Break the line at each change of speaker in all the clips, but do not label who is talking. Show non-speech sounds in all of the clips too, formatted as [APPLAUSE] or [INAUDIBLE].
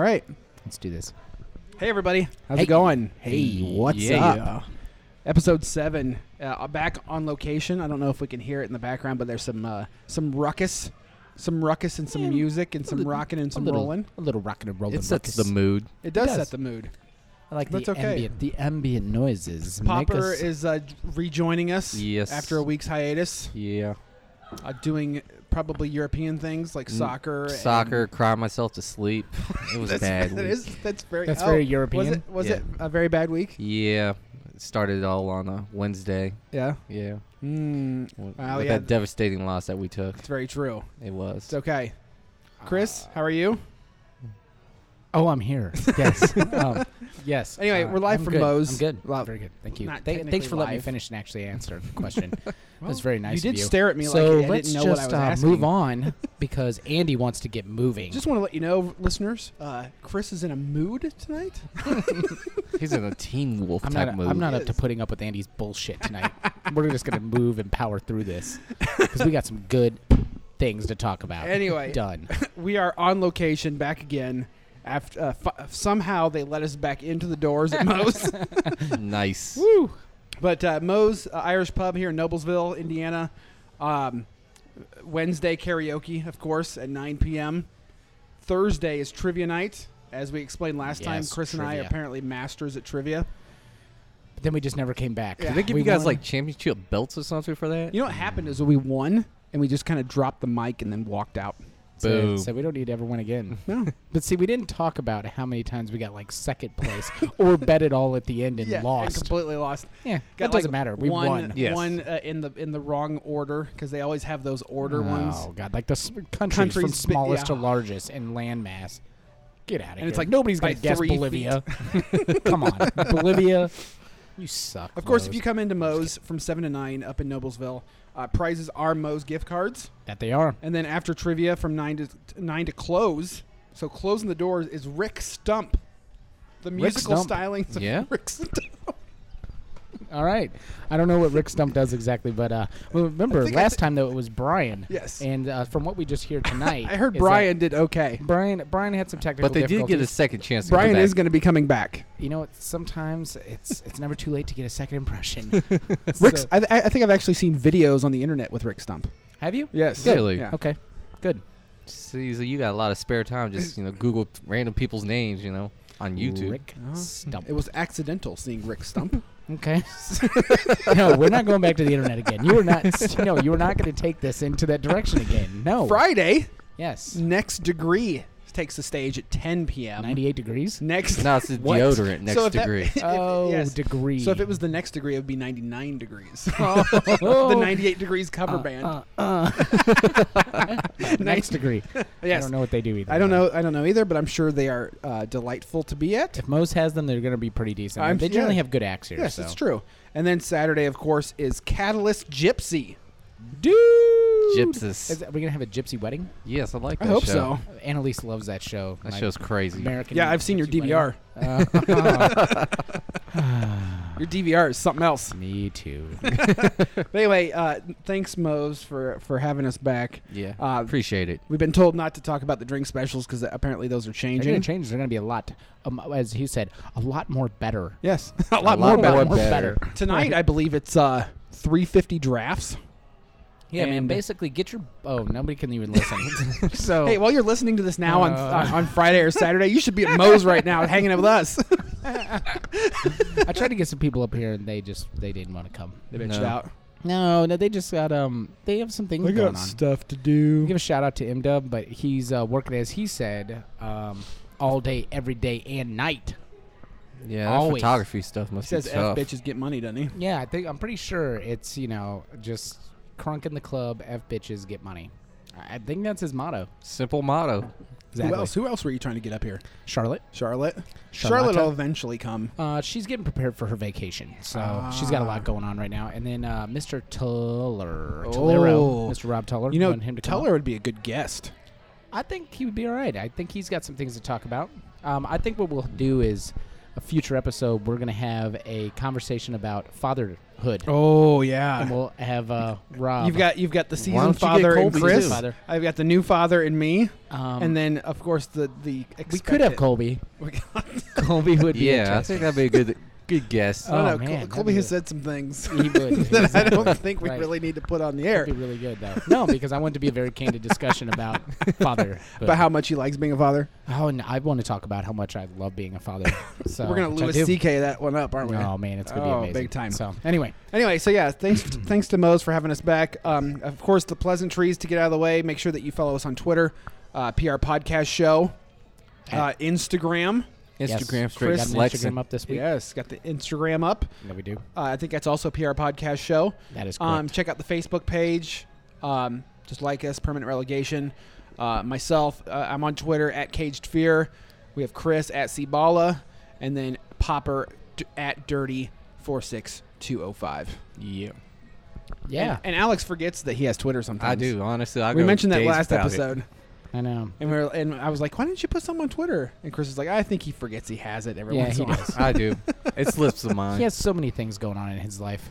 All right.
Let's do this.
Hey, everybody. How's
Hey.
it going?
Hey, what's up?
Episode seven. Uh, back on location. I don't know if we can hear it in the background, but there's some uh, some ruckus, some ruckus and some
Yeah,
music and some
little-
rocking and
a
some
little,
rolling.
a little rocking and rolling.
It sets the
ruckus.
mood.
It does,
does.
set the mood.
I like
That's
the
okay.
ambient, the ambient noises. make
Popper
us-
is uh, rejoining us.
Yes.
After a week's hiatus,
Yeah.
uh, doing probably European things like
Mm,
soccer. and-
Soccer, cry myself
[LAUGHS]
to sleep. It was a
That's,
bad.
[LAUGHS] that
week.
is, that's very.
That's
oh,
very
Was
European.
it? Was
Yeah.
it a very bad week?
Yeah. It started all on a Wednesday.
Yeah.
Yeah.
Mm,
With
Wow,
with
yeah.
That devastating loss that we took.
it's very true.
It was.
[LAUGHS] It's okay. Chris, how are you?
Oh, I'm here. Yes.
[LAUGHS]
um, yes. Uh,
Anyway, we're live
I'm
from
good.
Moe's.
I'm good.
Well,
very good. Thank you.
not
Th- thanks
technically
for letting me
live.
finish and actually answer
[LAUGHS]
the question. That's very nice.
you did
of you.
stare at me
so
like I
let's
didn't know
just
what I was
uh,
asking.
move on [LAUGHS] because Andy wants to get moving.
Just want to let you know, listeners, uh, Chris is in a mood
[LAUGHS]
tonight. [LAUGHS]
He's in a Teen Wolf
I'm
type
not.
mood.
I'm not up to
Yes.
putting up with Andy's bullshit tonight. We're just gonna move and power through this because we got some good things to talk about.
Anyway.
done.
we are on location back again. After uh, f- somehow they let us back into the doors at
[LAUGHS]
Moe's,
[LAUGHS]
[LAUGHS]
nice.
Woo.
but uh, Moe's uh, Irish Pub here in Noblesville, Indiana. Um, Wednesday karaoke, of course, at 9 p.m. Thursday is trivia night. As we explained last time,
Yes,
Chris and I are
trivia.
apparently masters at trivia.
But then we just never came back.
Yeah.
Did they give
We
you guys
won.
like championship belts or something for that?
You know what happened is we won and we just kind of dropped the mic and then walked [LAUGHS] out.
So,
Boo.
so we don't need to ever win again. [LAUGHS]
No.
But see, we didn't talk about how many times we got like second place [LAUGHS] or bet it all at the end and
yeah, And
lost.
completely lost.
yeah,
Got
that
like
doesn't matter. We
one,
won.
Yes.
One uh, in the in the wrong order because they always have those order ones.
Oh god, like the s- countries, from
Countries, but-
smallest to
yeah.
largest in landmass. Get out of here!
it's like
nobody's
by
gonna guess
three
Bolivia. [LAUGHS]
[LAUGHS]
Come on, Bolivia, you suck.
Of course, if
Moe's.
you come into Moe's from seven to nine up in Noblesville, uh, prizes are Moe's gift cards,
that they are.
and then after trivia from nine to nine to close. So closing the doors is Rick Stump, the musical
Stump.
stylings of
Yeah?
[LAUGHS] Rick Stump.
All right, I don't know what Rick Stump does exactly, but uh, well,
I
remember
think I
last
did-
time though it was Brian.
Yes.
and uh, from what we just hear tonight,
[LAUGHS] I heard
is that
Brian did okay.
Brian. Brian had some technical.
But they did get a
difficulties.
second chance. To
Brian
come
is
back.
going to be coming back.
you know, it's, sometimes it's it's never too late to get a
[LAUGHS]
second impression.
Rick's,
So-
I, I I think I've actually seen videos on the internet with Rick Stump.
have you?
Yes.
Really?
Yeah.
Okay, good.
See, so you got a lot of spare time.
[LAUGHS]
Just you know, Google random people's names. You know, on YouTube. [LAUGHS]
Rick
Oh.
Stump.
It was accidental seeing Rick
[LAUGHS]
Stump.
Okay. no, we're not going back to the internet again. You were not. No, you were not going to take this into that direction again. No.
Friday,
Yes.
Next Degree takes the stage at 10 p.m.
Ninety-eight degrees.
Next.
No, it's the
What?
deodorant next
So if that-
degree.
[LAUGHS] if- [LAUGHS]
Oh,
yes.
degree.
So if it was the next degree, it would be 99 degrees.
[LAUGHS] oh,
[LAUGHS] the 98 degrees cover
uh,
band.
[LAUGHS] uh, uh. [LAUGHS]
[LAUGHS]
next degree. I
yes.
don't know what they do either.
I don't know. I don't know either, but I'm sure they are uh, delightful to be at.
If Moe's has them, they're going to be pretty decent.
I'm-
they generally
yeah.
have good acts here.
Yes,
so.
it's true. And then Saturday, of course, is Catalyst Gypsy.
Dude. Is
Gypsies.
that, are we going to have a gypsy wedding?
Yes, I like
I
that
hope
show.
so.
Annalise loves that show.
That
like
show's crazy.
American.
Yeah, I've seen your
Gypsy
DVR.
Wedding.
[LAUGHS]
Uh,
Your DVR is something else.
[LAUGHS] me
[LAUGHS]
too.
But anyway, uh, thanks Moe's for for having us back.
Yeah,
Uh,
appreciate it.
We've been told not to talk about the drink specials because apparently those are
They're going
changing.
to change. They're going to be a lot, um, as he said, a lot more better.
Yes, [LAUGHS] a lot, more,
lot
about
more better.
tonight. I believe it's uh, 350 drafts.
Yeah, man.
And-
Basically, get your. Oh, nobody can even
[LAUGHS]
listen. [LAUGHS] so
Hey, while you're listening to this now on
Oh. Uh.
on Friday or Saturday, you should be at Moe's right now, hanging out with us.
I tried to get some people up here, and they just they didn't want to come.
They bitched
No.
out.
No, no, they just got um. They have some things going on.
stuff to do.
Give a shout out to M Dub, but he's uh, working as he said, um, all day, every day, and night.
Yeah, that
Always.
photography stuff must
He says
be
F
tough.
bitches get money, doesn't he?
Yeah, I think I'm pretty sure it's you know just crunk in the club, f bitches get money. I I think that's his motto.
Simple motto.
Exactly.
Who else? Who else were you trying to get up here?
Charlotte.
Charlotte.
Charlotte
Charlotte will eventually come.
Uh, she's getting prepared for her vacation, so she's got a lot going on right now. And then uh, Mr. Tuller, Tullero,
Ah. Oh.
Mr. Rob Tuller,
You know,
want him to come
Teller
up?
would be a good guest.
I think he would be all right. I think he's got some things to talk about. Um, I think what we'll do is a future episode, we're gonna have a conversation about fatherhood,
Oh yeah.
and we'll have uh, Rob.
You've got you've got the
Why
seasoned
don't you get
father and
Colby,
Chris.
too?
Father.
I've got the new father and me,
um,
and then of course the the.
we could have
expected-
oh, Colby.
[LAUGHS] We got-
[LAUGHS] Colby would be
yeah, I
interested.
think that'd be a good good guess.
I don't
Oh,
know.
man,
Col-
that'd
Colby
be
has
good.
said some
[LAUGHS]
things [LAUGHS]
He would.
that I don't think we
Right.
really need to put on the
That'd
air.
be really good though. No, because I want it to be a very candid discussion
[LAUGHS]
about father.
About how much he likes being a father.
Oh, and I want to talk about how much I love being
[LAUGHS]
a father. So
We're gonna
which I
Louis
do.
C.K. that one up, aren't we?
Oh man, it's gonna be
Oh,
amazing.
big time.
So anyway,
Anyway, so yeah,
[CLEARS THROAT]
thanks thanks to Moe's for having us back. Um, of course, the pleasantries to get out of the way. Make sure that you follow us on Twitter, uh, PR Podcast Show, uh, Instagram.
yes,
Instagram straight
Chris got an
flexing.
Instagram up this week.
Yes, got the Instagram up.
No, we do.
Uh, I think that's also PR Podcast Show.
That is correct.
Um, check out the Facebook page. Um, just like us, Permanent Relegation. Uh, myself, uh, I'm on Twitter at Caged Fear. We have Chris at Cibala, and then Popper d- at Dirty four six two zero five.
yeah,
yeah,
And, and Alex forgets that he has Twitter sometimes.
I do. Honestly, I
We
go
mentioned that
days
last
without it.
episode,
I know.
and we were, and I was like, "Why didn't you put something on Twitter?" And Chris is like, "I think he forgets he has it every
Yeah,
once
he
in a while."
[LAUGHS]
does.
[LAUGHS] I do. It slips of mine.
He has so many things going on in his life: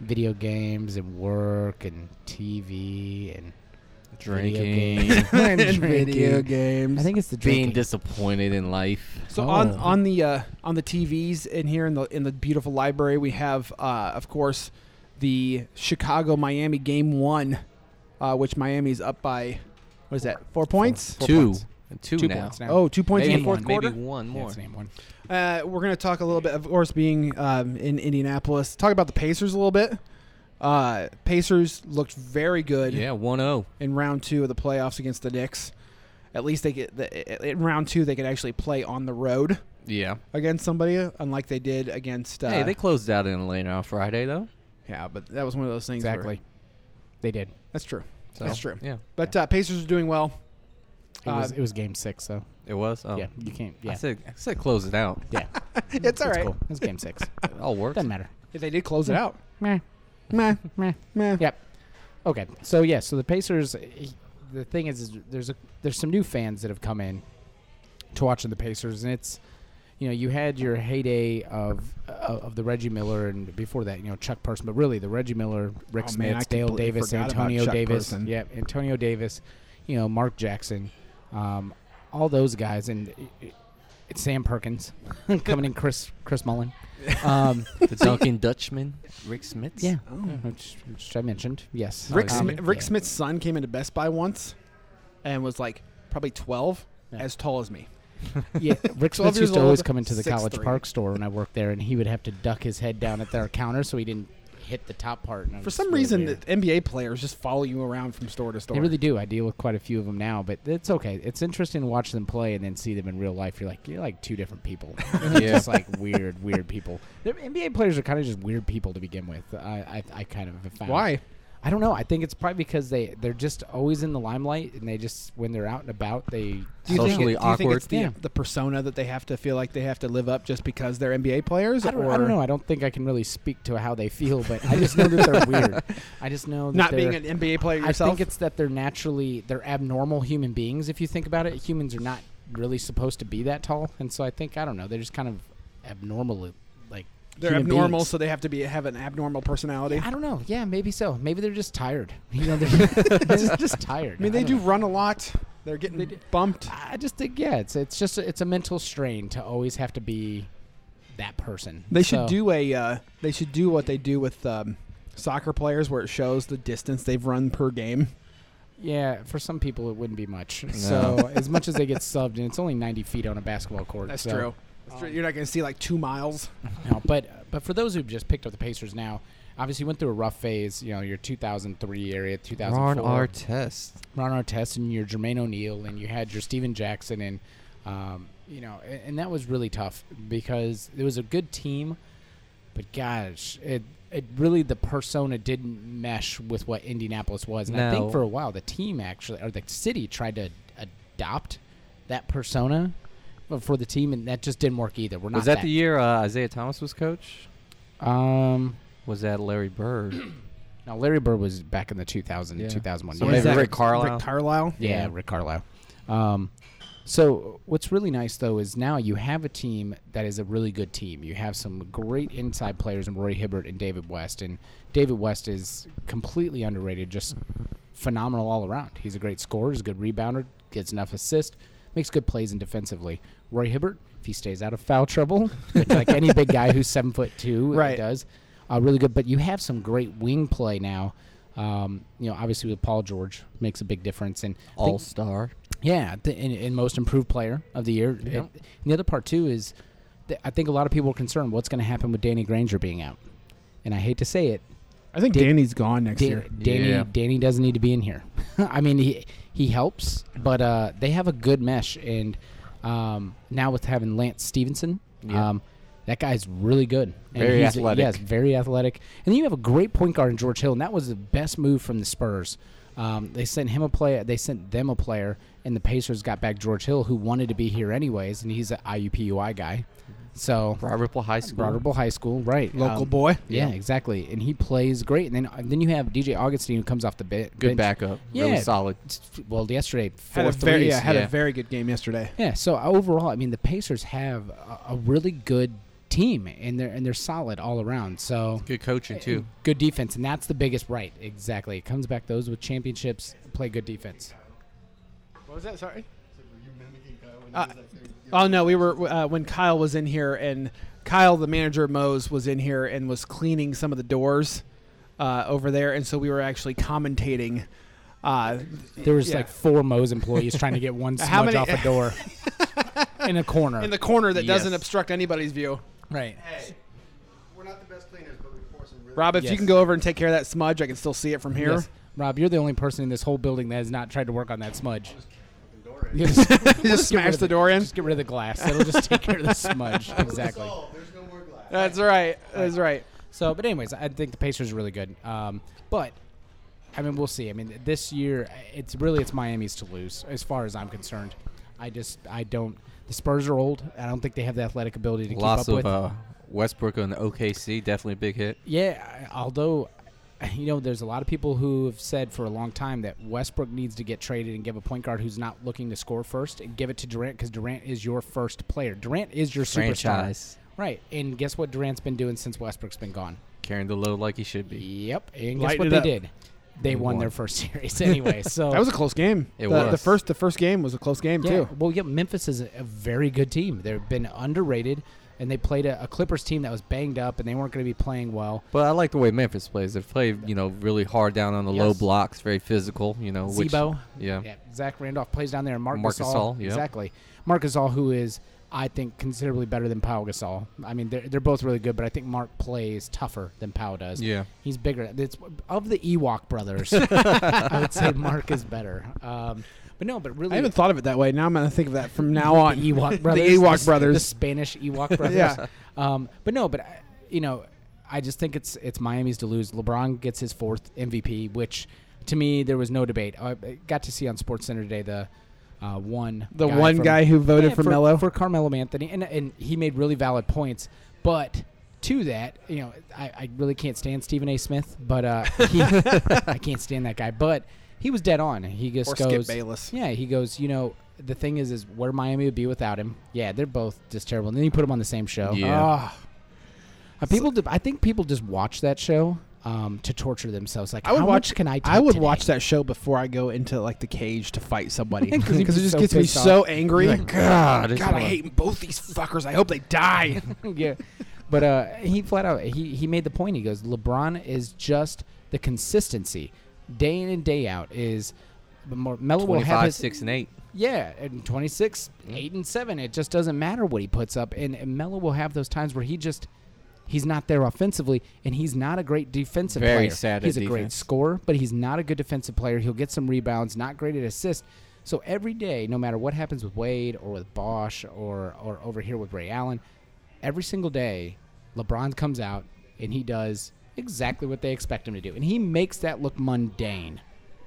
video games and work and TV and
[LAUGHS]
Drinking,
and
And video
drinking.
games.
I think it's the
being
drinking.
disappointed in life.
So on
Oh.
on the uh, on the TVs in here in the in the beautiful library we have uh, of course the Chicago Miami game one, uh, which Miami's up by what is that four points?
Four
two,
points.
two,
Two
now.
points now.
Oh, two points in
maybe
the fourth
one, maybe
quarter.
one
Yeah,
more.
it's name one.
Uh, we're going to talk a little bit, of course, being um, in Indianapolis. Talk about the Pacers a little bit. Uh, Pacers looked very good
Yeah, one zero.
in round two of the playoffs against the Knicks. At least they get the, in round two they could actually play on the road
Yeah.
against somebody, unlike they did against. Uh,
hey, they closed out in Atlanta on Friday though.
Yeah, but that was one of those things. where-
Exactly. They did.
that's true.
So,
That's true.
Yeah,
But uh, Pacers are doing well.
It,
Uh,
was, it was game six, though.
it was. Oh.
Yeah, you can't.
I
Yeah,
said, I said, close it out.
yeah.
[LAUGHS] [LAUGHS] it's all
It's
right.
cool. It's
[LAUGHS]
game six.
It all works.
Doesn't matter.
They did close it out.
Meh,
[LAUGHS] Meh,
meh.
meh.
Yep. Okay. So yeah. So the Pacers. he- The thing is, is there's a there's some new fans that have come in to watching the Pacers, and it's you know you had your heyday of of of the Reggie Miller, and before that, you know Chuck Person, but really the Reggie Miller, Rick
Oh,
Smith,
man, I
Dale
completely
Davis,
forgot about
Antonio
Chuck
Davis.
Person.
Yep, Antonio Davis. You know Mark Jackson, um, all those guys, and. It's Sam Perkins [LAUGHS] coming in, Chris Chris
[LAUGHS]
Mullen. Um,
The Duncan Dutchman, Rick Smith.
yeah,
Oh.
which, which I mentioned. Yes,
Rick,
Um,
Smi- Rick
yeah.
Smith's son came into Best Buy once and was like probably 12,
Yeah.
as tall as me. [LAUGHS]
Yeah,
12
Rick Smith used
years
to always
old,
come into the
6'3".
College Park store when I worked there, and he would have to duck his head down at their counter so he didn't hit the top part. and it
For
was
some
really
reason,
weird.
the NBA players just follow you around from store to store.
they really do. I deal with quite a few of them now, but it's okay. It's interesting to watch them play and then see them in real life. You're like, you're like two
[LAUGHS]
different people. [LAUGHS] You're
Yeah.
just like weird, weird people. The NBA players are kind of just weird people to begin with. I, I, I kind of have found.
Why?
I don't know. I think it's probably because they they're just always in the limelight, and they just when they're out and about, they
Do you think
Socially
it- do you think
awkward.
it's the,
Yeah.
the persona that they have to feel like they have to live up just because they're NBA players?
I don't,
or
I don't know. I don't think I can really speak to how they feel, but I just know that
[LAUGHS]
they're weird. I just know that
Not
they're,
being an NBA player yourself?
I think it's that they're naturally they're abnormal human beings. If you think about it, humans are not really supposed to be that tall, and so I think I don't know. They're just kind of abnormal, like
they're
human
abnormal,
beings.
so they have to be have an abnormal personality.
I don't know. Yeah, maybe so. Maybe they're just tired. [LAUGHS] You know,
[LAUGHS]
they're, [LAUGHS] they're just, just tired.
I mean, they
don't
do
know.
run a lot. They're getting
They do.
bumped.
I just think yeah, it's it's just it's a mental strain to always have to be that person.
They should
So-
do a. Uh, they should do what they do with um, soccer players, where it shows the distance they've run per game.
Yeah, for some people it wouldn't be much. So as much as they get subbed, and it's only ninety feet on a basketball court. so-
That's true. You're not going to see like two miles.
No, but but for those who've just picked up the Pacers now, obviously went through a rough phase. You know, your 2003 area, 2004.
Ron Artest.
Ron Artest and your Jermaine O'Neal, and you had your Steven Jackson, and um, you know, a- and, that was really tough because it was a good team, but gosh, it it really the persona didn't mesh with what Indianapolis was, and I think
No.
for a while the team actually or the city tried to adopt that persona for the team, and that just didn't work either. We're not
Was that, the year uh, Isaiah Thomas was coach?
um.
Was that Larry Bird?
No, Larry Bird was back in the 2000,
Yeah.
2001.
So
yeah,
maybe
that?
Rick Carlisle.
Rick Carlisle.
yeah, Rick Carlisle. Um, So what's really nice though is now you have a team that is a really good team. You have some great inside players in Roy Hibbert and David West, and David West is completely underrated, just phenomenal all around. He's a great scorer, he's a good rebounder, gets enough assist, makes good plays and defensively. Roy Hibbert, if he stays out of foul trouble, which like any big guy who's seven foot two uh,
Right.
does, uh, really good. But you have some great wing play now. Um, you know, obviously with Paul George makes a big difference, and I think-
All star.
yeah, the, and, and most improved player of the year.
Yeah.
And the other part too is, that I think a lot of people are concerned what's going to happen with Danny Granger being out, and I hate to say it,
I think
Dan-
Danny's gone next
Dan,
year.
Danny
Yeah.
Danny doesn't need to be in here. [LAUGHS] I mean, he he helps, but uh, they have a good mesh, and um, now with having Lance Stevenson,
Yeah.
um, that guy's really good. And
Very
he's-
athletic.
Yes, very athletic. And then you have a great point guard in George Hill, and that was the best move from the Spurs. Um, they sent him a player. They sent them a player, and the Pacers got back George Hill, who wanted to be here anyways, and he's an IUPUI guy. So
Robert Ripple High School.
Broderville High School, right?
Local
Um,
boy.
yeah, exactly. And he plays great. And then and then you have DJ Augustine who comes off the bit.
Good
bench.
backup. Really
Yeah.
solid.
Well, yesterday four
Had a very
threes.
yeah, had
yeah.
a very good game yesterday.
Yeah, So uh, overall, I mean, the Pacers have a, a really good team, and they're and they're solid all around. So
Good coaching too.
good defense, and that's the biggest right. Exactly. It comes back those with championships play good defense.
What was that? Sorry. Uh, oh no, we were uh, when Kyle was in here, and Kyle, the manager of Moe's, was in here and was cleaning some of the doors uh, over there, and so we were actually commentating. Uh,
There was
Yeah.
like four Moe's employees trying to get one
[LAUGHS]
smudge
How many-
off a door in a corner.
in the corner that doesn't
Yes.
obstruct anybody's view.
right.
Hey, we're not the best cleaners, but we pour some really.
Rob, if you
Yes.
can go over and take care of that smudge, I can still see it from here. [LAUGHS]
Yes. Rob, you're the only person in this whole building that has not tried to work on that
[LAUGHS]
smudge.
good door in.
Just,
Just
get rid
smash
of
the
it.
door in.
Just get rid of the glass. It'll just take care of
[LAUGHS]
the smudge. Exactly.
That's all. Oh, There's no more glass.
That's right. That's right.
So, but anyways, I think the Pacers are really good. Um, but I mean, we'll see. I mean, this year it's really it's Miami's to lose as far as I'm concerned. I just I don't. The Spurs are old. I don't think they have the athletic ability to
Loss
keep up
of
with.
uh, Westbrook on the OKC. Definitely a big hit.
Yeah, I- although [LAUGHS] you know, there's a lot of people who have said for a long time that Westbrook needs to get traded and give a point guard who's not looking to score first and give it to Durant because Durant is your first player. Durant is your
Franchise.
superstar, right? And guess what? Durant's been doing since Westbrook's been gone.
Carrying the load like he should be.
Yep. And guess
Light
what
it
they
up.
did? They
They
won,
won.
their first [LAUGHS] series anyway. So
That was a close game.
It
the, the
was.
first. The first game was a close game
yeah.
too.
Well, yeah, Memphis is a, a very good team. They've been underrated, and they played a, a Clippers team that was banged up, and they weren't going to be playing well.
But I like the way Memphis plays. They play, you know, really hard down on the low
Yes.
blocks, very physical. You know, which,
Zebo.
yeah,
Yeah, Zach Randolph plays down there, and Mark,
Marc
Gasol,
Gasol, yep.
exactly. Mark Gasol, who is I think considerably better than Pau Gasol. I mean, they're, they're both really good, but I think Mark plays tougher than Pau does.
Yeah.
he's bigger. It's of the Ewok
[LAUGHS]
brothers. I would say Mark is better. Um, but no, but really,
I haven't thought of it that way. Now I'm gonna think of that from now on.
the Ewok brothers,
[LAUGHS] the
s-
Ewok
the
brothers. [LAUGHS]
Spanish Ewok brothers.
Yeah.
Um, but no, but I, you know, I just think it's it's Miami's to lose. LeBron gets his fourth MVP, which to me there was no debate. I I got to see on Sports Center today the uh, one
The one guy who voted
Yeah,
for Melo.
for Carmelo Anthony, and and he made really valid points, but. To that, you know, I, I really can't stand Stephen A. Smith, but
[LAUGHS]
uh, he, I can't stand that guy. But he was dead on. He just
Or Skip
goes,
Bayless.
yeah, he goes, you know, the thing is, is where Miami would be without him. Yeah, they're both just terrible. And then you put them on the same show.
Yeah.
Ah. Uh, people, d I I think people just watch that show um, to torture themselves. Like,
I would
how
watch.
much can I? Take
I would
today?
watch that show before I go into like the cage to fight [LAUGHS]
[LAUGHS]
somebody
'Cause you'd
because it
be
just
so
gets me
pissed off.
so angry.
God,
[LAUGHS]
I
God,
just
I
wanna-
hate both these fuckers. I hope they [LAUGHS] die.
[LAUGHS] yeah, but uh, he flat out he he made the point. He goes, LeBron is just the consistency, day in and day out is. More, Melo will have
25,
his
6, and 8.
Yeah, and 26,
Mm-hmm.
8 and 7. It just doesn't matter what he puts up. And, and Melo will have those times where he just he's not there offensively and he's not a great defensive
Very
player.
sad at
he's a great
defense.
scorer, but he's not a good defensive player. He'll get some rebounds, not great at assists. So every day, no matter what happens with Wade or with Bosch or or over here with Ray Allen, every single day LeBron comes out and he does exactly what they expect him to do. And he makes that look mundane.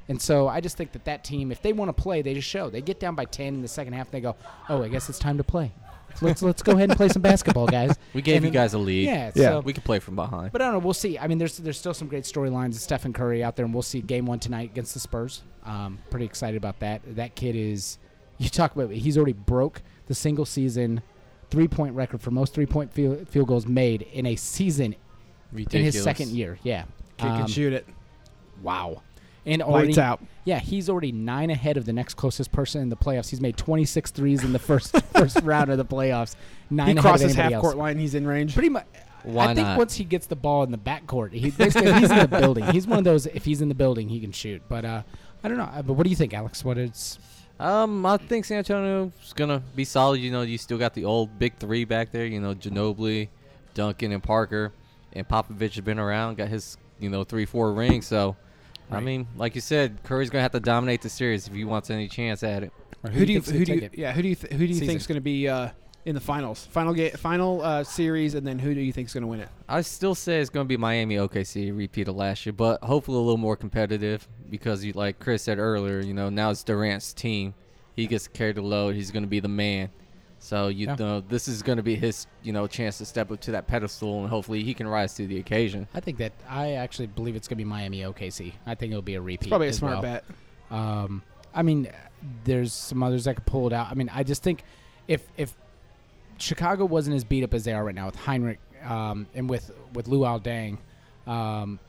And so I just think that that team, if they want to play, they just show. They get down by 10 in the second half and they go, oh, I guess it's time to play. Let's, let's go ahead and play some basketball, guys.
We gave
And
you
then-
guys a lead.
Yeah.
Yeah.
So,
We could play from behind.
but I don't know. We'll see. I mean, there's there's still some great storylines of Stephen Curry out there, and we'll see game one tonight against the Spurs. Um, pretty excited about that. That kid is You talk about he's already broke the single season three point record for most three point field, field goals made in a season in
Ridiculous.
his second year. Yeah.
Kick
Um,
and shoot it.
Wow. And already,
Lights out.
yeah, he's already nine ahead of the next closest person in the playoffs. He's made 26 threes in the first [LAUGHS] first round of the playoffs. Nine
He
ahead of
crosses
anybody
half
else.
court line. He's in range.
Pretty much.
Why
I think
not?
once he gets the ball in the backcourt, he basically he's in the building. He's one of those. If he's in the building, he can shoot. But uh, I don't know. Uh, But what do you think, Alex? What is?
Um, I think San Antonio's gonna be solid. You know, you still got the old big three back there. You know, Ginobili, Duncan, and Parker, and Popovich has been around, got his you know three four rings. So, I mean, like you said, Curry's gonna have to dominate the series if he wants any chance at it.
Who do you
think's
who do
gonna
you,
take it?
yeah who do you th- who do you
Season.
think's going to be uh, in the finals? Final ga- final uh, series, and then who do you think's going to win it?
I still say it's gonna be Miami OKC repeat of last year, but hopefully a little more competitive because you like Chris said earlier. You know, now it's Durant's team. He gets to carry the load. He's gonna be the man. So you
Yeah.
know this is going to be his you know chance to step up to that pedestal and hopefully he can rise to the occasion.
I think that I actually believe it's gonna be Miami OKC. I think it'll be a repeat.
Probably a
as
smart
well.
bet.
Um, I mean, there's some others that could pull it out. I mean, I just think if if Chicago wasn't as beat up as they are right now with Heinrich um, and with with Luau Dang, um,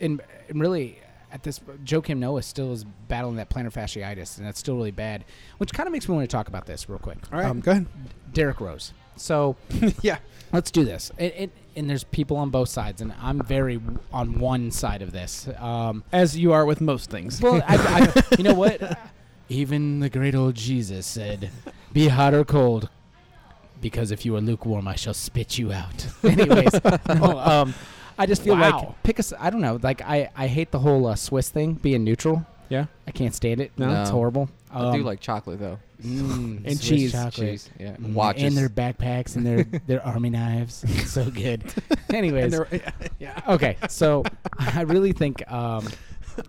and, and really at this Joakim Noah still is battling that plantar fasciitis, and that's still really bad. Which kind of makes me want to talk about this real quick.
All right,
Um,
go ahead.
Derrick Rose. So
[LAUGHS] yeah,
let's do this. It, it, and there's people on both sides, and I'm very w- on one side of this. Um,
as you are with most things.
[LAUGHS] well, I, I- you know what? Even the great old Jesus said, "Be hot or cold, because if you are lukewarm, I shall spit you out." [LAUGHS] Anyways, no, um, I just feel
Wow.
like pick us. I don't know. Like I, I hate the whole uh, Swiss thing being neutral.
yeah,
I can't stand it.
No?
it's
No.
horrible.
I do
Um,
like chocolate though.
mm,
and
Swiss
cheese.
chocolate.
Cheese, yeah.
Mm,
Watches.
and their backpacks and their their army knives. It's so good. Anyways,
and there, yeah, [LAUGHS] yeah.
okay. So I really think. Um,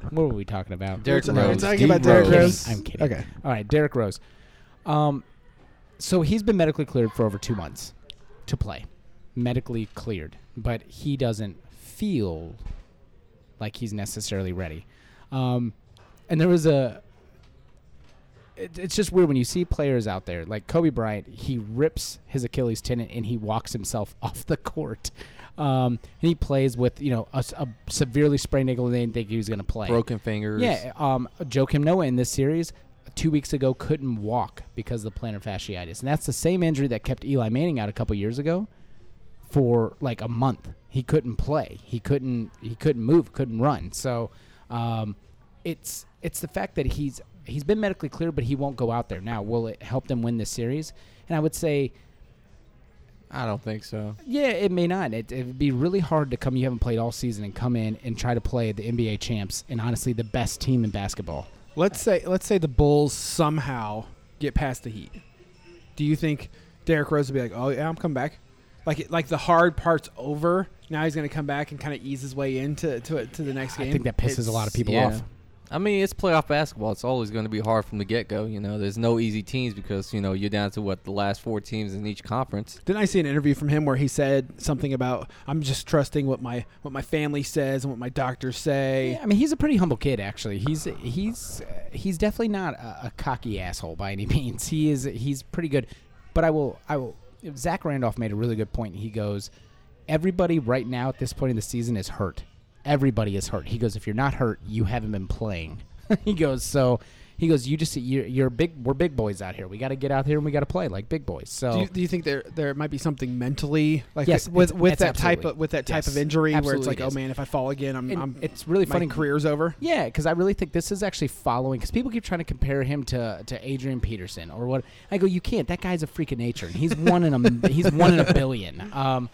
what were we talking about?
Derrick
We're
Rose.
talking
D.
about Derrick
Kidding.
Rose.
I'm kidding.
Okay.
All right, Derrick Rose. Um, so he's been medically cleared for over two months to play, medically cleared, but he doesn't feel like he's necessarily ready. Um, and there was a. It, it's just weird when you see players out there like Kobe Bryant. He rips his Achilles tendon and he walks himself [LAUGHS] off the court. Um, and he plays with you know a, s- a severely sprained ankle. and They didn't think he was going to play.
broken fingers.
Yeah, um, Joakim Noah in this series two weeks ago couldn't walk because of the plantar fasciitis, and that's the same injury that kept Eli Manning out a couple years ago for like a month. He couldn't play. He couldn't. He couldn't move. Couldn't run. So, um, it's it's the fact that he's he's been medically cleared, but he won't go out there now. Will it help them win this series? And I would say
I don't think so.
yeah, it may not. It, it'd be really hard to come. You haven't played all season and come in and try to play the NBA champs and honestly the best team in basketball.
Let's say let's say the Bulls somehow get past the Heat. Do you think Derrick Rose would be like, "Oh yeah, I'm coming back"? Like it- like the hard part's over. Now he's going to come back and kind of ease his way into to, it- to the next game.
I think that pisses a lot of people
yeah.
off.
I mean, it's playoff basketball. It's always going to be hard from the get go. You know, there's no easy teams because you know you're down to what the last four teams in each conference.
Didn't I see an interview from him where he said something about I'm just trusting what my what my family says and what my doctors say?
Yeah, I mean, he's a pretty humble kid, actually. He's he's uh, he's definitely not a, a cocky asshole by any [LAUGHS] means. He is he's pretty good, but I will I will. Zach Randolph made a really good point. He goes, everybody right now at this point in the season is hurt. Everybody is hurt. He goes, if you're not hurt, you haven't been playing. [LAUGHS] he goes, so he goes, you just you're, you're big. We're big boys out here. We got to get out here and we got to play like big boys. So
Do you, do you think there there might be something mentally like
Oh. Yes,
th- with
it's-
with
it's
that type
absolutely-
of with that type
yes,
of injury where it's
absolutely
like
it
oh
is.
man if I fall again I'm,
And
I'm
it's really
my
funny-
career's over
Yeah, because I really think this is actually following. Because people keep trying to compare him to to Adrian Peterson or what. I go, you can't. That guy's a freak of nature.
[LAUGHS]
and He's one in a he's one in a billion. Um,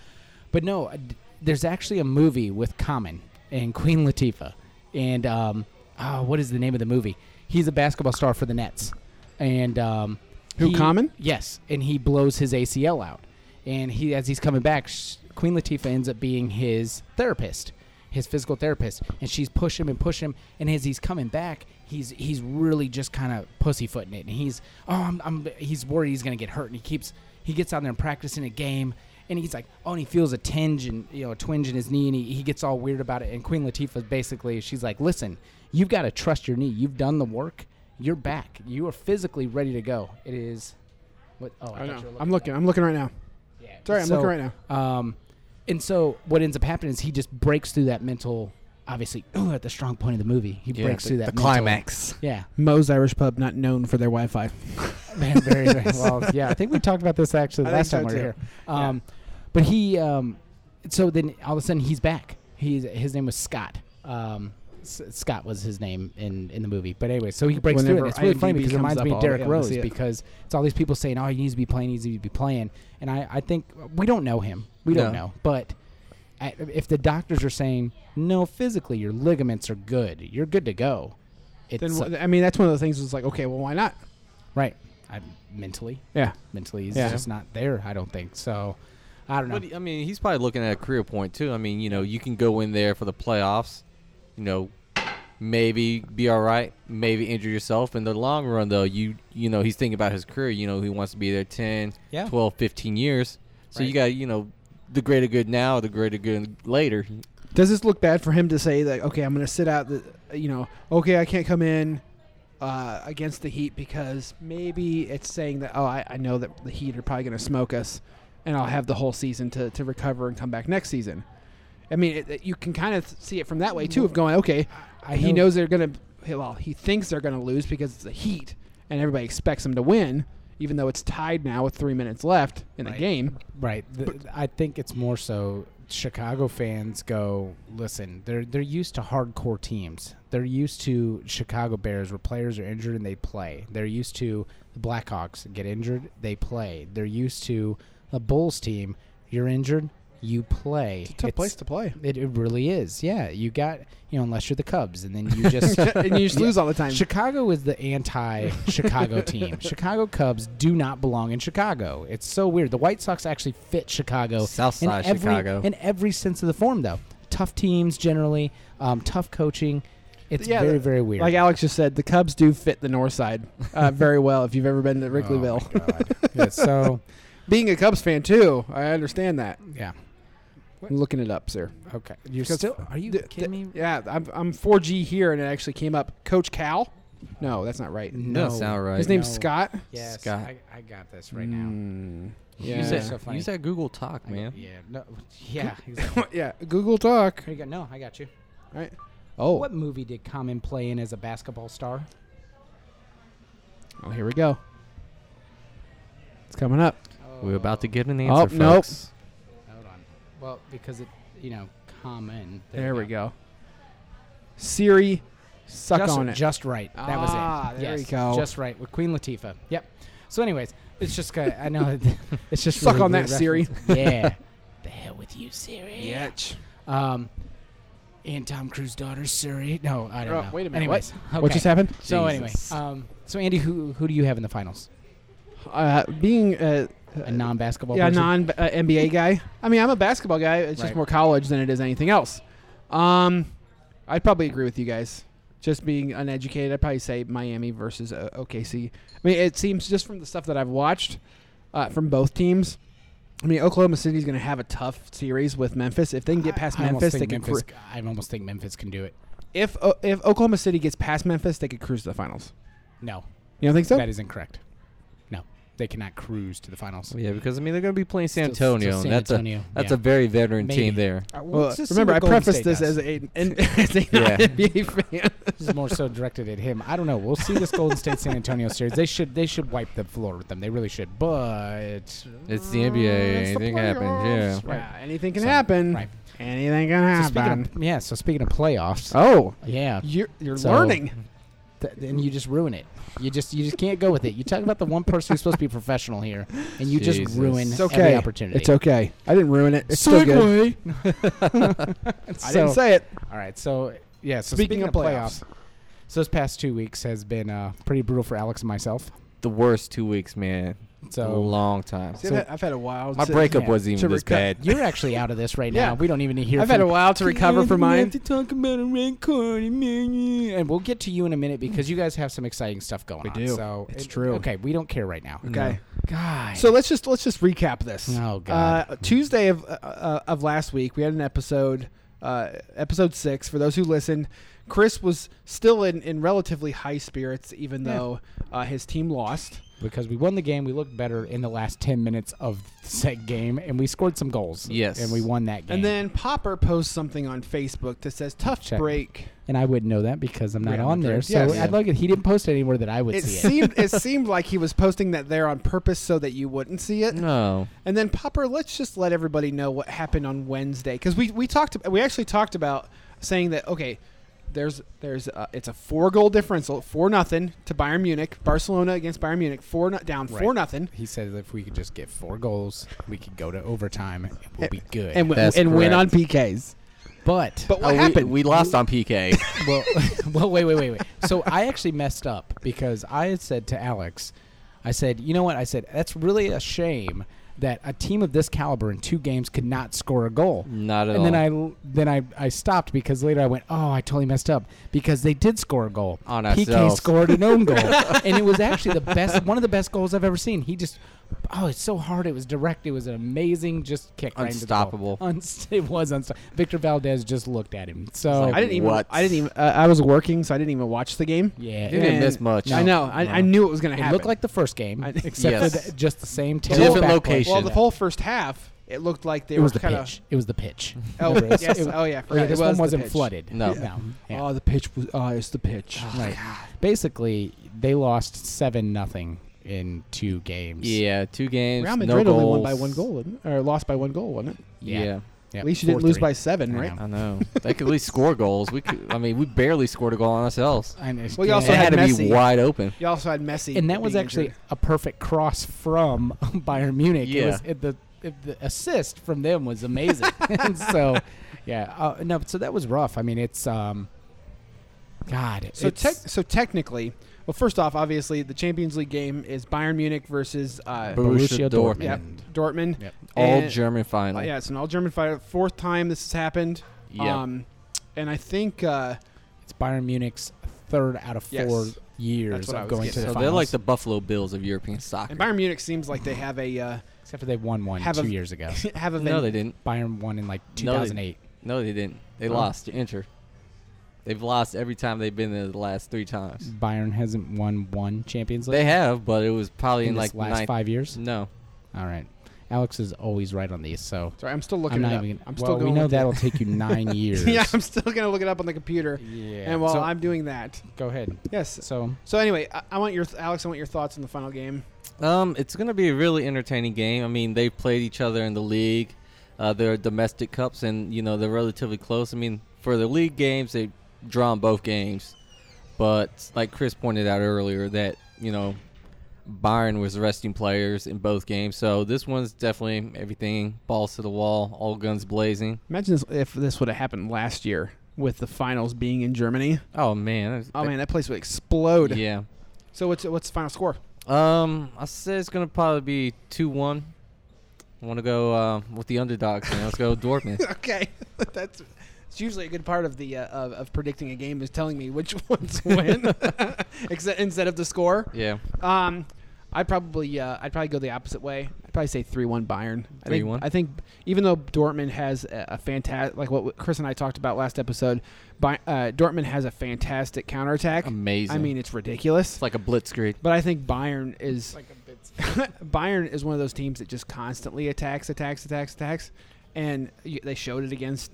but no, uh, d- there's actually a movie with Common and Queen Latifah, and um, oh, what is the name of the movie? He's a basketball star for the Nets, and um,
Who,
he-
Common?
Yes, and he blows his ACL out, and he as he's coming back, sh- Queen Latifah ends up being his therapist, his physical therapist, and she's push him and push him, and as he's coming back, he's he's really just kind of pussyfooting it, and he's oh I'm, I'm he's worried he's gonna get hurt, and he keeps he gets out there and practicing a game. And he's like, oh, and he feels a tinge and you know a twinge in his knee, and he, he gets all weird about it. And Queen Latifah basically, she's like, listen, you've got to trust your knee. You've done the work You're back. You are physically ready to go. It is. What? Oh, I,
I
thought
know.
you were
I'm looking. I'm looking right now.
yeah.
Sorry, I'm looking right
now. Um, and so what ends up happening is he just breaks through that mental. Obviously, [CLEARS THROAT] ooh, at the strong point of the movie, he
Yeah,
breaks
the-
through that
the
mental-
climax.
Yeah,
Moe's Irish Pub, not known for their Wi-Fi.
Man, very,
[LAUGHS]
very well. Yeah, I think we talked about this actually the
I think
last
so,
time we were
too.
here. Um, But he, um, so then all of a sudden he's back. He's his name was Scott. Um, S- Scott was his name in, in the movie. But anyway, so he breaks through it.
Whenever
and It's really funny
IMDb
because it
comes
reminds
up,
me of
I'll-
Derek
yeah, I'll
Rose
see it.
because it's all these people saying, "Oh, he needs to be playing. He needs to be playing." And I, I think we don't know him. We don't
No.
know, but. I, if the doctors are saying no, physically your ligaments are good, you're good to go. It's
Then
uh,
wh- I mean, that's one of the things. Was like, okay, well, why not?
right. I mentally,
Yeah.
mentally he's
Yeah.
just not there i don't think so i don't know
But, I mean, he's probably looking at a career point too. I mean, you know, you can go in there for the playoffs, you know, maybe be all right, maybe injure yourself. In the long run, though, you you know, he's thinking about his career. You know, he wants to be there 10,
Yeah.
12, 15 years. So you
Right.
got you know, the greater good now, the greater good later.
Does this look bad for him to say that? Okay, I'm going to sit out. The you know, okay, I can't come in uh, against the Heat because maybe it's saying that. Oh, I, I know that the Heat are probably going to smoke us, and I'll have the whole season to to recover and come back next season. I mean, it, it- you can kind of see it from that way too. Of going, okay,
I
he
know-
knows they're going to. Well, he thinks they're going to lose because it's the Heat, and everybody expects him to win, even though it's tied now with three minutes left in the
Right.
game.
right Th i think it's more so chicago fans go listen they're they're used to hardcore teams they're used to chicago bears where players are injured and they play they're used to the blackhawks get injured they play they're used to the bulls team you're injured you play
It's a tough place to play.
it, it really is yeah you got you know unless you're the cubs and then
[LAUGHS]
you just
and you just
Yeah.
lose all the time.
Chicago is the anti-Chicago team. Chicago Cubs do not belong in Chicago. It's so weird. The White Sox actually fit Chicago,
Oh, South
in
side
every,
uh, Chicago.
in every sense of the form, though. Tough teams generally, um, tough coaching. It's
Yeah,
very,
the-
very weird.
Like Alex just said, the Cubs do fit the North Side uh, very well. If you've ever been to
Oh,
Wrigleyville,
my God. Yeah, so
being a Cubs fan too, I understand that.
yeah,
I'm looking it up, sir.
okay. You're
Because
still? Are you
The-
kidding me?
the- Yeah, I'm, I'm 4G here, and it actually came up. Coach Cal? No, that's not right.
No,
Doesn't sound right.
His name's
no.
Scott.
Yes,
Scott.
I, I got this right now.
Mm,
Use
Yeah.
that,
yeah.
So funny.
use that Google Talk,
I
man.
got- yeah, no, yeah, exactly.
[LAUGHS] yeah. Google Talk.
Here you go. No, I got you.
Right. Oh,
What movie did Common play in as a basketball star?
oh, here we go. It's coming up.
We're about to get an
Oh,
answer,
nope.
folks.
Hold on. Well, because it, you know, common.
There, we go. Siri, suck
just,
on it.
Just right. That was it.
Ah, there
Yes,
you go.
Just right with Queen Latifah. Yep. So, anyways, it's just kind
[LAUGHS]
I know that- it's just
Suck
really
on
weird
that, Siri.
reference. yeah. the hell with you, Siri.
Yetch.
Um, and Tom Cruise's daughter, Siri. No, I don't
Oh,
know.
wait a minute, what?
Anyways, okay.
What just happened?
So anyway,
Jesus.
um, so Andy, who who do you have in the finals?
Uh, being a,
A non-basketball.
Uh, yeah,
person?
non uh, NBA guy. I mean, I'm a basketball guy. It's
Right.
just more college than it is anything else. Um, I'd probably agree with you guys. Just being uneducated, I'd probably say Miami versus uh, OKC. I mean, it seems just from the stuff that I've watched uh, from both teams. I mean, Oklahoma City's going to have a tough series with Memphis. If they can get past
I- I almost
Memphis, they
think
can.
Memphis.
cru-
I almost think Memphis can do it.
if O if Oklahoma City gets past Memphis, they could cruise to the finals.
No,
You don't think so?
That is incorrect. No, they cannot cruise to the finals.
Yeah, because I mean they're going to be playing San
Still- Uh, still
Antonio. and
San
that's
Antonio,
a that's
yeah.
a very veteran
Maybe.
team there.
Well, remember, I prefaced this as a, an, [LAUGHS] as a
Yeah.
non-NBA fan.
this is more so directed at him. I don't know. We'll see this Golden State San Antonio series. They should they should wipe the floor with them. They really should. But
It's
Uh,
Mm,
the NBA.
It's the
Anything happens. Yeah.
playoffs. Right.
Yeah, anything can
So,
happen.
right.
Anything can
So
happen.
speaking of, yeah. So speaking of playoffs,
oh,
yeah,
you're you're
So-
learning.
th- then you just ruin it. You just you just can't go with it. You talk about the one person who's supposed to be professional here, and you just
Jesus.
ruin
It's
every
okay.
opportunity.
It's okay. I didn't ruin it. It's still good. [LAUGHS] I didn't
[LAUGHS] So-
say it.
All right. So yeah. So
Speaking
speaking,
of
of playoffs, so this past two weeks has been uh, pretty brutal for Alex and myself.
The worst two weeks, man. a
So
long time.
See,
So-
I've, had, I've had a while.
My
to-
breakup
yeah.
wasn't
To
even this
reco-
bad.
you're actually out of
[LAUGHS]
this right
Yeah.
now. We don't even need to hear.
I've had a
from-
while to recover from mine.
talk about a red card, and we'll get to you in a minute because you guys have some exciting stuff going
We
on.
do.
So
It's
it-
true.
Okay, we don't care right now. Mm.
Okay.
God.
So let's just let's just recap this.
Oh, God.
Uh, Tuesday of uh, uh, of last week, we had an episode, uh, episode six. For those who listened, Chris was still in, in relatively high spirits, even though uh, his team lost.
because we won the game. We looked better in the last 10 minutes of said game, and we scored some goals.
Yes.
And we won that game.
And then Popper posts something on Facebook that says "Tough
Check.
break."
and I wouldn't know that because I'm not
Real
on there.
Madrid.
So
Yes.
I'd like it. He didn't post it anywhere that I would
It
see
seemed
it.
it
[LAUGHS]
seemed like he was posting that there on purpose so that you wouldn't see it.
No.
And then Popper, let's just let everybody know what happened on Wednesday because we we talked we actually talked about saying that okay, there's there's uh it's a four goal difference, four nothing to Bayern Munich, Barcelona against Bayern Munich, four no, down four
Right.
nothing,
He said if we could just get four goals, we could go to overtime. and We'll be good.
and w-
That's
and win on
correct.
PKs.
but
But what
Oh, we-
happened?
We, lost on
[LAUGHS]
PK.
[LAUGHS] well, [LAUGHS] well, wait, wait, wait, wait. So I actually messed up because I had said to Alex, I said, you know what? I said that's really a shame that a team of this caliber in two games could not score a goal.
Mm.
Not at
and then
all.
I l- then I, I stopped because later I went, oh, I totally messed up because they did score a goal.
On
PK
ourselves.
scored an own
[LAUGHS]
goal, and it was actually the best, one of the best goals I've ever seen. He just, oh, it's so hard. It was direct. It was an amazing, just kick. right into the goal.
Unstoppable.
Unst- it was unstoppable. Victor Valdez just looked at him. So
like,
I didn't even
What?
I didn't even uh, I was working so I didn't even watch the game.
yeah,
You didn't
And
miss much.
I know. I, I knew it was going to
It
happen.
looked like the first game,
I-
except for
Yes.
the, just the same
Different
terrible back play.
location.
well, the whole first half, it looked like they
It
were
was the
kind
pitch.
of.
It was the pitch.
Oh,
Remember, [LAUGHS] it's-
yes.
it-
Oh, yeah.
or yeah,
Right.
this
it
one
was the
wasn't
pitch.
flooded.
No.
no. Yeah. Ah.
Oh, the pitch was. Oh, it's the pitch.
right. Basically, they lost seven nothing in two games.
yeah, two games.
Real
no
Madrid
goals.
only won by one goal, didn't, or lost by one goal, wasn't it?
Yeah.
Yeah.
At least you didn't lose by seven,
I
right?
know.
I know. They could at least score goals. We could, I mean, we barely scored a goal on ourselves.
I know.
Well, you also
it
had
had, to
Messi.
be wide open.
You also had Messi,
and that was
being
actually
injured.
a perfect cross from [LAUGHS] Bayern Munich. It
Yeah.
was, it, the it, the assist from them was amazing.
[LAUGHS]
[LAUGHS] and so, yeah, uh, no, so that was rough. I mean, it's um, God.
So,
it's,
tec- so technically, well, first off, obviously, the Champions League game is Bayern Munich versus uh,
Bo- Borussia Dortmund.
yeah,
Dortmund.
Dortmund.
Yep.
All
And-
German final.
Uh, yeah, it's an all German fight. Fourth time this has happened.
Yep.
Um, and I think uh,
It's Bayern Munich's third out of
Yes.
four
That's
years
what I
of
was
going to
getting
the
So
finals.
they're like the Buffalo Bills of European soccer.
and Bayern Munich seems like they have a uh, [LAUGHS]
except for they won one
Have
two
a-
years ago.
have a
no,
ven-
they didn't.
Bayern won in like
No, they-
2008.
No, they didn't. They
Oh.
lost to Inter. They've lost every time they've been there the last three times.
Bayern hasn't won one Champions League
They have, but it was probably in,
in
like
this last
ninth.
five years.
No,
All right, Alex is always right on these, so
Sorry, I'm still looking
I'm
it
not
up.
even.
I'm still
well,
going
we know
with the-
that'll take you
[LAUGHS]
nine years.
yeah, I'm still gonna look it up on the computer.
Yeah.
And while
So-
I'm doing that,
Go ahead.
yes.
So
So anyway, I, I want your th- Alex. I want your thoughts on the final game.
Um, it's going to be a really entertaining game. I mean, they've played each other in the league. Uh, they're domestic cups, and you know they're relatively close. I mean, for the league games, they've drawn both games, but like Chris pointed out earlier, that you know Byron was resting players in both games, so this one's definitely everything balls to the wall, all guns blazing.
Imagine this, if this would have happened last year with the finals being in Germany.
Oh man! that's-
Oh man, that place would explode.
yeah.
So what's what's the final score? [LAUGHS]
Um, I say it's gonna probably be two one. I want to go uh, with the underdogs. Man. Let's
[LAUGHS]
go Dortmund.
okay, that's it's usually a good part of the uh, of, of predicting a game is telling me which [LAUGHS] ones win, except instead of the score.
Yeah.
Um, I'd probably uh, I'd probably go the opposite way. I'd probably say three one Bayern. I think-
3-1?
I think even though Dortmund has a, a fantastic like what Chris and I talked about last episode, By, uh, Dortmund has a fantastic counterattack.
Amazing.
I mean, it's ridiculous.
it's like a blitzkrieg.
but I think Bayern is [LAUGHS] Bayern is one of those teams that just constantly attacks, attacks, attacks, attacks, and y- they showed it against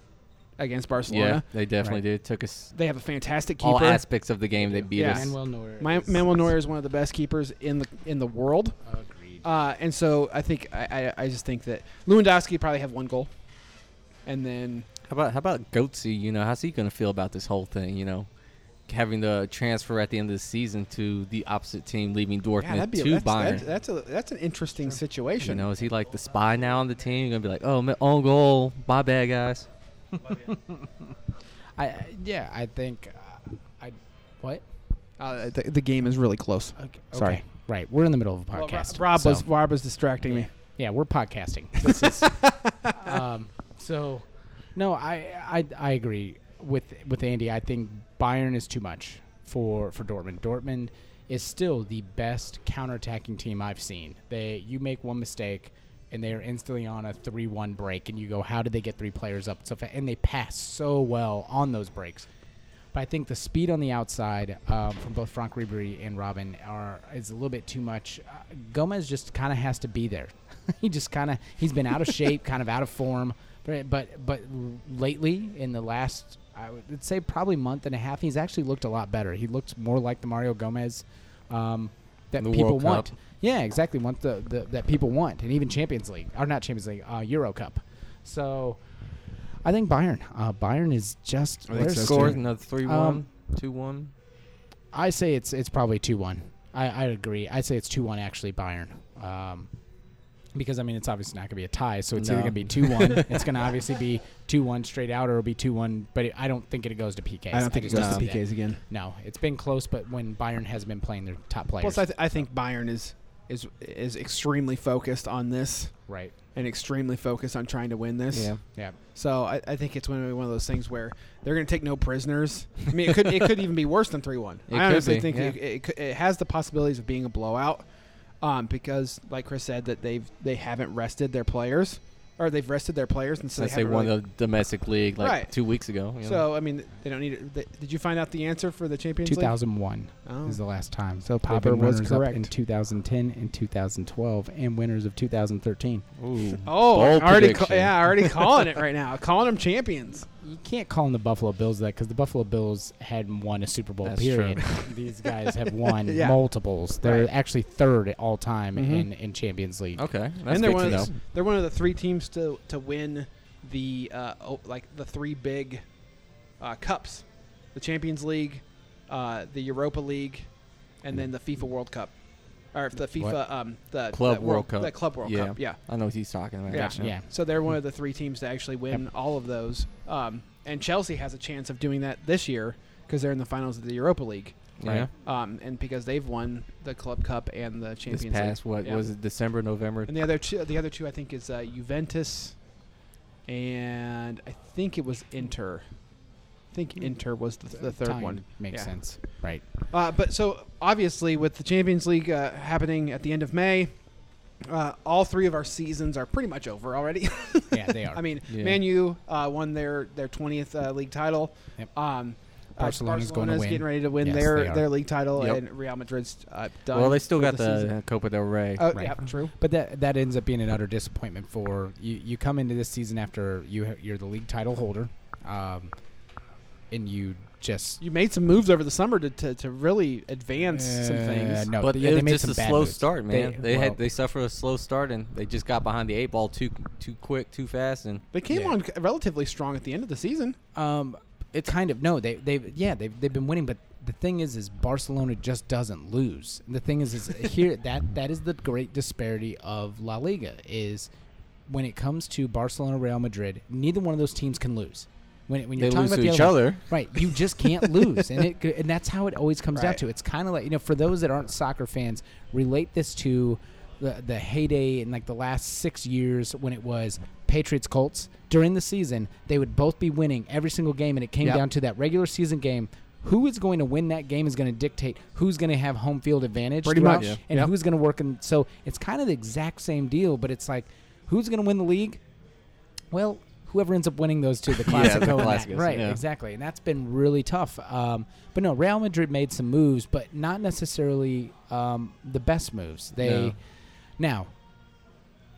against Barcelona.
Yeah, they definitely
Right.
did. Took us
They have a fantastic keeper.
all aspects of the game. They beat
Yeah.
us.
Manuel Neuer.
My,
is-
Manuel Neuer is one of the best keepers in the in the world,
Agreed.
uh, and so I think I, I, I just think that Lewandowski probably have one goal, and then
How about how about Goatsy? You know, how's he gonna feel about this whole thing? You know, having the transfer at the end of the season to the opposite team, leaving Dortmund
yeah, that'd be
to
that's,
Bayern.
that's, that's a that's an interesting
you
situation.
know, is he like the spy now on the team? You're gonna be like, oh, man, own goal, my bad, guys.
I, I- yeah, I think. Uh, I what?
Uh, the, the game is really close.
Okay,
Sorry.
okay. Right, we're in the middle of a
Well, Rob-
podcast.
Rob was
so-
Rob was distracting me.
Yeah, we're podcasting. This is, um, so, no, I, I I agree with with Andy. I think Bayern is too much for for Dortmund. Dortmund is still the best counterattacking team I've seen. They you make one mistake and they are instantly on a 3-1 break and you go how did they get three players up so fa-? and they pass so well on those breaks. But But I think the speed on the outside um, from both Franck Ribery and Robin are is a little bit too much. Uh, Gomez just kind of has to be there. [LAUGHS] he just kind of he's been out of shape, kind of out of form. But but but lately in the last I would say probably month and a half, he's actually looked a lot better. He looked more like the Mario Gomez um, that
The
people
World Cup.
want. Yeah, exactly. Want the, the that people want, and even Champions League or not Champions League, uh, Euro Cup. So, I think Bayern. Uh, Bayern is just.
I think
they're
so, too.
Scored
scared.
another 3
Um,
1, 2 1.
I say it's it's probably two one. I I agree. I say it's two one actually Bayern. Um, because I mean it's obviously not going to be a tie, so it's either
No.
going to be
[LAUGHS]
two one. it's going to obviously be two one straight out, or it'll be two one. But it, I don't think it goes to PKs.
I don't think it
just
goes to
see that.
PKs again.
No, it's been close, but when Bayern has been playing their top players,
Plus, I, th- I think Bayern is is is extremely focused on this
right?
and extremely focused on trying to win this.
Yeah.
Yeah,
So I, I think it's going to be one of those things where they're going to take no prisoners. I mean, it could it could even be worse than three one.
[LAUGHS] It
I
could
honestly
be,
think
yeah.
it, it, cou- it has the possibilities of being a blowout, um, because like Chris said that they've they haven't rested their players, or they've rested their players, and so
Since
they
they
haven't
won
really-
the domestic league like
Right.
two weeks ago. you know.
So I mean, they don't need. It. Th- Did you find out the answer for the Champions
two
League?
thousand one
Oh.
is the last time. So
Popper
Popper
was
was correct in
correct.
2010 and 2012, and winners of 2013.
Ooh.
Oh, already,
Bold
ca-
prediction.
yeah, already calling it right now, calling them champions.
You can't call them the Buffalo Bills that because the Buffalo Bills hadn't won a Super Bowl.
[LAUGHS]
That's
period. These guys have won
Yeah.
multiples. They're
Right. Oh,
actually third at all time
Mhm.
in, in Champions League.
Okay. That's
and they're
good
one
to
of
know.
the, they're one of the three teams to to win the uh, o- like the three big uh, cups, the Champions League, uh, the Europa League, and then the FIFA World Cup, or the FIFA um, the
Club
that
World Cup.
the Club World
Yeah.
Cup, yeah.
I know what he's talking about.
Yeah.
Gotcha.
Yeah.
So they're one of the three teams to actually win all of those, um, and Chelsea has a chance of doing that this year because they're in the finals of the Europa League,
Yeah.
Right.
um, and because they've won the Club Cup and the Champions
This past,
League.
what
Yeah.
was it, December, November?
And the other two, the other two, I think is uh, Juventus, and I think it was Inter. I think Inter was the, the third
Hmm. Time
one.
makes
Yeah.
sense.
[LAUGHS]
Right.
Uh, but so obviously, with the Champions League uh, happening at the end of May, uh, all three of our seasons are pretty much over already. [LAUGHS]
Yeah, they are.
I mean,
Yeah.
Man U uh, won their their twentieth uh, league title.
Yep.
Um, uh,
Barcelona's going to
Barcelona's
win.
getting ready to win
Yes, they
their
are.
their league title,
Yep.
and Real Madrid's uh, done.
Well, they still
for
got
the. season.
the Copa del Rey.
Oh,
Right.
yeah, true.
But that that ends up being an utter disappointment for you. You come into this season after you ha- you're the league title holder, um, and you just
you made some moves over the summer to, to, to really advance some
Uh,
things.
No,
but
yeah,
it
they
was
made
just
some
a
bad
slow
moves.
start, man. They,
well,
had they suffered a slow start and they just got behind the eight ball too too quick, too fast, and
They came
Yeah.
on c- relatively strong at the end of the season.
Um, it's kind of no. They they yeah they they've been winning, but the thing is, is Barcelona just doesn't lose. The thing is, is [LAUGHS] here that that is the great disparity of La Liga is when it comes to Barcelona, Real Madrid, neither one of those teams can lose. When, when you're
They
talking
lose
about
to
the
each
other-
other.
[LAUGHS] right? You just can't lose, and it and that's how it always comes down
Right.
to. It's kind of like you know, for those that aren't soccer fans, relate this to the the heyday in like the last six years when it was Patriots Colts during the season. They would both be winning every single game, and it came
Yep.
down to that regular season game. Who is going to win that game is going to dictate who's going to have home field advantage,
Pretty
throughout,
much.
and
Yep.
who's going to work. And so it's kind of the exact same deal, but it's like who's going to win the league? Well, whoever ends up winning those
[LAUGHS]
two, the
Yeah,
Classico,
the
and that-
Clásicos,
right?
yeah.
Exactly, and that's been really tough. Um, but no, Real Madrid made some moves, but not necessarily um, the best moves. They
No.
now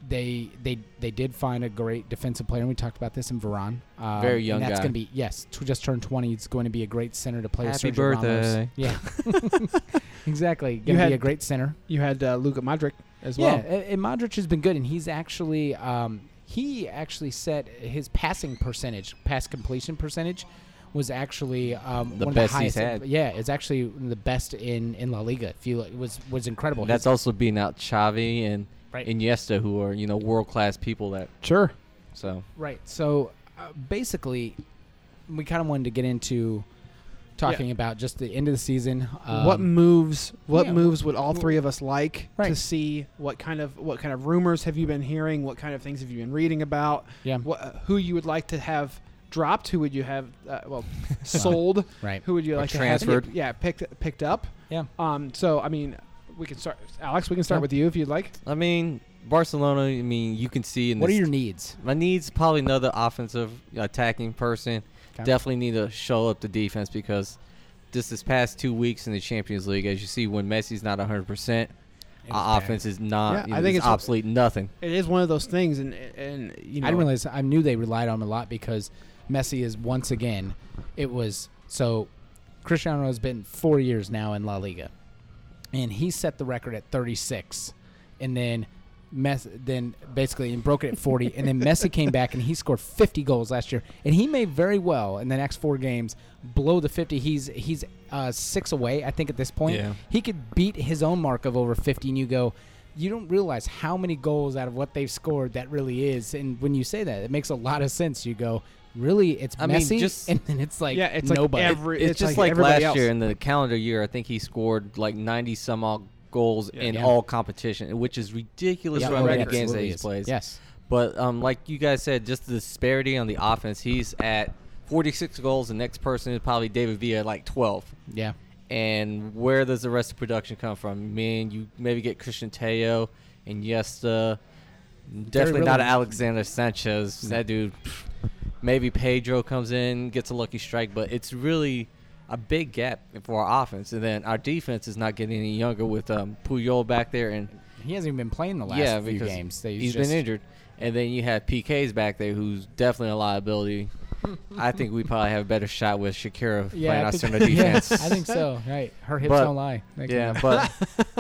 they they they did find a great defensive player, and we talked about this in Varane. Um,
Very young
And that's
guy.
going to be yes, t- just turned twenty. It's going to be a great center to play.
Happy
with Sergio Ramos.
birthday.
Yeah, [LAUGHS]
[LAUGHS]
exactly. Going to
had-
be a great center.
You had uh, Luka Modric as well.
Yeah, a- and Modric has been good, and he's actually um, he actually set his passing percentage, pass completion percentage, was actually um,
The
one
best
of the
he's
highest.
had.
Yeah, it's actually one of the best in in La Liga. If you look, it was was incredible.
That's
He's-
also beating out Xavi and
Right.
Iniesta, who are you know world class people. That
sure.
so
right. So uh, basically, we kind of wanted to get into talking about just the end of the season. Um,
what moves? What
yeah,
moves would all three of us like to
Right.
see? What kind of what kind of rumors have you been hearing? What kind of things have you been reading about?
Yeah.
What, uh, who you would like to have dropped? Who would you have? Uh,
[LAUGHS]
well, sold.
Right.
Who would you
Or
like to
transferred.
have? Yeah, picked picked up.
Yeah.
Um. So I mean, we can start. Alex, we can start
Yeah.
with you if you'd like.
I mean Barcelona. I mean you can see in
What are
this
your needs?
my needs probably another offensive attacking person.
Okay.
definitely need to show up the defense because just this past two weeks in the Champions League, as you see, when Messi's not 100, percent our
bad.
offense is not.
Yeah,
you know,
I think
it's
it's-
obsolete. Nothing.
It is one of those things, and and you know,
I didn't realize. I knew they relied on him a lot because Messi is once again. It was so. Cristiano Ronaldo has been four years now in La Liga, and he set the record at 36, and then. Mess then basically and broke it at 40 and then Messi came back and he scored 50 goals last year and he may very well in the next four games blow the 50 he's he's uh, six away I think at this point
Yeah.
he could beat his own mark of over 50 and you go you don't realize how many goals out of what they've scored that really is and when you say that it makes a lot of sense you go really it's
I mean,
messy [LAUGHS]
just-
and then it's like
Yeah, it's like
nobody
every-
it's,
it's
just
like
like,
everybody
last
else.
year in the calendar year. I think he scored like 90 some odd goals in
Yeah.
all competition, which is ridiculous
Yeah,
for
oh,
how many
yeah,
games that
absolutely
he's
is.
plays.
yes
But um, like you guys said, just the disparity on the offense. He's at 46 goals. The next person is probably David Villa, at like 12.
yeah
And where does the rest of production come from? Man, you maybe get Christian Teo and Yesta. Definitely not
Williams.
Alexander Sanchez. That dude. pff, Maybe Pedro comes in, gets a lucky strike, but it's really a big gap for our offense. And then our defense is not getting any younger with um, Puyol back there and
he hasn't even been playing the last
yeah,
few
because
games They
he's
just-
been injured. And then you have PK's back there, who's definitely
[LAUGHS]
a liability. I think we probably have a better shot with Shakira playing
I
our
think, [LAUGHS]
center defense.
yeah, I think so right her hips
But-
don't lie They can-
Yeah, but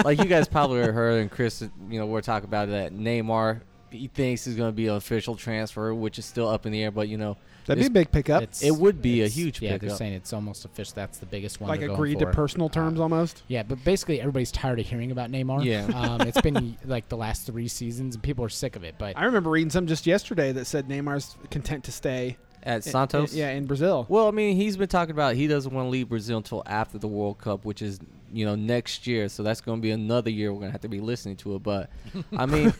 like you guys probably heard, and Chris, you know, we're talking about that Neymar. He thinks is going to be an official transfer, which is still up in the air. But you know,
that'd be a
it's-
big pickup,
It's-
It would be a
it's-
huge
Yeah, they're
pickup.
saying it's almost a fish. That's the biggest one.
like
they're going
agreed to
for.
personal
Uh,
terms almost.
Yeah, but basically everybody's tired of hearing about Neymar.
Yeah.
[LAUGHS] um, it's been like the last three seasons, and people are sick of it. But
I remember reading some just yesterday that said Neymar's content to stay.
at Santos,
yeah, in Brazil.
Well, I mean, he's been talking about he doesn't want to leave Brazil until after the World Cup, which is you know next year. So that's going to be another year we're going to have to be listening to it. But I mean,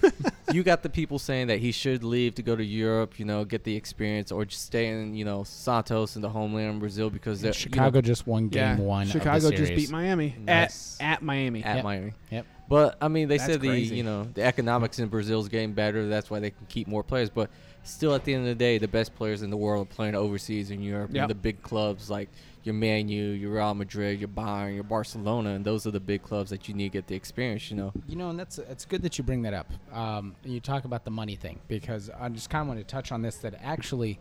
you got the people saying that he should leave to go to Europe, you know, get the experience, or just stay in you know Santos in the homeland in Brazil because they're you know,
Chicago just won game one. of the
Chicago just
series.
beat Miami
Nice.
at at Miami.
at
Yep.
Miami.
Yep.
But I mean, they
That's
said the
crazy.
you know the economics in Brazil is getting better. That's why they can keep more players. But still, at the end of the day, the best players in the world are playing overseas in Europe
Yep.
and the big clubs like your Man U, your Real Madrid, your Bayern, your Barcelona, and those are the big clubs that you need to get the experience. You know,
You know, and that's it's good that you bring that up. Um, and you talk about the money thing because I just kind of want to touch on this. That actually,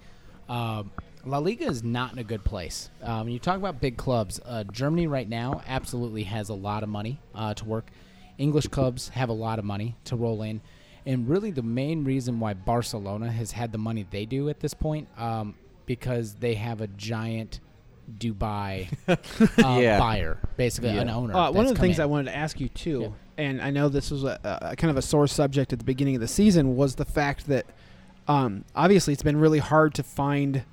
um, La Liga is not in a good place. Um, you talk about big clubs. Uh, Germany right now absolutely has a lot of money uh, to work. English clubs have a lot of money to roll in, and really the main reason why Barcelona has had the money they do at this point, um, because they have a giant Dubai
[LAUGHS]
uh,
Yeah.
buyer, basically an
Yeah.
owner.
Uh, one
that's
of the
come
things
in.
I wanted to ask you too,
Yeah.
and I know this was a, a kind of a sore subject at the beginning of the season, was the fact that um, obviously it's been really hard to find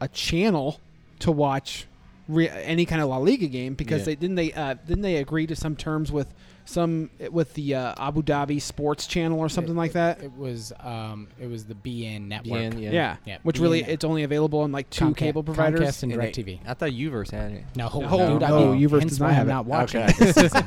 a channel to watch re- any kind of La Liga game because
Yeah.
they didn't they uh, didn't they agree to some terms with some with the uh, Abu Dhabi Sports Channel or something
It-
like that.
It was um, it was the BN network.
BN,
yeah.
yeah.
Yeah,
which really
being-
it's only available on like two
Comca-
cable providers.
Comcast and
And they-
DirecTV.
I thought Uverse had it.
No, hold
No,
dude,
no,
I mean,
you versus
hence
I
why I'm
have it.
not watching
Okay.
it this [LAUGHS] season.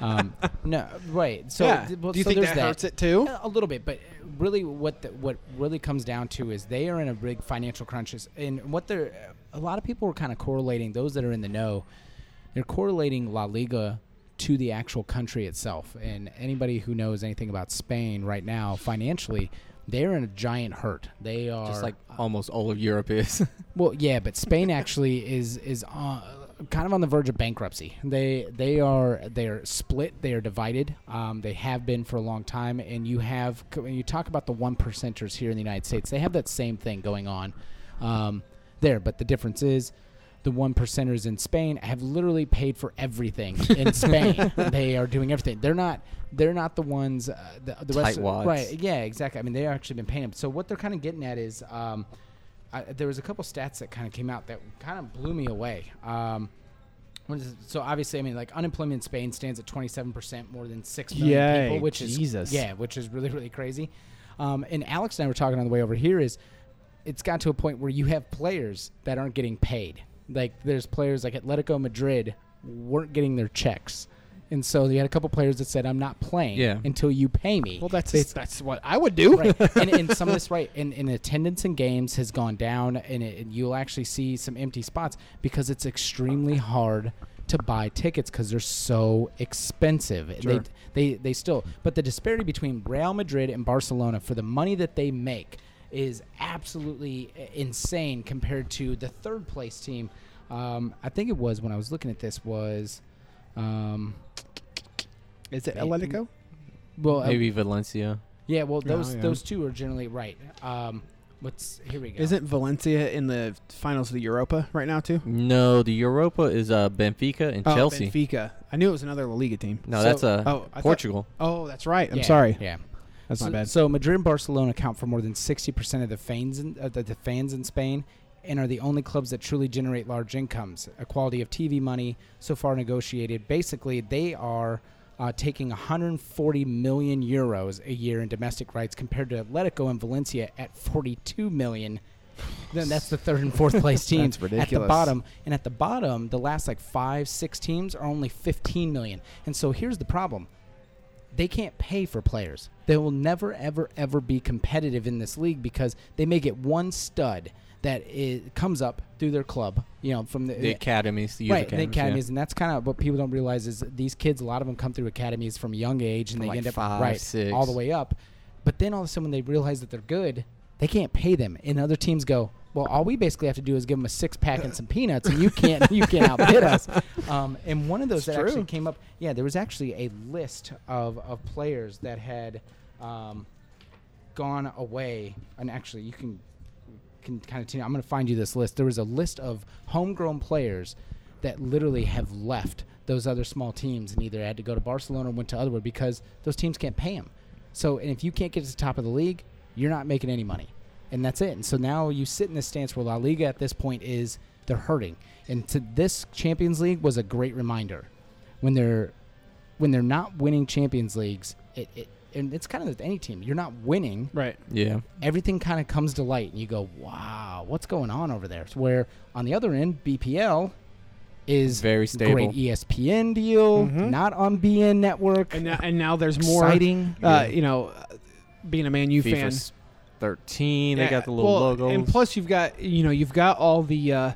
um, no, right. So,
yeah.
th- well,
Do you
so
think
there's
that hurts it too?
Uh, a little bit, but really, what the, what really comes down to is they are in a big financial crunches, and what they're uh, a lot of people are kind of correlating those that are in the know. They're correlating La Liga to the actual country itself, and anybody who knows anything about Spain right now financially, they're in a giant hurt. They are
Just like almost all of
[LAUGHS]
Europe is.
well, yeah, but Spain actually is is on, kind of on the verge of bankruptcy. They they are they are split. They are divided. Um, they have been for a long time. And you have when you talk about the one percenters here in the United States, they have that same thing going on um, there. But the difference is. The one percenters in Spain have literally paid for everything in Spain. they are doing everything. They're not. They're not the ones. Uh, the, the rest.
Tightwads.
Right. Yeah, exactly. I mean, they've actually been paying them. So what they're kind of getting at is, um, I, there was a couple stats that kind of came out that kind of blew me away. Um, what is it? so obviously, I mean, like unemployment in Spain stands at twenty seven percent, more than six million
Yay,
people, which
Jesus.
is yeah, which is really really crazy. Um, and Alex and I were talking on the way over here is it's got to a point where you have players that aren't getting paid. Like there's players like Atletico Madrid weren't getting their checks And so you had a couple players that said, "I'm not playing
Yeah.
until you pay me."
Well, that's
They-
that's what I would do.
right.
[LAUGHS]
and, and some of this right and, and attendance in games has gone down and, it, and you'll actually see some empty spots because it's extremely hard to buy tickets because they're so expensive And
Sure.
they, they they still but the disparity between real madrid and barcelona for the money that they make is absolutely eh, insane compared to the third place team um, i think it was when i was looking at this was um,
Is it
Maybe-
Atletico?
well uh,
Maybe Valencia.
yeah well
Yeah,
those
Oh, yeah.
those two are generally right um, what's here we go
Isn't Valencia in the finals of the Europa right now too?
No, the Europa is uh, Benfica and
Oh,
Mm-hmm. Chelsea.
Benfica. I knew it was another La Liga team.
No,
So-
that's uh,
Oh, I thought-
Portugal.
Oh, that's right. I'm
Yeah,
sorry.
Yeah,
That's
so,
my bad.
So Madrid and Barcelona account for more than sixty percent of the fans in uh, the, the fans in Spain, and are the only clubs that truly generate large incomes. A quality of TV money so far negotiated. Basically, they are. Uh, taking 140 million euros a year in domestic rights compared to Atletico and Valencia at 42 million. Then that's the third and fourth
[LAUGHS]
place teams
That's
at the
ridiculous.
bottom bottom, and at the bottom, the last like five, six teams are only 15 million. And so here's the problem: they can't pay for players. They will never, ever, ever be competitive in this league because they may get one stud that i comes up through their club, you know, from the,
The academies, the youth
right,
academies.
the academies, and that's kind of what people don't realize is these kids. A lot of them come through academies from a young age, and
From
they
like
end up
five,
right
six.
all the way up. But then all of a sudden, when they realize that they're good, they can't pay them, and other teams go, "Well, all we basically have to do is give them a six pack and some peanuts, and you can't, [LAUGHS] you can't outbid us." Um, and one of those that actually
true.
came up, yeah, there was actually a list of of players that had. Um, gone away, and actually, you can can kind of. I'm going to find you this list. There was a list of homegrown players that literally have left those other small teams and either had to go to Barcelona or went to otherwhere because those teams can't pay them. So, and if you can't get to the top of the league, you're not making any money, and that's it. And so now you sit in this stance where La Liga at this point is they're hurting, and to this Champions League was a great reminder when they're when they're not winning Champions Leagues, it, it and it's kind of with any team. You're not winning,
right.
Yeah.
everything kind of comes to light, and you go, "Wow, what's going on over there?" So where on the other end, BPL is
Very stable.
Great E ESPN deal, not on BN network.
And now, and now there's more. Uh,
Exciting.
Yeah.
You know, uh, being a Man U fan.
FIFA 13.
Yeah,
they got the little
well,
logos.
And plus, you've got you know you've got all the uh,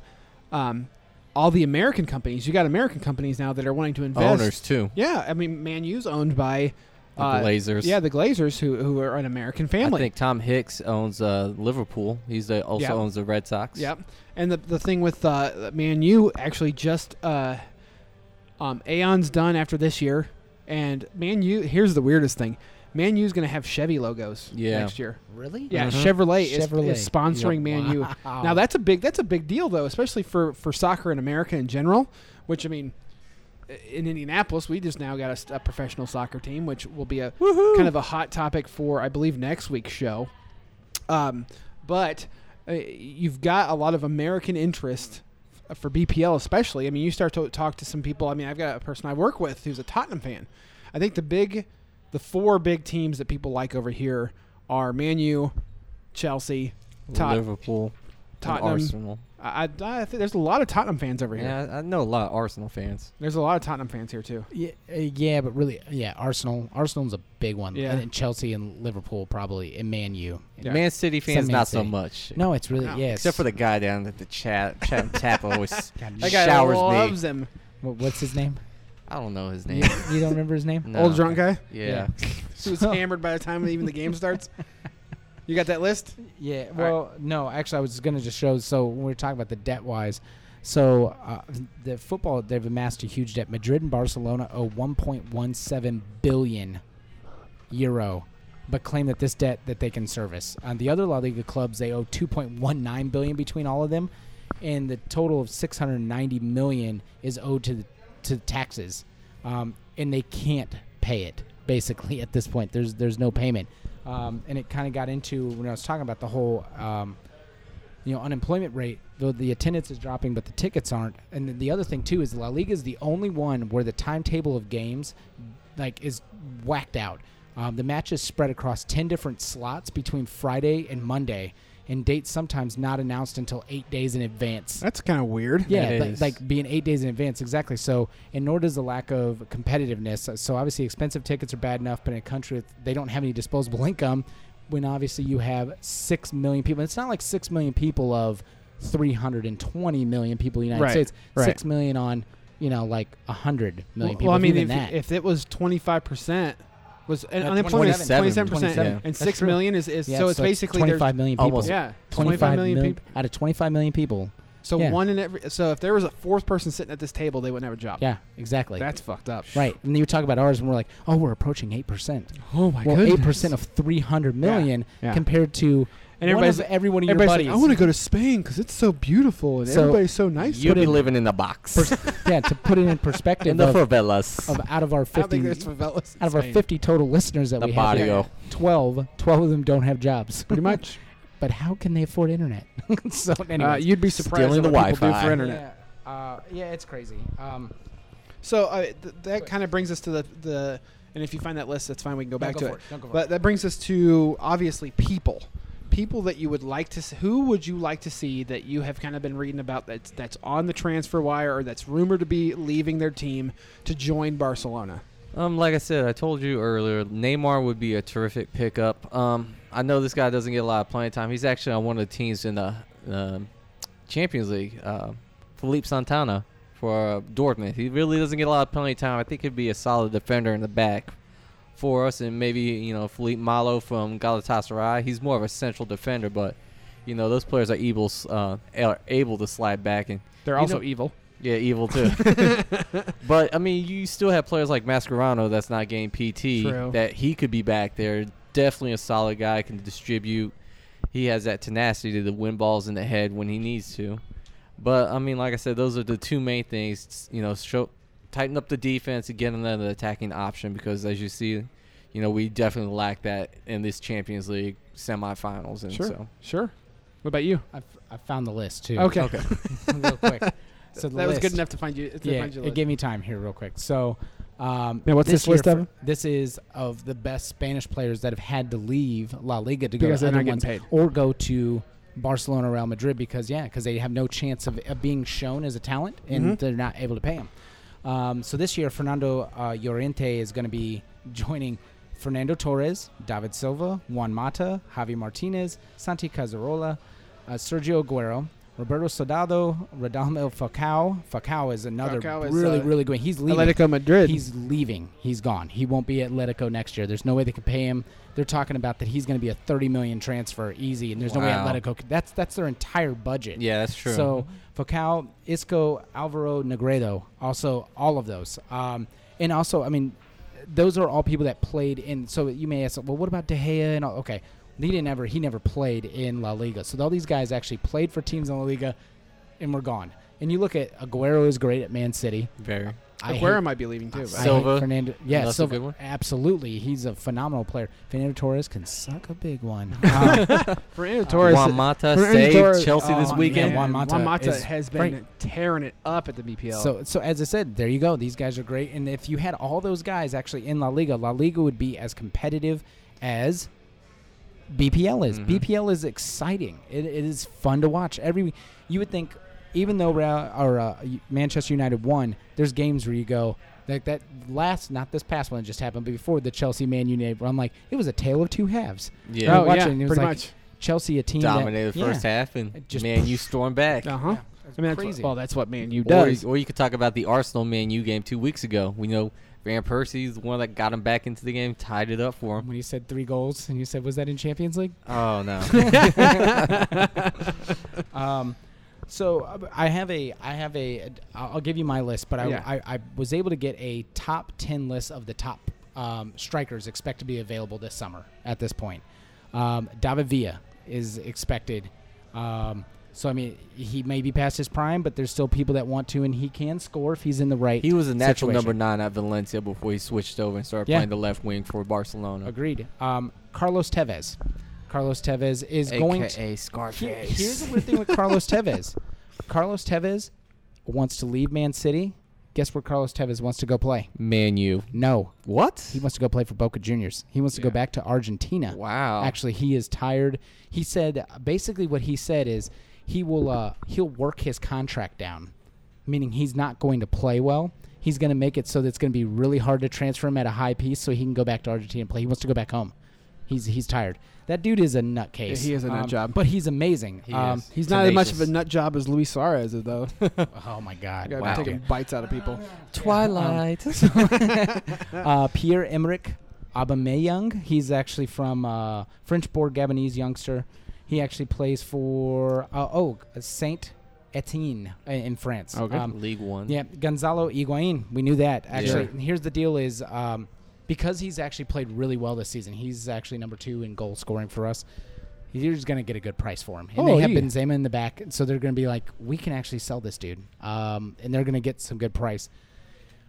um, all the American companies. You got American companies now that are wanting to invest.
owners too.
Yeah, I mean, Man U's owned by
The Glazers.
Uh, Yeah, the Glazers, who who are an American family.
I think Tom Hicks owns uh, Liverpool. He's the, also
Yeah.
owns the Red Sox.
Yep. And the the thing with uh, Man U actually just uh, um, Aeon's done after this year, and Man U. Here's the weirdest thing: Man U's going to have Chevy logos
Yeah.
next year.
really?
Yeah,
Mhm.
Chevrolet, is-
Uh-huh. Chevrolet.
Is, sponsoring
Yeah,
Man U.
wow.
Now that's a big that's a big deal though, especially for for soccer in America in general. Which I mean, i- in Indianapolis, we just now got a s- a, professional soccer team, which will be a kind of a hot topic for I believe next week's show. Um, but uh, you've got a lot of American interest f- for BPL, especially. I mean, you start to talk to some people. I mean, I've got a person I work with who's a Tottenham fan. I think the big, the four big teams that people like over here are Man U, Chelsea, Tot-
Liverpool. and
Tottenham.
Arsenal.
I, I, I think there's a lot of Tottenham fans over here.
Yeah, I- I know a lot of Arsenal fans.
There's a lot of Tottenham fans here too.
Yeah, uh, yeah, but really, yeah, Arsenal. Arsenal's a big one.
Yeah.
And then Chelsea and Liverpool probably, and Man U.
Yeah.
Man City
Except
fans,
Man
not so
City.
much.
No, it's really
No.
yes.
Except for the guy down at the chat, chat and [LAUGHS] tap always showers
That
That
guy
me.
loves him.
Wh- what's his name?
I don't know his
you
name.
you don't remember his name?
No.
Old drunk guy
Yeah.
who was hammered by the time even the game
[LAUGHS]
starts. You got that list?
Yeah.
right.
Well, no, actually, I was going to just show. So when we are talking about the debt wise, so uh, the football they've amassed a huge debt. Madrid and Barcelona owe 1.17 billion euro, but claim that this debt that they can service. On the other La Liga clubs, they owe 2.19 billion between all of them, and the total of 690 million is owed to the, to taxes, um, and they can't pay it. Basically, [LAUGHS] at this point, there's there's no payment, um, and it kind of got into when I was talking about the whole. Um, you know, unemployment rate, though the attendance is dropping, but the tickets aren't. And then the other thing too is La Liga is the only one where the timetable of games, like, is whacked out. Um, the matches spread across 10 different slots between Friday and Monday, and dates sometimes not announced until eight days in advance.
That's kind of weird.
Yeah,
It
like-
is.
like being eight days in advance, exactly. So, and nor does the lack of competitiveness. uh, So, obviously, expensive tickets are bad enough, but in a country that they don't have any disposable [LAUGHS] income, when obviously you have six million people, it's not like six million people of 320 million people in the United
Right,
States,
right.
six million on, you know, like 100
Well,
million people.
well, I mean,
even
if,
that.
if it was twenty five percent, was and
Uh,
unemployment is
27,
twenty-seven percent,
27,
and
that's
six
true.
million is, is
Yeah,
so it's basically there's-
25 million people.
Almost
yeah,
25
twenty-five million
mil-
people.
out of 25 million people.
So
yeah.
one in every. So if there was a fourth person sitting at this table, they wouldn't have a job.
Yeah, exactly.
that's fucked up.
right. And you talk about ours, and we're like, oh, we're approaching 8%.
Oh my
well,
goodness.
eight percent of three hundred million
Yeah.
compared to
And
one
everybody's-
of everyone in your
Everybody's
buddies.
like, I want to go to Spain because it's so beautiful and
So-
everybody's so nice.
You'll
put
be
in-
living in the box.
[LAUGHS] yeah, to put it in
in
perspective,
the
of,
favelas.
of out of our
I don't
fifty,
think there's
out
favelas in
of our
Spain.
fifty total listeners that
the
we have, here,
barrio.
12, 12 of them don't have jobs.
pretty much.
[LAUGHS] But how can they afford internet? [LAUGHS] so,
uh,
anyways,
you'd be surprised
Stealing
at
the
what people do
Wi-Fi.
for internet.
Yeah, uh, yeah, it's crazy. Um,
So uh, th- that kind of brings us to the the. And if you find that list, that's fine. We can go back
go
to
for
it.
it. Don't go for
But that brings us to obviously people, people that you would like to. See, who would you like to see that you have kind of been reading about that's that's on the transfer wire or that's rumored to be leaving their team to join Barcelona?
Um, like I said, I told you earlier, Neymar would be a terrific pickup. Um, I know this guy doesn't get a lot of playing time. He's actually on one of the teams in the um Champions League. Uh, Philippe Santana for uh, Dortmund. He really doesn't get a lot of playing time. I think he'd be a solid defender in the back for us, and maybe you know Philippe Malo from Galatasaray. He's more of a central defender, but you know those players are able uh, are able to slide back and
They're
You
also
know-
evil.
yeah,
[LAUGHS]
evil too. but I mean, you still have players like Mascherano that's not getting PT
True.
that he could be back there. Definitely a solid guy can distribute. He has that tenacity to win balls in the head when he needs to. But I mean, like I said, those are the two main things. You know, show, tighten up the defense and get another attacking option because, as you see, you know we definitely lack that in this Champions League semifinals. And
Sure.
so,
Sure. What about you?
I, f- I found the list too.
Okay.
[LAUGHS]
[LAUGHS]
real quick. So the
that was
list.
good enough to find you. To
yeah,
find you
it gave me time here real quick. So, um,
Now, what's this
year
list of?
for- This is of the best Spanish players that have had to leave La Liga to
Because
go
they're
to other
not getting
ones
paid.
or go to Barcelona, Real Madrid because yeah, because they have no chance of, of being shown as a talent and
Mhm.
they're not able to pay them. Um, so this year, Fernando uh, Llorente is going to be [LAUGHS] joining Fernando Torres, David Silva, Juan Mata, Javi Martinez, Santi Cazarola, uh, Sergio Aguero, Roberto Soldado, Radamel Falcao. Falcao is another
Falcao is,
really,
uh,
really good. He's leaving.
Atletico Madrid.
He's leaving. He's gone. He won't be at Atletico next year. There's no way they can pay him. They're talking about that he's going to be a 30 million transfer easy, and there's no way
Wow.
Atletico. Could, that's that's their entire budget.
yeah, that's true.
So Falcao, Isco, Alvaro, Negredo, also all of those, um, and also I mean, those are all people that played in. So you may ask, well, what about De Gea and all? Okay, he didn't ever he never played in La Liga. So all these guys actually played for teams in La Liga, and were gone. And you look at Aguero is great at Man City.
very.
I hate-
Aguero might be leaving too.
I
but-
hate
Silva.
Fernando. Yeah,
That's a
Silva.
good one.
Absolutely, he's a phenomenal player. Fernando Torres can suck a big one. Um,
Fernando Torres.
Juan Mata
Fernando
saved
Torres-
Chelsea this
Oh,
weekend.
Man,
Juan Mata is
has been
great.
tearing it up at the BPL.
so, so as I said, there you go. These guys are great. And if you had all those guys actually in La Liga, La Liga would be as competitive as BPL is.
Mhm.
BPL is exciting. It, it is fun to watch. Every you would think, even though Real, or uh, Manchester United won, there's games where you go like that last, not this past one that just happened, but before the Chelsea Man United. Where I'm like, it was a tale of two halves.
Yeah.
I
oh
was
yeah,
watching, it
pretty
was like-
much.
Chelsea, a team that-
dominated the
yeah.
first half, and
It just-
man, you storm back.
Uh huh. I mean, that's
crazy.
What, well, that's what Man U
Or,
does.
or you could talk about the Arsenal man U game two weeks ago. We know Van Persie's the one that got him back into the game, tied it up for him.
When you said three goals, and you said, was that in Champions League? [LAUGHS]
Oh no,
Um, so uh, I have a, I have a, I'll I'll give you my list, but I,
Yeah.
I, I was able to get a top ten list of the top um, strikers expect to be available this summer. At this point, um, David Villa is expected. Um, so I mean, he may be past his prime, but there's still people that want to, and he can score if he's in the right.
he was a natural
situation.
number nine at Valencia before he switched over and started
Yeah.
playing the left wing for Barcelona.
Agreed. Um, Carlos Tevez. Carlos Tevez is going to.
AKA
Here-
Scarface.
here's the weird thing with Carlos Tevez. Carlos Tevez wants to leave Man City, Guess where Carlos Tevez wants to go play?
Man, you
No,
what?
he wants to go play for Boca Juniors. He wants to go
Yeah.
back to Argentina.
Wow.
Actually, he is tired. He said basically what he said is he will uh, he'll work his contract down, meaning he's not going to play well. He's going to make it so that it's going to be really hard to transfer him at a high piece so he can go back to Argentina and play. He wants to go back home. He's he's tired. That dude is a nutcase.
Yeah, he is a nut
Um,
job.
but he's amazing.
He
um,
is.
[LAUGHS] He's not as much of
Tenacious.
a nut job as Luis Suarez is, though. [LAUGHS]
Oh my god!
Gotta be
Wow.
taking bites out of people.
[LAUGHS]
Twilight.
Um, uh, Pierre Emerick Aubameyang. He's actually from uh, French-born Gabonese youngster. He actually plays for uh, oh Saint Etienne uh, in France.
Okay.
Um,
League One.
yeah, Gonzalo Higuain. We knew that actually.
Sure.
And here's the deal: is um, because he's actually played really well this season. He's actually number two in goal scoring for us. You're just gonna get a good price for him, and
Oh,
they have
yeah.
Benzema in the back, so they're gonna be like, we can actually sell this dude, um, and they're gonna get some good price.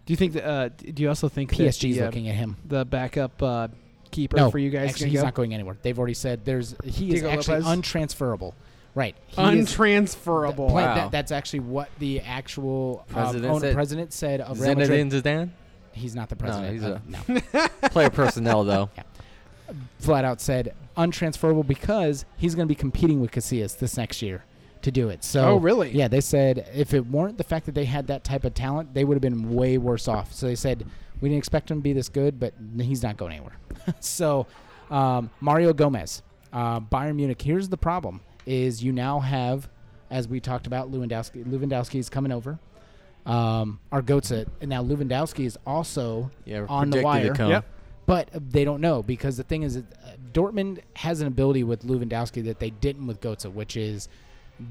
Do you think that? Uh, d- do you also think that
PSG's
the, uh,
looking at him.
the backup uh, keeper
no,
for you guys?
Actually,
gonna
he's
go?
not going anywhere. They've already said there's he is
Diego
actually
Lopez?
untransferable. Right. He is-
untransferable.
Plan-
Wow.
that- that's actually what the actual uh,
President
owner-
said-
president said of Real
Zinedine
Madrid.
Zidane.
He's not the president.
he's
of-
a-
no.
Player
[LAUGHS]
personnel though.
flat out said untransferable because he's going to be competing with Casillas this next year to do it. So
Oh, really?
Yeah, they said if it weren't the fact that they had that type of talent, they would have been way worse off. So they said we didn't expect him to be this good, but he's not going anywhere. [LAUGHS] so um, Mario Gomez, uh, Bayern Munich. Here's the problem: is you now have, as we talked about, Lewandowski. Lewandowski's coming over. Um, our goats it and now Lewandowski is also
Yeah,
on the
projected to
wire.
come.
Yep.
But uh, they don't know because the thing is, that, uh, Dortmund has an ability with Lewandowski that they didn't with Goetze, which is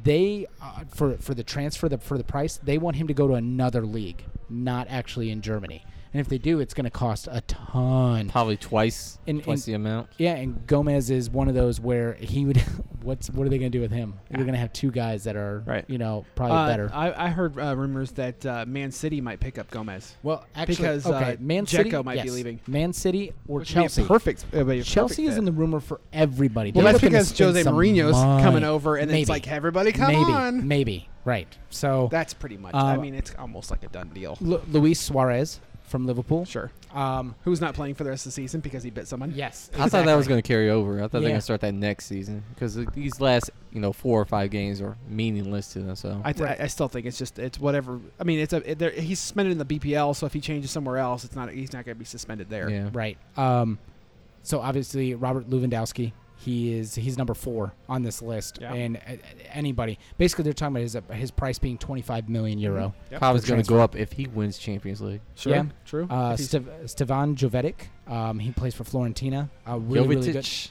they uh, for for the transfer the, for the price they want him to go to another league, not actually in Germany. And if they do, it's going to cost a ton.
Probably twice.
And-
twice
and-
the amount.
Yeah, and Gomez is one of those where he would. [LAUGHS] What's what are they going to do with him? You're going to have two guys that are
Right.
you know probably
Uh,
better.
I, I heard uh, rumors that uh, Man City might pick up Gomez.
well, actually,
because,
okay,
uh,
Man
Dzeko
City
might be
yes.
leaving.
Man City or
Which would be a
Chelsea.
perfect. it would be a
Chelsea
perfect
is in
fit.
the rumor for everybody.
Well,
They're
that's
looking to
because
spend
Jose
some
Mourinho's
money.
coming over, and
maybe.
it's like everybody come
maybe,
on.
Maybe right. So
That's pretty much. I
Um,
mean, it's almost like a done deal.
Lu- Luis Suarez from Liverpool.
Sure.
Um,
Who's not playing for the rest of the season because he bit someone?
yes,
I thought that was going to carry over. I thought
Yeah.
they're going to start that next season because these last, you know, four or five games are meaningless to them. So
I, th- I I still think it's just it's whatever. I mean, it's a it, there- he's suspended in the BPL, so if he changes somewhere else, it's not he's not going to be suspended there.
yeah,
[LAUGHS] right. Um, so obviously Robert Lewandowski. He is he's number four on this list,
Yeah.
and uh, anybody basically they're talking about his his price being twenty five million euro.
Yep.
probably
For
going to
transfer.
go up if he wins Champions League.
Sure.
Yeah.
True.
Uh,
If he's-
Stev- Stevan Jovetic, um, he plays for Florentina. Uh, really, really good.
Jovetic.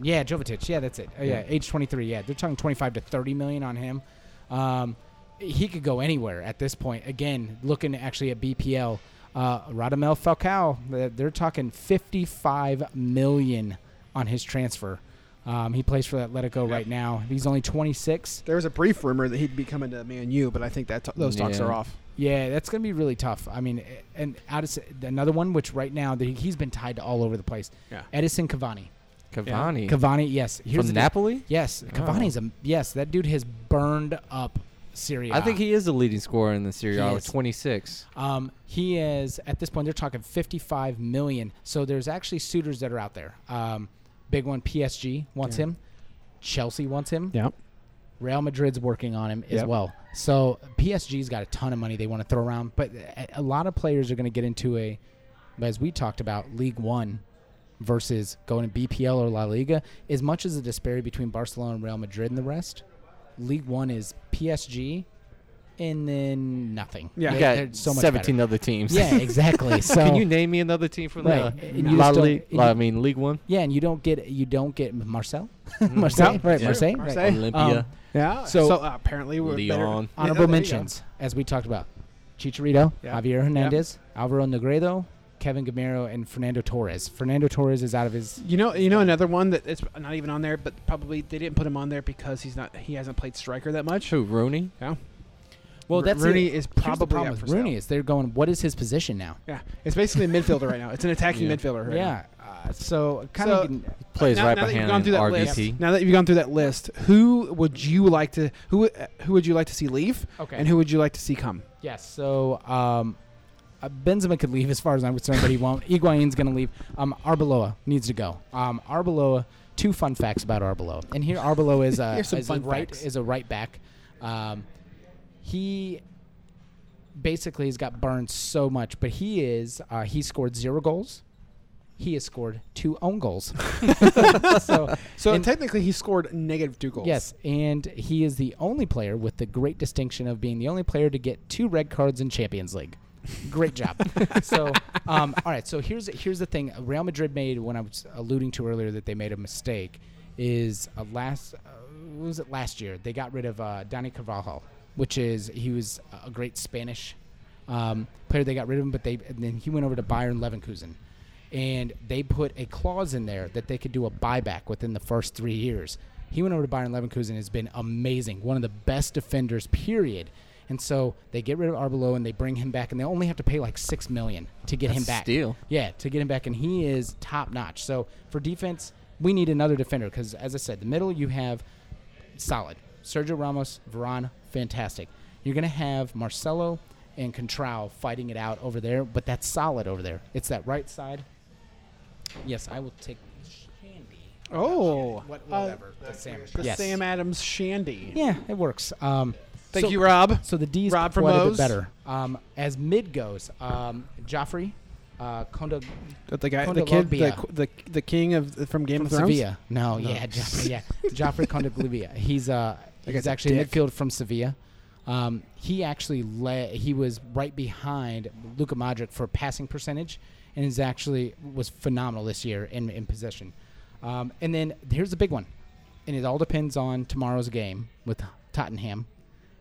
Yeah, Jovetic. Yeah, that's it. Uh, yeah,
Yeah.
age 23. Yeah, they're talking 25 to 30 million on him. Um, he could go anywhere at this point. Again, looking actually at BPL, uh, Radamel Falcao, they're- they're talking 55 million on his transfer. Um, he plays for Atletico right now. He's only 26.
There was a brief rumor that he'd be coming to Man U, but I think that t- those talks
Yeah.
are off.
Yeah, that's going to be really tough. I mean, and out of, another one, which right now that he's been tied to all over the place.
Yeah.
Edison Cavani.
Cavani
Cavani, yes. Here's
from
the deal.
Napoli.
Yes, Cavani's a yes. That dude has burned up Syria.
I think he is the leading scorer in the Serie
He
A
is.
with 26.
Um, he is at this point. They're talking 55 million. So there's actually suitors that are out there. Um, big one. PSG wants him. Chelsea wants him.
Yeah.
Real Madrid's working on him as
Yep.
well. So PSG's got a ton of money they want to throw around, but a- a lot of players are going to get into a, as we talked about, League One versus going to BPL or La Liga. As much as the disparity between Barcelona and Real Madrid and the rest, League One is PSG, and then nothing.
Yeah.
They-
You got
they're so much
17
better.
other teams. [LAUGHS]
Yeah, exactly. So
Can you name me another team from
Right,
the
and you
La
just don't-
Liga?
and
La-
you-
I mean,
[LAUGHS]
League One.
yeah, and you don't get you don't get Marcel, [LAUGHS]
Mm-hmm.
Marseille,
Yeah.
right?
True.
Marseille, right.
Marseille.
Olympia.
Yeah. So,
So-
uh, apparently we're better-
Leon.
Yeah,
Honorable
there you go.
mentions, as we talked about Chicharito,
Yeah.
Javier Hernandez, Alvaro Negredo, Kevin Gamero, and Fernando Torres. Fernando Torres is out of his.
You know, you know another one that it's not even on there, but probably they didn't put him on there because he's not he hasn't played striker that much.
Who? Rooney.
Yeah.
Well,
Ro-
that's
Rooney
it.
is
Here's the
probably
problem
up
with
for sale.
Rooney is they're going. What is his position now?
Yeah, it's basically a midfielder right now. It's an attacking
Yeah.
midfielder. Right now.
yeah. Uh, so kind
So-
of. getting
Plays
now,
right
now that you've
behind
gone through that
RVT.
list. Now that you've gone through that list, who would you like to who uh, who would you like to see leave?
Okay.
And who would you like to see come?
Yes. So um, uh, Benzema could leave, as far as I'm concerned, but
[LAUGHS]
he won't. Higuain's going to leave. Um, Arbeloa needs to go. Um, Arbeloa. Two fun facts about Arbeloa, and here Arbeloa is
[LAUGHS]
a,
Here's some
is a
fun
right
facts.
is a right back. Um, he basically has got burned so much, but he is uh, he scored zero goals. He has scored two
[LAUGHS]
own goals. [LAUGHS] so
So
and-
technically, he scored negative two goals.
Yes, and he is the only player with the great distinction of being the only player to get two red cards in Champions League. Great job. so, um, all right. So here's here's the thing. Real Madrid made when I was alluding to earlier that they made a mistake. Is uh last uh, what was it last year? They got rid of uh, Dani Carvajal, which is he was a great Spanish um, player. They got rid of him, but they and then he went over to Bayern Leverkusen and they put a clause in there that they could do a buyback within the first three years. He went over to Bayern Leverkusen and has been amazing, one of the best defenders, period. And so they get rid of Arbeloa and they bring him back, and they only have to pay like six million to get him
That's a
back.
steal.
Yeah, to get him back, and he is top notch. So for defense, we need another defender because, as I said, the middle you have solid. Sergio Ramos, Varane, fantastic. You're going to have Marcelo and Contral fighting it out over there, but that's solid over there. It's that right side. Yes, I will take Shandy.
Oh.
What,
Uh,
whatever. the Sam.
The
yes.
Sam Adams Shandy.
Yeah, it works. Um,
Thank
so-
you, Rob.
So the D's
Rob from
quite a
Moe's.
bit better. Um, as mid goes, um, Joffrey, uh, Kondo
But the guy,
Conde
the kid, the,
Logbia.
the the king of uh, from Game
from
of Thrones.
Sevilla. No,
No. [LAUGHS]
yeah, Joffrey, yeah, Joffrey Condoglivia. He's uh,
That guy's
he's
a
actually a
dick.
midfield from Sevilla. Um, he actually led. He was right behind Luka Modric for passing percentage, and is actually was phenomenal this year in in possession. Um, and then here's the big one, and it all depends on tomorrow's game with Tottenham.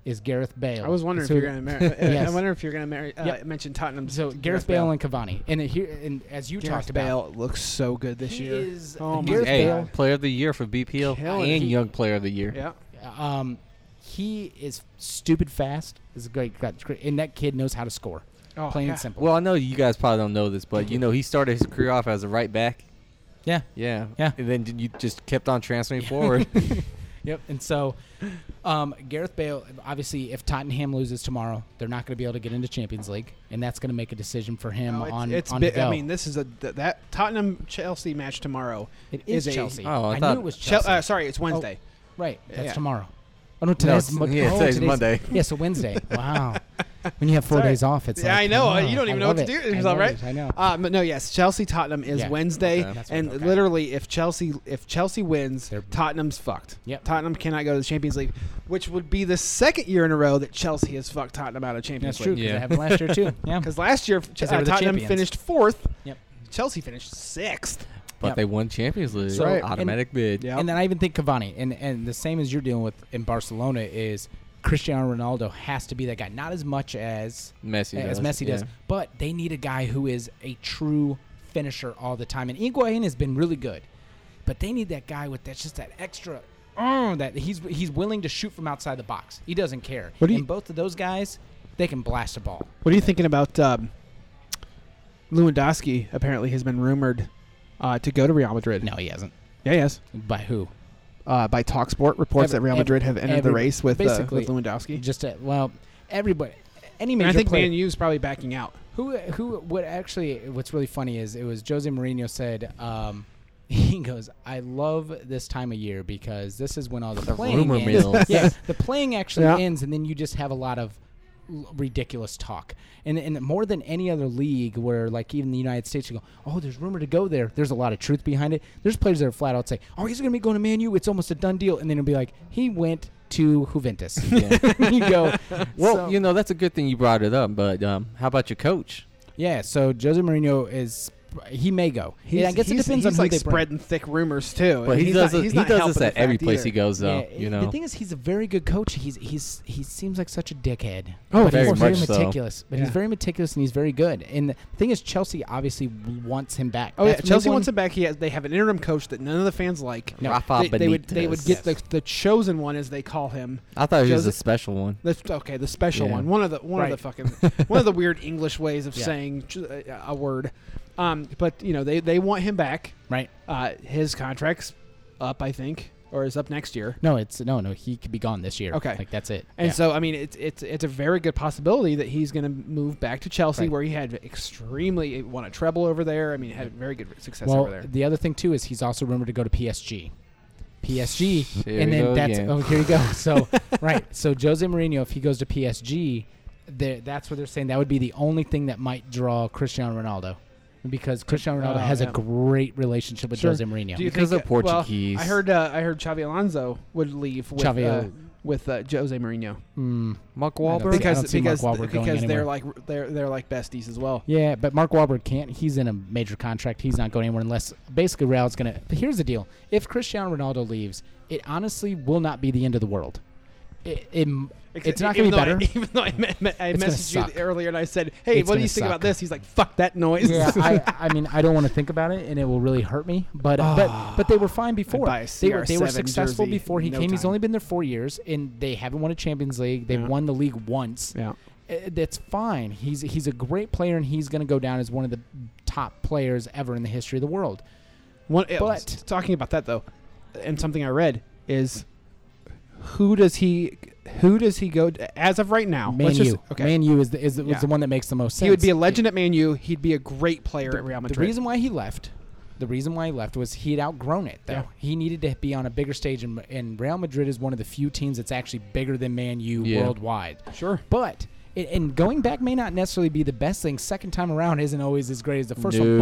Is Gareth Bale?
I was wondering
So-
if you're gonna. Mar-
[LAUGHS] Yes.
I wonder if you're gonna marry, uh,
Yep.
mention Tottenham.
So Gareth Bale, and Cavani, and it, here and as you
Gareth
talked about,
Bale looks so good this
He
year.
is-
oh my
Gareth
Hey,
Bale.
player of the year for BPL
Killing
and
it.
young player of the year.
Yeah.
Um, he is stupid fast. Is a great, got great, and that kid knows how to score.
Oh,
Plain
yeah.
and simple.
Well, I know you guys probably don't know this, but you know he started his career off as a right back.
yeah.
Yeah.
Yeah.
And then you just kept on transferring forward.
Yep. And so, um, Gareth Bale. Obviously, if Tottenham loses tomorrow, they're not going to be able to get into Champions League, and that's going to make a decision for him
No, Oh, it's,
on
it's
on
bi-
the go.
I mean, this is a th- that Tottenham Chelsea match tomorrow.
it is,
a-
Chelsea.
Oh, I
I,
thought-
knew it was
Chel-
Chelsea. Oh.
uh, sorry, it's Wednesday.
right. That's
yeah.
tomorrow. Oh no, today's,
it's-
Mo-
yeah,
oh,
today's
today's
Monday.
[LAUGHS] Yeah, so
[LAUGHS]
Wednesday. Wow. when you have four
Sorry.
days off, it's
yeah,
like,
I know.
wow,
you don't even
I
know what to
love
do.
it.
with
I
yourself,
love
right?
it, I know.
Uh, but no, yes, Chelsea Tottenham is
Yeah.
Wednesday,
Okay.
That's what-
and
okay.
literally, if Chelsea if Chelsea wins,
They're-
Tottenham's fucked.
Yep.
Tottenham cannot go to the Champions League, which would be the second year in a row that Chelsea has fucked Tottenham out of Champions
That's true.
League.
Because
Yeah.
it happened last year
[LAUGHS]
too.
[LAUGHS]
Yeah.
Because last year, Ch-
'Cause they
uh,
were the
Tottenham
champions.
finished fourth.
Yep.
Chelsea finished sixth.
but
Yep.
they won Champions League.
So-
Right.
Automatic bid.
Yeah.
And then I even think Cavani, and and the same as you're dealing with in Barcelona is Cristiano Ronaldo has to be that guy. Not as much as
Messi
as
does,
Messi does,
yeah.
but they need a guy who is a true finisher all the time. And Higuain has been really good, but they need that guy with that's just that extra. Oh, that he's he's willing to shoot from outside the box. He doesn't care.
What do you-
and both of those guys, they can blast a ball.
What are you thinking about um, Lewandowski? Apparently, has been rumored uh, to go to Real Madrid.
No, he hasn't.
Yeah, yes.
By who?
Uh, by Talksport reports
Every-
that Real
every-
Madrid have entered the
every-
race with, uh,
basically-
with Lewandowski.
Just a, well, everybody. Any
And
major
I think
player,
Man U's probably backing out.
Who who what actually what's really funny is it was Jose Mourinho said um, [LAUGHS] he goes I love this time of year because this is when all the, playing
rumor
ends.
mills.
[LAUGHS] yeah the playing actually
Yeah.
ends and then you just have a lot of l- ridiculous talk and and more than any other league where like even the United States you go oh there's rumor to go there there's a lot of truth behind it there's players that are flat out say oh he's gonna be going to Man U it's almost a done deal and then it'll be like he went to Juventus [LAUGHS] you go
Well,
so-
you know that's a good thing you brought it up. But um, how about your coach?
yeah, so Jose Mourinho is he may go. Yeah, I
He's-
guess it
he's-
depends on
he's
who
like
they bring.
spreading thick rumors too.
But he
He's not-
does. it-
he's
he
not
does
helping
this
the
at every
fact
place
either.
he goes, though.
Yeah,
you
he-
know.
The thing is, he's a very good coach. He's he's he seems like such a dickhead.
Oh,
but
very
he's very
much so.
meticulous. But he's
Yeah.
very meticulous and he's very good. And the thing is, Chelsea obviously wants him back.
Oh yeah,
That's- they
Chelsea
won-
wants him back. He has, they have an interim coach that none of the fans like.
No,
Rafa
they, they would they would get
Benitez.
the, the chosen one as they call him.
I thought he was a
Joseph-
special one.
The, okay, the special
Yeah.
one. One of the one of the fucking one of
[LAUGHS]
the weird English ways of
Yeah.
saying ch- uh, a a word. Um, but you know they they want him back.
right.
Uh, his contract's up, I think, or is up next year.
No, it's no, no. He could be gone this year.
Okay.
like that's it.
And
Yeah.
so, I mean, it's it's it's a very good possibility that he's going to move back to Chelsea,
Right.
where he had extremely he won a treble over there. I mean, had very good success
well,
over there.
the other thing too is he's also rumored to go to PSG.
[LAUGHS]
PSG,
Here
and
we
then
go
that's
again.
oh here you go. So right, so Jose Mourinho, if he goes to PSG, there that's what they're saying. That would be the only thing that might draw Cristiano Ronaldo, because Cristiano Ronaldo
Oh,
has
yeah.
a great relationship with
Sure.
Jose Mourinho.
Do you
Because
think,
of
uh, well,
Portuguese.
I heard uh, I heard Xavi Alonso would leave with
Xavi
uh,
Al-
with uh, Jose Mourinho
Mm,
Mark
don't
Wahlberg.
think- I
because
see Mark
because
Wahlberg going
because
anywhere.
they're like they're they're like besties as well.
yeah, but Mark Wahlberg can't. He's in a major contract. He's not going anywhere unless basically Real's gonna. But here's the deal: if Cristiano Ronaldo leaves, it honestly will not be the end of the world. It, it- it's not gonna
e-, Even though
be better.
I, [LAUGHS] even though I, me- me- I
It's gonna
messaged you
suck.
earlier and I said, "Hey,
It's
what do
gonna
you think about
suck.
this?" He's like, "Fuck that noise." [LAUGHS]
yeah, I, I mean, I don't want to think about it, and it will really hurt me. But but but they were fine before.
Ah, buy a
They were, they were
CR7
successful
jersey
before he
in no
came. He's
time.
only been there four years, and they haven't won a Champions League. They've
Yeah.
won the league once.
yeah.
Uh, That's fine. He's he's a great player, and he's going to go down as one of the top players ever in the history of the world.
One,
But-
but talking about that though, and something I read is who does he who does he go to, as of right now?
Man
let's just-
U,
okay.
Man U is the, is, the,
Yeah.
was the one that makes the most sense.
he would be a legend at Man U. He'd be a great player at Real Madrid.
The reason why he left, the reason why he left was he had outgrown it. Though
Yeah.
he needed to be on a bigger stage, and, and Real Madrid is one of the few teams that's actually bigger than Man U
Yeah.
worldwide.
sure.
But it, and going back may not necessarily be the best thing. Second time around isn't always as great as the first one.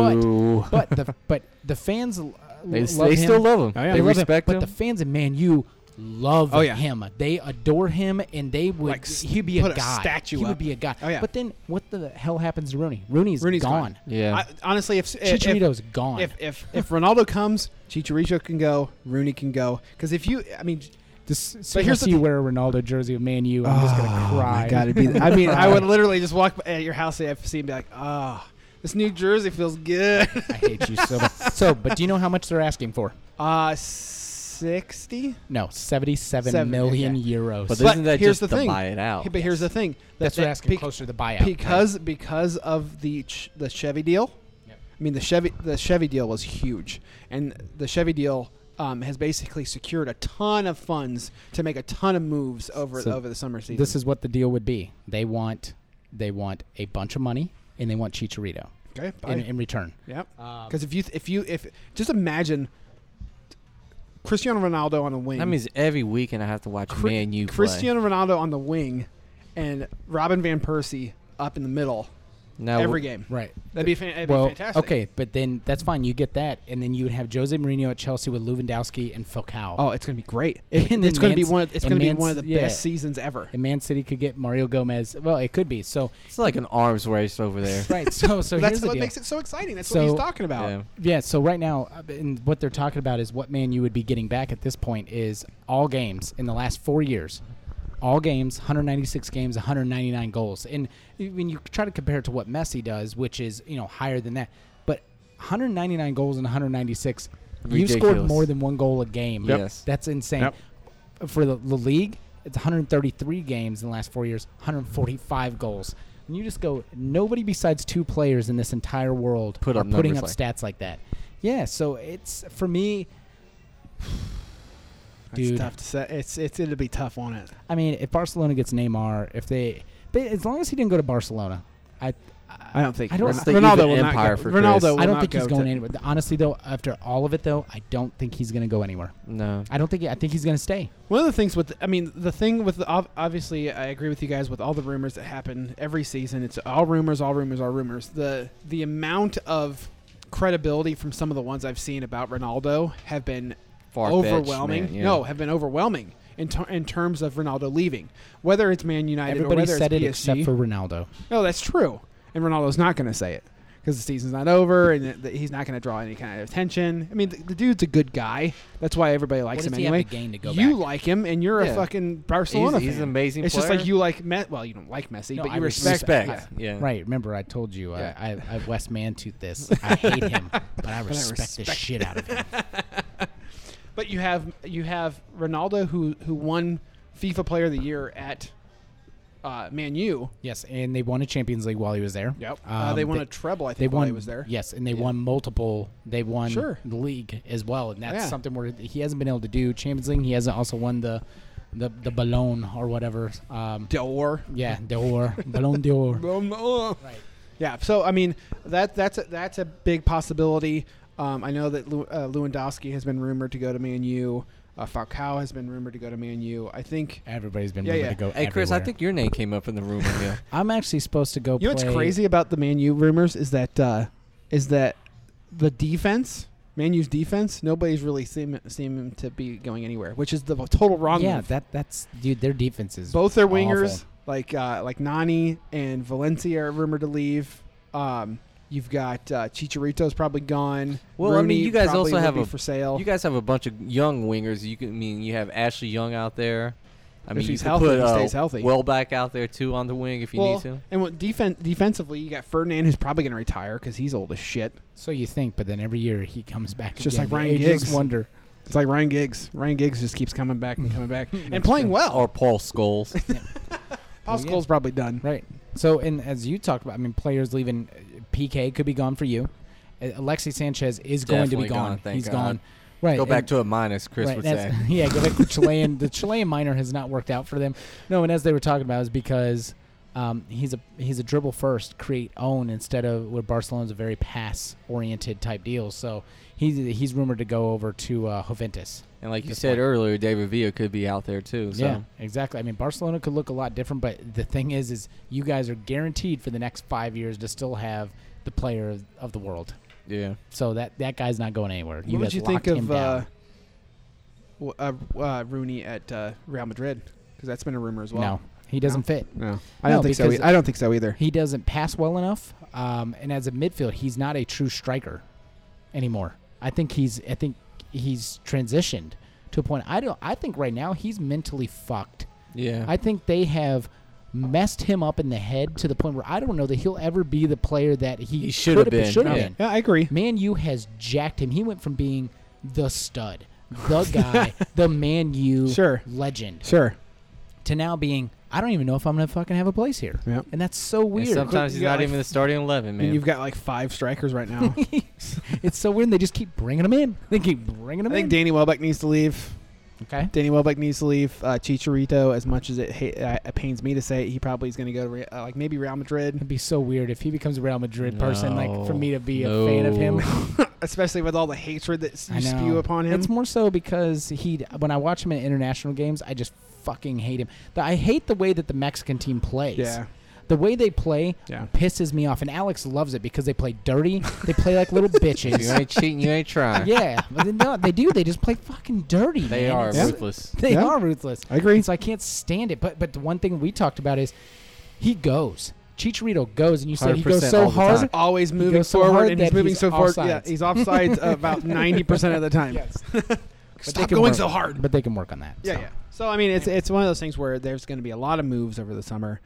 No.
But but the but the fans l-
they,
l-
s-
love
they
him.
still love him.
Oh, yeah.
They,
They love him,
respect him.
But the fans in Man U love
Oh, yeah.
him. They adore him, and they would
Like, s-
he'd be
put
a
a
god.
statue
he would
up.
be a god.
Oh, yeah.
But then what the hell happens to Rooney? Rooney's,
Rooney's
gone.
gone.
yeah.
I, honestly, if if,
Chicharito's gone.
if if if Ronaldo comes, Chicharito can go. Rooney can go. Because if you, I mean,
This, as
But
soon
here's
as
the
you
thing-
wear a Ronaldo jersey of Man U, I'm just gonna cry.
Oh, God, it'd
[LAUGHS]
be. I mean, I would literally just walk at your house AFC and be like, ah, this New Jersey feels good. [LAUGHS]
I hate you so much. So, but do you know how much they're asking for?
Uh sixty.
No, seventy-seven
Seven,
million
yeah.
euros.
But
But
isn't that
here's
just
the
to
thing.
buy it out?
Hey, but here's the thing. that
that's what
they-
they're asking
bec-
closer to the buyout.
because because of the ch- the Chevy deal.
Yep.
I mean the Chevy the Chevy deal was huge, and the Chevy deal um, has basically secured a ton of funds to make a ton of moves over
So
over the summer season.
this is what the deal would be. They want they want a bunch of money and they want Chicharito
okay.
in, in return.
yep.
Um,
Because if you if you if just imagine Cristiano Ronaldo on the wing.
that means every weekend I have to watch
Cri-
Man U play.
Cristiano Ronaldo on the wing, and Robin van Persie up in the middle
now,
every game.
right.
That'd be, fan- that'd
Well,
be fantastic.
okay, but then that's fine. You get that, and then you would have Jose Mourinho at Chelsea with Lewandowski and Falcao.
Oh, it's gonna be
[LAUGHS]
great.
And then
it's gonna be
Mans-
one. Of, it's
and
gonna be
Mans-
one of the
yeah.
best seasons ever.
And Man City could get Mario Gomez. Well, it could be. So
it's like an arms race over there.
right.
[LAUGHS]
So so
That's
here's the
what
deal.
makes it so exciting. That's
So-
what he's talking about.
Yeah.
Yeah, so right now, uh, and what they're talking about is what man you would be getting back at this point is all games in the last four years, all games, 196 games, 199 goals, and y- when you try to compare it to what Messi does, which is you know higher than that, but 199 goals and 196, you've scored
Ridiculous.
more than one goal a game.
Yep. Yes.
that's insane.
Yep.
For the, the league, it's 133 games in the last four years, 145 goals. And you just go, nobody besides two players in this entire world
Put
are
up
putting up
numbers
stats like that. Yeah, so it's
[SIGHS]
for me.
That's
Dude.
tough to say. It's it's it'll be tough on it.
I mean, if Barcelona gets Neymar, if they, they as long as he didn't go to Barcelona, I, I,
I don't think
I don't-
Ron-
That's
the
Ronaldo
evil
will
empire
not go.
for
Ronaldo.
Chris.
Will
I don't
not
think
go
he's going
to,
anywhere. Honestly, though, after all of it, though, I don't think he's going to go anywhere.
No.
I don't think. I think he's going to stay.
One of the things with, I mean, the thing with, the, ob- obviously, I agree with you guys with all the rumors that happen every season. It's all rumors, all rumors, all rumors. The the amount of credibility from some of the ones I've seen about Ronaldo have been
Far-fetched,
overwhelming.
man, yeah.
No, have been overwhelming in, ter- in terms of Ronaldo leaving, whether it's Man United or
Everybody
whether
said
it's
it
PSG.
except for Ronaldo.
no, that's true, and Ronaldo's not going to say it. 'Cause because the season's not over and that- that he's not going to draw any kind of attention. I mean, the, the dude's a good guy. That's why everybody likes
does
him
he have
anyway.
to gain to go
you
back?
like him, and you're a
Yeah.
fucking Barcelona
he's
fan.
an amazing
It's just
player.
like you like Messi. Well, you don't like Messi,
No,
but
I
you respect.
Respect.
yeah.
Yeah.
Right. Remember, I told you uh,
Yeah.
I, I West
[LAUGHS]
Mantooth this. I hate him, but I respect, the
respect
shit out of him.
But you have you have Ronaldo who who won FIFA Player of the Year at uh, Man U.
Yes, and they won a Champions League while he was there.
uh,
Um,
they won a treble. I think
They
while
won.
he was there.
Yes, and they won multiple. They won
Sure.
the league as well, and that's
Yeah.
something where he hasn't been able to do Champions League. He hasn't also won the the the Ballon or whatever. Um,
Dior. [LAUGHS]
yeah, d'Or, Ballon d'Or.
Right. Yeah. So I mean, that that's a, that's a big possibility. Um, I know that Lew- uh, Lewandowski has been rumored to go to Man U. Uh, Falcao has been rumored to go to Man U. I think.
Everybody's been
Yeah,
rumored
yeah.
to go.
Hey, Chris, I
everywhere.
think your name came up in the rumor mill.
[LAUGHS] I'm actually supposed to go.
You know what's
play-
crazy about the Man U rumors is that uh, is that the defense, Man U's defense, nobody's really seem seem to be going anywhere, which is the total wrong.
Yeah,
move.
that that's dude. Their defense is
both their
awful.
wingers, like uh, like Nani and Valencia, are rumored to leave. Um, you've got uh, Chicharito's probably gone.
Well, I mean,
Rooney
you guys
probably
also
would
have
be
a-
for sale.
Oh.
You guys have a bunch of young wingers. You can I mean you have Ashley Young out there. I mean,
he's
you could
healthy,
put,
he
uh,
stays healthy.
Welbeck out there too on the wing if you
well,
need to.
and what defen- defensively, you got Ferdinand, who's probably going to retire because he's old as shit.
So you think, but then every year he comes back.
It's just
again.
like Ryan
You
Giggs.
Just wonder.
It's like Ryan Giggs. Ryan Giggs just keeps coming back and coming [LAUGHS] back and playing well.
Or Paul Scholes.
Paul Scholes probably done.
Right. So, and as you talked about, I mean, players leaving. uh, PK could be gone for you. Uh, Alexi Sanchez is going to
Definitely
be gone.
gone, thank
He's
God.
gone. Right.
Go back
and-
to a minus, Chris
right,
would say.
that's- [LAUGHS] Yeah, go back
[LAUGHS]
to Chilean. The Chilean minor has not worked out for them. No, and as they were talking about, is because um, he's a he's a dribble first, create own instead of where Barcelona's a very pass oriented type deal. So he's he's rumored to go over to uh, Juventus.
And like you
Just
said
like-
earlier, David Villa could be out there too. So
Yeah, exactly. I mean, Barcelona could look a lot different, but the thing is, is you guys are guaranteed for the next five years to still have the player of, of the world.
yeah.
So that that guy's not going anywhere. You
what
guys
did you think
locked him
of uh,
down.
w- uh, uh, Rooney at uh, Real Madrid? Because that's been a rumor as well.
no, he doesn't fit.
No, I
No,
don't think so.
because-
e- I don't think so either.
He doesn't pass well enough, um, and as a midfield, he's not a true striker anymore. I think he's I think he's transitioned to a point. I don't. I think right now he's mentally fucked.
Yeah.
[LAUGHS] I think they have messed him up in the head to the point where I don't know that he'll ever be the player that he,
He should have
could've
been,
Should have
yeah.
been.
Yeah, I agree.
Man U has jacked him. He went from being the stud,
[LAUGHS]
the guy, the Man U
Sure.
legend,
Sure.
to now being I don't even know if I'm gonna fucking have a place here.
Yep.
And that's so
and
weird.
sometimes he's
You got,
not
like,
even the starting eleven,
I mean,
man.
you've got like five strikers right
[LAUGHS]
now.
[LAUGHS] it's so weird. and They just keep bringing him in. They keep bringing him
I think
in.
Danny Welbeck needs to leave.
okay.
Danny Welbeck needs to leave. Uh, Chicharito, as much as it, ha- uh, it pains me to say, it, he probably is going to go to Re- uh, like maybe Real Madrid,
It'd be so weird if he becomes a Real Madrid person. Like for
No.
me to be a fan of him. [LAUGHS]
No.
especially with all the hatred that s-
I
you spew
know.
upon him.
It's more so because he when I watch him in international games, I just fucking hate him. The, I hate the way that the Mexican team plays.
Yeah.
The way they play
Yeah.
pisses me off, and Alex loves it because they play dirty. They play
[LAUGHS]
like little
you
bitches.
ain't cheating, you ain't
[LAUGHS]
trying.
yeah, but they, no, they do. They just play fucking dirty.
They
man.
are
It's-
ruthless.
They
Yeah.
are ruthless.
I agree.
So I can't stand it. But but the one thing we talked about is he goes. Chicharito goes, and you said he goes
100%
so
all the
hard.
time.
always moving
goes so
forward,
hard
and he's
that
moving
he's
so forward. Yeah,
offsides.
he's offsides
[LAUGHS]
about ninety percent of the time. [LAUGHS]
Yes. But they
Stop
can
going
work-
so hard.
But they can work on that.
Yeah,
so.
yeah. So I mean, it's it's one of those things where there's going to be a lot of moves over the summer.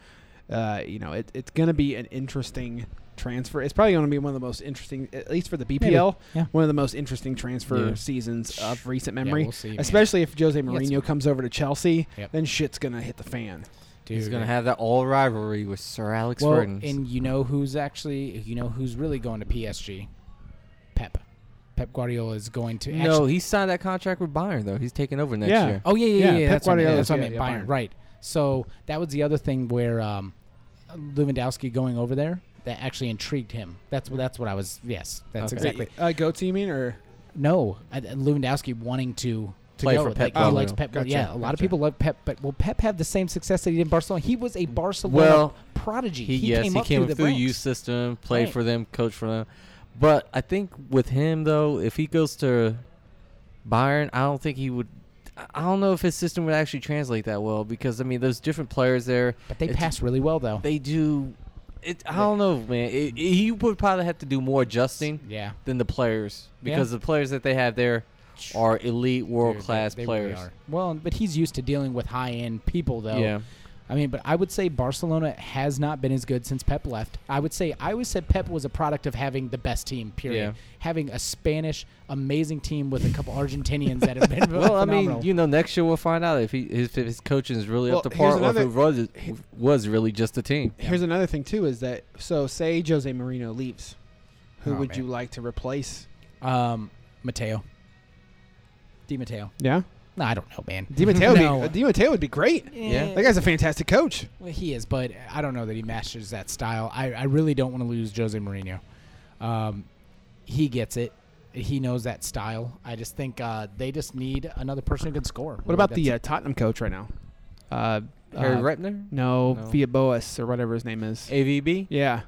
Uh, you know, it, it's going to be an interesting transfer. It's probably going to be one of the most interesting, at least for the BPL,
Yeah.
one of the most interesting transfer
Yeah.
seasons of recent
Yeah,
memory.
we'll see, man.
Especially if Jose
it's-
Mourinho comes over to Chelsea,
Yep.
then shit's going to hit the fan.
Dude.
He's gonna have that all rivalry with Sir Alex
well,
Ferguson.
and you know who's actually you know who's really going to PSG? Pep. Pep Guardiola is going to actually
No, he signed that contract with Bayern though. He's taking over next
Yeah.
year.
Oh yeah, yeah,
Yeah,
yeah. yeah,
Pep
that's what I meant,
Guardiola,
that's what I
yeah,
meant.
yeah,
Bayern,
Bayern.
right? So that was the other thing where um, Lewandowski going over there that actually intrigued him. That's what that's what I was. Yes, that's
Okay.
exactly.
Uh, goats, you mean, or
No, I, Lewandowski wanting to. To
Play
go.
for
Like,
Pep
he
Guardiola.
likes Pep.
Gotcha,
yeah, a lot of
gotcha.
people love Pep, but will Pep have the same success that he did in Barcelona? He was a Barcelona
Well,
prodigy.
He, yes,
came
he
up
came
through the
through
ranks.
youth system, played
Right.
for them, coached for them. But I think with him though, if he goes to Bayern, I don't think he would. I- I don't know if his system would actually translate that well because I mean, there's different players there.
But they
It's-
pass really well, though.
They do. It, I don't know, man. It, it- he would probably have to do more adjusting
Yeah.
than the players
Yeah.
because the players that they have there are elite, world class
They- they really
players.
are. Well, but he's used to dealing with high end people, though.
Yeah.
I mean, but I would say Barcelona has not been as good since Pep left. I would say I always said Pep was a product of having the best team. Period.
Yeah.
Having a Spanish amazing team with a couple Argentinians that have
[LAUGHS]
been
Well, I
phenomenal.
mean, you know, next year we'll find out if he if his coaching is really up
Well,
to par
here's
or if it
another-
was, was really just a team.
Here's another thing too is that so say Jose Mourinho leaves, who
Oh,
would
man.
you like to replace?
um, Mateo, Di Matteo.
Yeah,
No, I don't know, man.
Di Matteo.
[LAUGHS] No.
would be, Di Matteo would be great.
Yeah.
That guy's a fantastic coach.
Well, he is, but I don't know that he masters that style. I, I really don't want to lose Jose Mourinho. Um, he gets it. He knows that style. I just think uh, they just need another person who can score.
What about the uh, Tottenham coach right now? Uh,
Harry
uh,
Repner,
No,
No.
Via Boas or whatever his name is.
AVB.
yeah,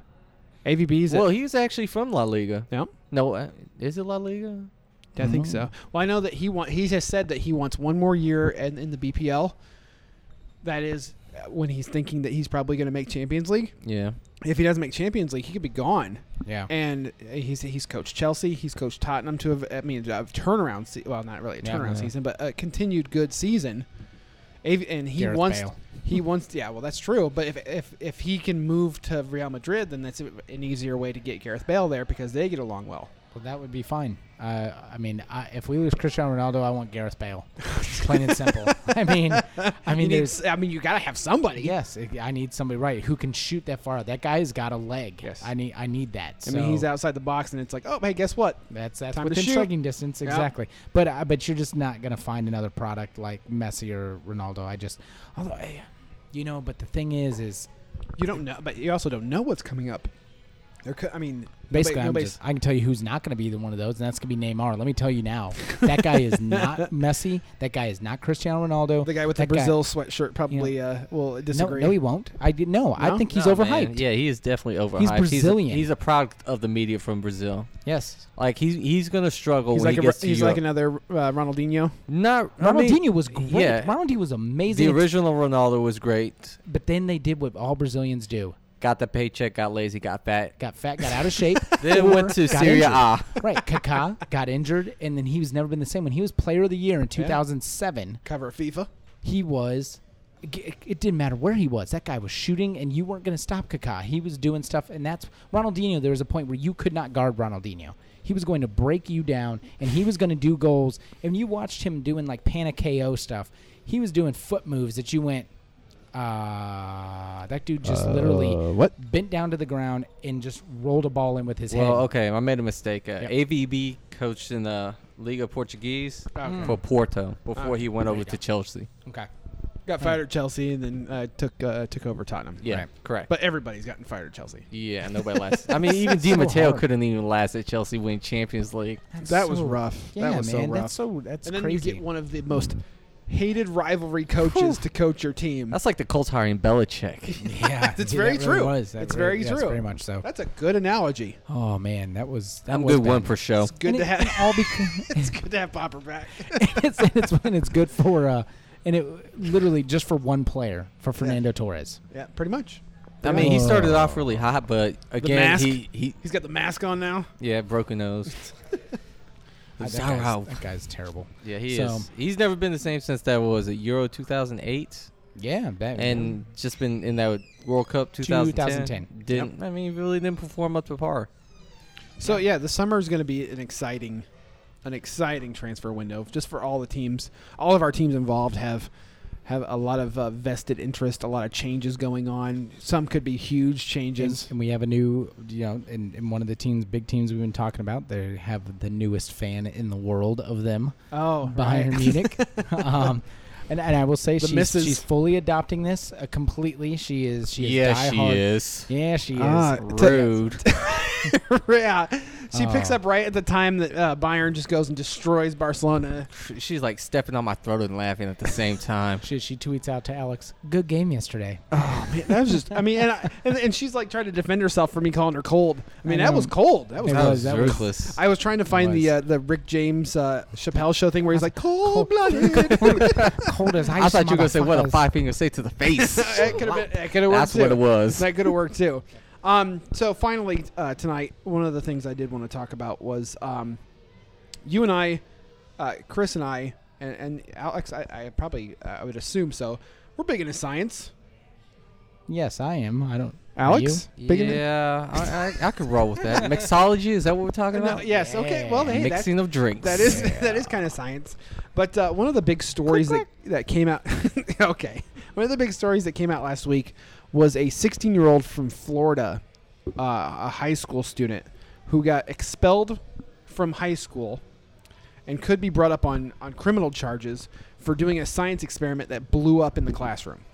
AVB's.
Well,
Well,
he was actually from La Liga.
Yep.
No, uh, is it La Liga?
I think
Mhm.
so.
Mm-hmm.
Well, I know that he want. He has said that he wants one more year in, in the BPL. That is uh, when he's thinking that he's probably going to make Champions League.
Yeah.
If he doesn't make Champions League, he could be gone.
yeah?
And uh, he's he's coached Chelsea, he's coached Tottenham to have I mean a turnaround se- well not really a
Yeah.
turnaround
Yeah.
season but a continued good season. Av- And he
Gareth
wants
Bale. [LAUGHS]
he wants yeah well that's true but if if if he can move to Real Madrid then that's an easier way to get Gareth Bale there because they get along well.
Well, that would be fine. Uh, I mean, I, if we lose Cristiano Ronaldo, I want
[LAUGHS]
Gareth Bale. Plain and simple. I mean, I
you
mean,
need
there's
s- I mean you gotta have somebody.
yes, I need somebody right who can shoot that far. That guy's got a leg.
Yes.
I need I need that.
I mean
So-
he's outside the box and it's like oh hey guess what
That's that's
Time to
within
shoot.
striking distance,
Yep.
exactly. But uh, but you're just not gonna find another product like Messi or Ronaldo. I just, although, eh, you know, but the thing is, is
you don't know but you also don't know what's coming up. There could, I mean
basically,
nobody,
I'm
nobody's
just, I can tell you who's not gonna be the one of those, and that's gonna be Neymar. Let me tell
[LAUGHS]
you now, that guy is not Messi. That guy is not Cristiano Ronaldo.
the guy with the
that guy-
Brazil sweatshirt probably uh, will
no,
disagree.
no, he won't. I did no. I
No?
think he's
No,
overhyped.
man. Yeah, he is definitely overhyped. a-
Brazilian.
He's a, product of the media from Brazil.
Yes,
Like he's he's gonna struggle
He's like,
when he
a,
gets to
he's
Europe.
like another uh, Ronaldinho.
Not I mean,
Ronaldinho was great.
yeah.
Ronaldinho was amazing.
The original Ronaldo was great.
but then they did what all Brazilians do:
Got the paycheck, got lazy, got fat.
got fat, got out of shape.
[LAUGHS] Then
or
went to
got
Syria
injured.
A.
Right, Kaká got injured, and then he was never been the same. When he was Player of the Year in 2007,
Cover of FIFA.
he was. It it didn't matter where he was. That guy was shooting, and you weren't going to stop Kaká. He was doing stuff, and that's Ronaldinho. There was a point where you could not guard Ronaldinho. He was going to break you down, and he was going to do goals. And you watched him doing like panic KO stuff. He was doing foot moves that you went, ah, that dude just literally
Uh, what? uh,
bent down to the ground and just rolled a ball in with his head.
Well, okay, I made a mistake. Uh,
Yep.
AVB coached in the Liga Portuguese
Okay.
for Porto before
Ah,
he went
there you
over
go.
to Chelsea.
okay.
Got fired at Chelsea and then uh, took uh, took over Tottenham.
Yeah,
Right.
correct.
But everybody's gotten fired at Chelsea.
yeah, nobody lasted. I
[LAUGHS]
mean, even Di
So
Matteo
hard.
couldn't even last at Chelsea winning Champions League.
That's
that was
so-
rough.
Yeah,
that was
man,
so rough.
that's so that's
and then
crazy.
you get one of the most hated rivalry coaches to coach your team.
That's like the Colts hiring [LAUGHS]
[LAUGHS]
Belichick.
yeah,
[LAUGHS] It's
dude,
very
that really
true.
was. That
It's
really-
very
yes,
true.
Very much so.
That's a good analogy.
Oh man, that was. That
I'm
was
good one
bad.
per show.
It's good
And
to
it-
[LAUGHS]
have.
all
[LAUGHS]
because
it's good to have Popper back.
[LAUGHS] it's and it's and it's good for uh, and it literally just for one player for Fernando Torres.
yeah, pretty much.
I mean, he started off really hot, but again,
mask?
he, he
He's got the mask on now.
yeah, broken
[LAUGHS]
nose.
Uh, that,
Zarao.
guy's, that guy's terrible.
Yeah, he
So-
is. He's never been the same since that what was it Euro 2008,
Yeah, that,
and just been in that World Cup 2010.
2010.
Didn't I mean he really didn't perform up to par.
So yeah, the summer is going to be an exciting, an exciting transfer window just for all the teams. All of our teams involved have have a lot of uh, vested interest, a lot of changes going on. Some could be huge
and,
changes.
and we have a new you know in, in one of the teams, big teams we've been talking about. They have the newest fan in the world of them.
Oh, [LAUGHS]
Bayern Munich. um, and, and I will say
The
she's,
missus.
she's fully adopting this uh, completely. She is. She is diehard.
is.
Yeah, she is.
Ah, [LAUGHS] t-
Rude.
yeah, she picks
Oh.
up right at the time that uh, Bayern just goes and destroys
[LAUGHS]
Barcelona.
[LAUGHS] She's like stepping on my throat and laughing at the same time.
she, she tweets out to Alex, "Good game
[LAUGHS]
yesterday."
Oh man, that was just. I mean, and, I, and and she's like trying to defend herself from me calling her cold. I mean,
I
that
know.
was cold. That was.
[LAUGHS] It
That
cold.
was-
was
that was-
ruthless.
I was trying to find the
was.
uh, the Rick James uh, Chappelle show thing where he's like cold blooded.
Cold as ice.
I thought you were gonna say what a
[LAUGHS]
motherfuckers." [LAUGHS]
five finger say to the face.
that could have been. That could have worked.
That's what
too.
it was.
That could have worked too. Um, so finally uh, tonight, one of the things I did want to talk about was um, you and I, uh, Chris and I, and, and Alex. I, I probably uh, I would assume so. We're big into science.
Yes, I am. I don't. are
Alex, big into.
yeah,
[LAUGHS]
I, I, I could roll with that. Mixology is that what we're talking
No,
about?
yes. Okay. Well, hey, that's,
Mixing of drinks.
that is [LAUGHS] that is kind of science. But uh, one of the big stories that that came out. [LAUGHS] okay, one of the big stories that came out last week was a 16 year old from Florida, uh, a high school student who got expelled from high school and could be brought up on on criminal charges for doing a science experiment that blew up in the classroom.
you?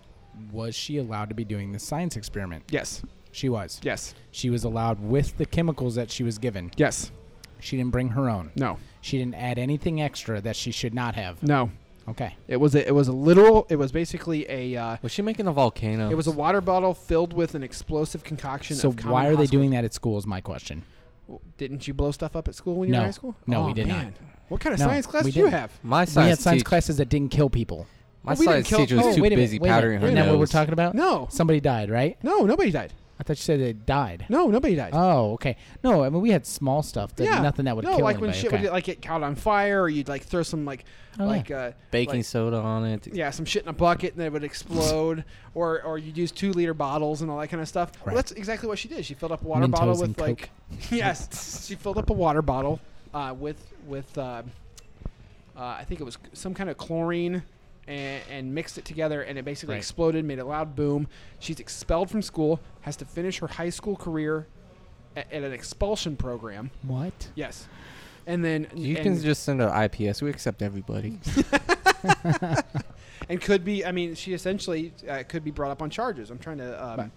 Was she allowed to be doing the science experiment?
Yes.
She was.
Yes.
She was allowed with the chemicals that she was given.
Yes.
She didn't bring her own.
No.
She didn't add anything extra that she should not have.
No.
Okay.
It was a, it was a literal. It was basically a. Uh,
[LAUGHS] Was she making a volcano?
it was a water bottle filled with an explosive concoction.
So
of common
why are they
hospital-
doing that at school? Is my question.
Well, Didn't you blow stuff up at school when you were in
No.
high school?
No,
Oh,
we did not.
man. What kind of
No,
science class
we
did you
didn't.
have?
my
we had
science,
science
teach-
classes that didn't kill people.
My
Well, we didn't
science
kill-
teacher was
oh,
too
wait a minute,
busy
wait a minute,
powdering her
Isn't that
nose.
what we're talking about?
No,
Somebody died, right?
no, nobody died.
I thought you said they died.
No, nobody died.
Oh, okay. No, I mean we had small stuff that
yeah,
nothing that would
no,
kill
like
anybody.
when shit
okay.
would like get caught on fire, or you'd like throw some like
Oh, yeah.
like uh,
Baking
like-
soda on it.
yeah, some shit in a bucket and it would explode, or or you'd use two liter bottles and all that kind of stuff. Well,
Right.
that's exactly what she did. She filled up a water
Mentos
bottle
and
with like, yes, [LAUGHS] she filled up a water bottle uh, with with uh, uh, I think it was some kind of chlorine. And, and mixed it together, and it basically
Right.
exploded, made a loud boom. She's expelled from school, has to finish her high school career at, at an expulsion program.
what?
Yes, and then
You
and,
can just send an IPS. We accept everybody.
and could be. I mean, she essentially uh, could be brought up on charges. I'm trying to um,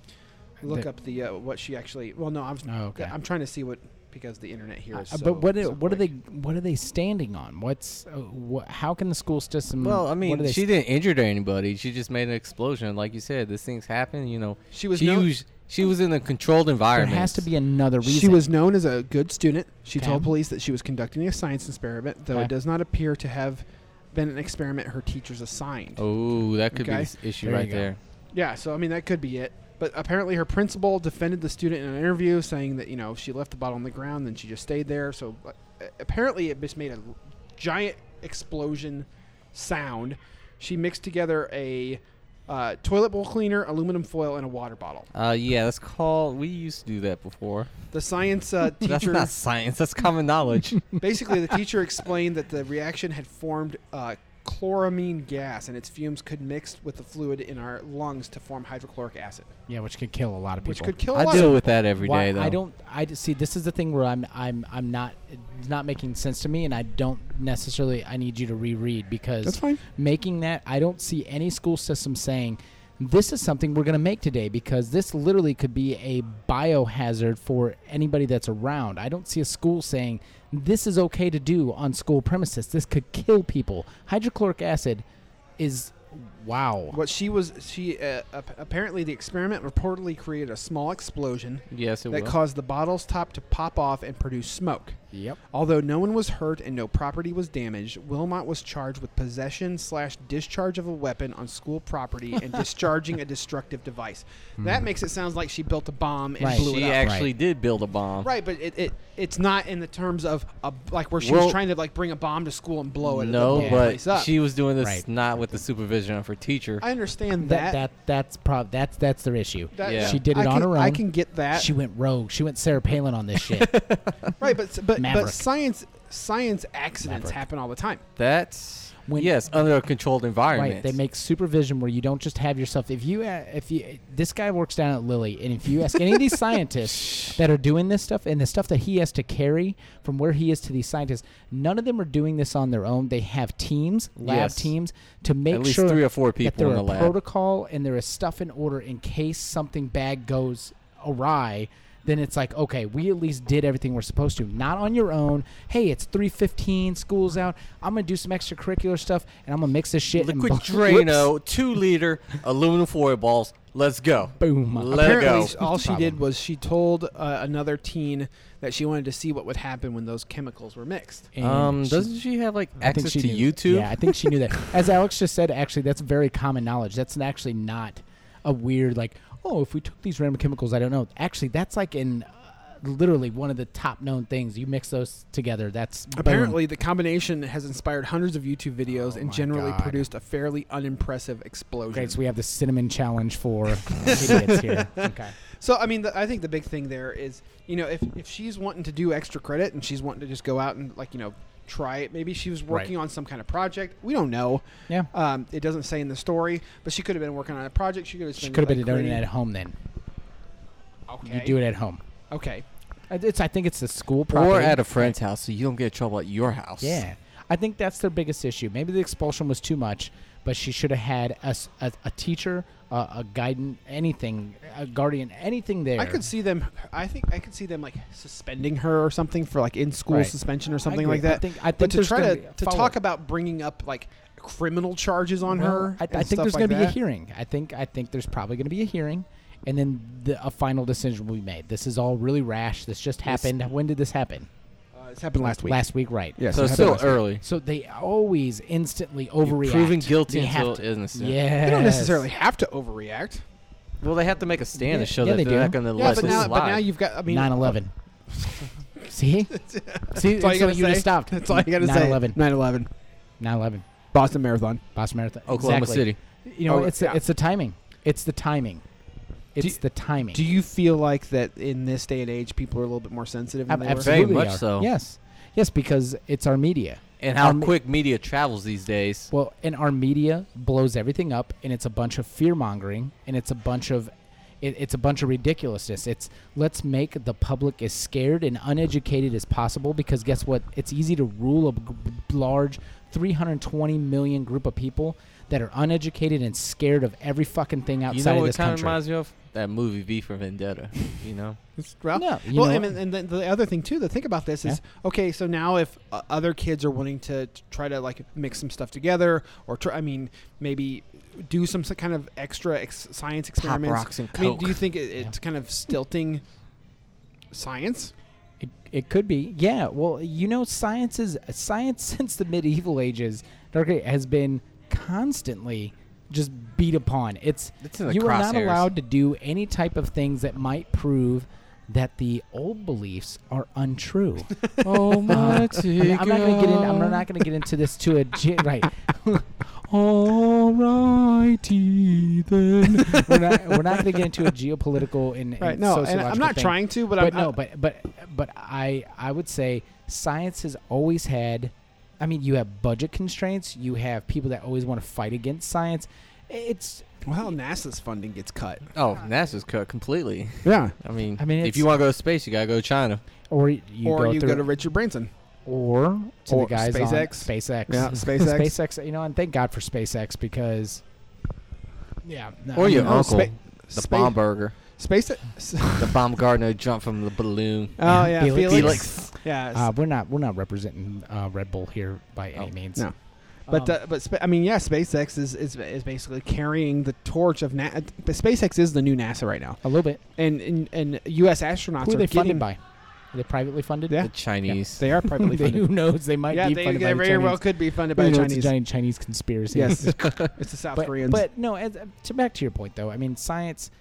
look
the-
up the uh, what she actually. Well, no, I'm
Oh, okay.
I'm trying to see what because the internet here is.
Uh,
so-
but what
so
are, what are they
quick.
what are they standing on? What's uh, wha how can the school system?
Well, I
what
mean,
are they
she
st-
didn't injure anybody. She just made an explosion. Like you said, this thing's happened. You know,
She was
she,
known-
was, she was in a controlled
There
environment.
has to be another reason.
She was known as a good student. She told
Okay.
police that she was conducting a science experiment, though
Okay.
it does not appear to have been an experiment her teachers assigned.
Oh, that could
Okay.
be this issue
There you
right
go.
there.
Yeah, so I mean that could be it. But apparently her principal defended the student in an interview, saying that you know she left the bottle on the ground, then she just stayed there. So uh, apparently it just made a l- giant explosion sound. She mixed together a uh, toilet bowl cleaner, aluminum foil, and a water bottle.
Uh, yeah, that's called. We used to do that before.
The science uh,
That's
teacher
not science. That's
[LAUGHS]
common knowledge.
basically the teacher explained that the reaction had formed uh, chloramine gas, and its fumes could mix with the fluid in our lungs to form hydrochloric acid,
yeah, which could kill a lot of people.
which could kill a
I
lot
deal
of
with that every day,
Why-
though.
I don't. I d- see. This is the thing where I'm. I'm. I'm not. It's not making sense to me, and I don't necessarily. I need you to reread because
That's fine.
making that. I don't see any school system saying this is something we're going to make today because this literally could be a biohazard for anybody that's around. I don't see a school saying this is okay to do on school premises. This could kill people. Hydrochloric acid is wow.
What she was, she uh, ap- apparently the experiment reportedly created a small explosion
Yes, it
that
will.
caused the bottle's top to pop off and produce smoke.
Yep.
Although no one was hurt and no property was damaged, Wilmot was charged with possession slash discharge of a weapon on school property
[LAUGHS]
and discharging a destructive device. That makes it sound like she built a bomb and
Right.
blew
Hmm. she
it up.
actually did build a bomb.
Right, but it, it it's not in the terms of a, like where she was
Well-
trying to like bring a bomb to school and blow it. and blow
No,
the place
but
up.
she was doing this
Right.
not with the supervision of her teacher.
I understand that.
That, that that's prob that's that's their issue.
That-
Yeah.
She did
I
it on
can,
her own.
I can get that.
She went rogue. She went Sarah Palin on this
[LAUGHS]
shit.
right, but but
Maverick.
but science science accidents
Maverick.
happen all the time.
That's
When-
yes, under a controlled environment.
right. They make supervision where you don't just have yourself. If you uh, if you this guy works down at Lilly, and if you ask any of
[LAUGHS]
these scientists that are doing this stuff and the stuff that he has to carry from where he is to these scientists, none of them are doing this on their own. They have teams, lab
Yes.
teams, to make
least
sure
three or four
that
people
there
in
are
the lab.
protocol and there is stuff in order in case something bad goes awry then it's like okay we at least did everything we're supposed to not on your own hey it's 3.15 school's out i'm gonna do some extracurricular stuff and i'm gonna mix this shit
liquid
and bu- Whoops.
Drano, two liter aluminum foil balls. Let's go.
boom
Let it
Apparently,
go.
all she did
Problem.
was she told uh, another teen that she wanted to see what would happen when those chemicals were mixed.
And
Um,
she-
doesn't she have like
I think
access
she
to
knew-
YouTube?
yeah i think
[LAUGHS]
she knew that as alex just said actually that's very common knowledge that's actually not a weird like oh, if we took these random chemicals, I don't know. Actually, that's like in uh, literally one of the top known things. You mix those together, that's boom.
Apparently, the combination has inspired hundreds of YouTube videos
Oh
and
my
generally
God.
produced a fairly unimpressive explosion.
Great, so we have the cinnamon
[LAUGHS]
challenge for idiots here. Okay.
So I mean, the, I think the big thing there is, you know, if if she's wanting to do extra credit and she's wanting to just go out and like you know try it, maybe she was working on some kind of project. We don't know.
Yeah.
Um, it doesn't say in the story, but she could have been working on a project. She could have.
She could have been doing it at
creating-
home then.
Okay.
You do it at home.
Okay.
It's I think it's the school property.
Or at a friend's house, so you don't get in trouble at your house.
Yeah, I think that's their biggest issue. Maybe the expulsion was too much, but she should have had a, s- a- a teacher, a, a guidance, anything, a guardian, anything there.
I could see them. I think I could see them like suspending her or something for like in school
Right.
suspension
I
or something
agree.
like that.
I think- I
but
think
to
there's
try
gonna
to
be a
to
follow-up.
talk about bringing up like criminal charges on
Well,
her.
I, I
and
think
stuff
there's
like
going to be a
that.
hearing. I think I think there's probably going to be a hearing, and then the, a final decision will be made. This is all really rash. This just happened. When did this happen?
Uh, it's happened last week.
Last week, right?
Yes,
So
it
it's
happened
still
last week.
early.
So they always instantly overreact.
proven guilty
They have
until
to-
innocent.
Yes.
They don't necessarily have to overreact.
Well, they have to make a stand
Yeah,
to show
yeah,
that
they
they are not
do.
going to
Yeah,
let
but
this
now,
slide.
but now you've got. I mean,
9/11.
[LAUGHS]
See, see,
That's all you
so
gotta
would have
say.
stopped.
That's all you gotta say.
9/11.
9/11.
9/11.
Boston Marathon.
Boston Marathon.
Oklahoma
Exactly.
City.
You know,
Oh,
it's
yeah.
the, it's the timing. It's the timing. It's
you-
the timing.
Do you feel like that in this day and age, people are a little bit more sensitive? Than
Ab-
they
Very
absolutely
much
are.
so.
Yes, yes, because it's our media.
And how
Um,
quick media travels these days.
Well, and our media blows everything up, and it's a bunch of fear mongering, and it's a bunch of, it, it's a bunch of ridiculousness. It's let's make the public as scared and uneducated as possible because guess what? It's easy to rule a g- large, 320 million group of people that are uneducated and scared of every fucking thing
You
outside
know
of
what
this
it kind of
country.
reminds me of? That movie V for Vendetta.
[LAUGHS]
You know?
were. Well,
No, you
well,
know
and,
what?
and then the other thing too to think about this is okay. So now, if uh, other kids are wanting to, to try to like mix some stuff together, or try, I mean, maybe do some s- kind of extra ex- science experiments.
rocks and
I mean, do
Coke.
you think it, it's kind of stilting science?
It, it could be. Yeah. Well, you know, science is science [LAUGHS] since the medieval ages. Dark Age has been constantly just beat upon. It's,
It's in the
you are not
crosshairs.
allowed to do any type of things that might prove that the old beliefs are [LAUGHS] untrue. Oh, Uh,
Almighty
I'm not gonna get in. I'm not gonna get into this [LAUGHS] to a G, right. Alrighty then. [LAUGHS] we're not. We're not gonna get into a geopolitical and, and
Right. No, and I'm
sociological
not
thing
trying to, but,
but
I'm uh,
no, but but but I I would say science has always had. I mean, you have budget constraints. You have people that always want to fight against science. It's
well, NASA's funding gets cut.
Oh, NASA's cut completely.
Yeah.
I mean,
I mean,
if
it's-
you want to go to space, you got to go to China.
or you, you
or
go
you
through,
go to Richard Branson.
or to
or
the guys on
SpaceX.
SpaceX.
Yeah, [LAUGHS] SpaceX.
SpaceX. You know, and thank God for SpaceX because. Yeah. no,
Or
I
your
mean,
no,
uncle.
spa-
the
spa-
bomb burger.
Space. [LAUGHS] Oh
The bomb gardener jumped from the balloon.
yeah, Felix.
Felix.
Felix.
Yeah.
Uh, we're not we're not representing uh, Red Bull here by any
Oh,
means.
no. but uh,
um,
the, but spa- I mean, yeah, SpaceX is, is is basically carrying the torch of Na- but SpaceX is the new NASA right now,
a little bit.
and and, and U.S. astronauts
Who are
are
they
getting
funded by? Are they privately funded?
Yeah.
The Chinese.
They are [LAUGHS]
[LAUGHS]
privately
They- who
funded.
knows? They might
yeah,
be
they,
funded
they
by the
very well
Chinese.
could be funded
Who
by the
knows?
Chinese.
It's a giant Chinese conspiracy. [LAUGHS]
Yes, it's the South
but,
Koreans.
but no. As, to back to your point, though, I mean, science.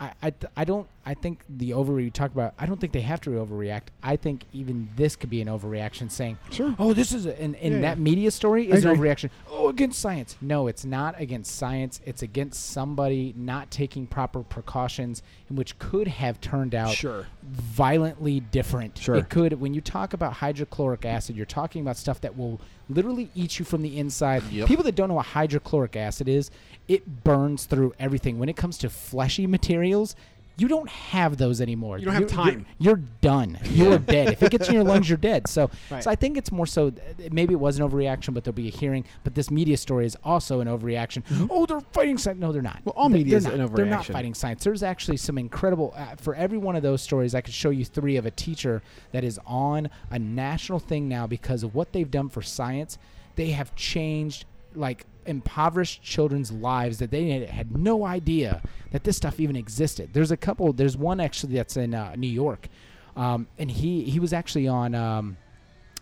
I, I, I don't I think the over you talk about I don't think they have to overreact. I think even this could be an overreaction saying,
sure.
"Oh, this is a, and, and
Yeah,
that
yeah.
media story
I
is an
agree.
overreaction." Oh, against science. No, it's not against science. It's against somebody not taking proper precautions and which could have turned out
Sure.
violently different.
Sure.
It could when you talk about hydrochloric acid, you're talking about stuff that will literally eat you from the inside.
Yep.
People that don't know what hydrochloric acid is, it burns through everything. When it comes to fleshy materials, you don't have those anymore.
You don't have
You're- you're-
time.
You're,
[LAUGHS]
done. You are dead. If it gets in your lungs, you're dead. So,
Right.
so I think it's more so. th- Maybe it was an overreaction, but there'll be a hearing. But this media story is also an overreaction.
Mm-hmm.
Oh, they're fighting science. No, they're not.
Well, all
Th-
media
they're
is
not.
an
They're not
overreaction.
fighting science. There's actually some incredible. Uh, for every one of those stories, I could show you three of a teacher that is on a national thing now because of what they've done for science. They have changed like impoverished children's lives that they had- had no idea that this stuff even existed. There's a couple. There's one actually that's in uh, New York, um, and he he was actually on. Um,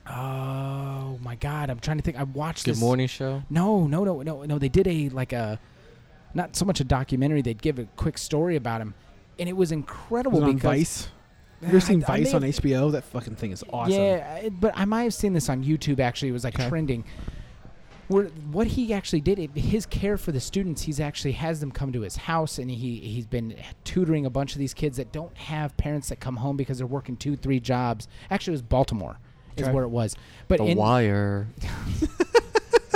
oh my God, I'm trying to think. I watched
Good
this.
morning show.
No, no, no, no, no. They did a like a not so much a documentary. They'd give a quick story about him, and it was incredible
Was it on
because
Vice. You're seeing
I- I may
Vice on
have-
HBO? That fucking thing is awesome.
Yeah, I- but I might have seen this on YouTube. Actually, it was like
Okay.
trending. Where what he actually did, it, his care for the students, he's actually has them come to his house, and he he's been tutoring a bunch of these kids that don't have parents that come home because they're working two, three jobs. Actually, it was Baltimore, is
Okay.
where it was. But
The
in,
Wire. [LAUGHS]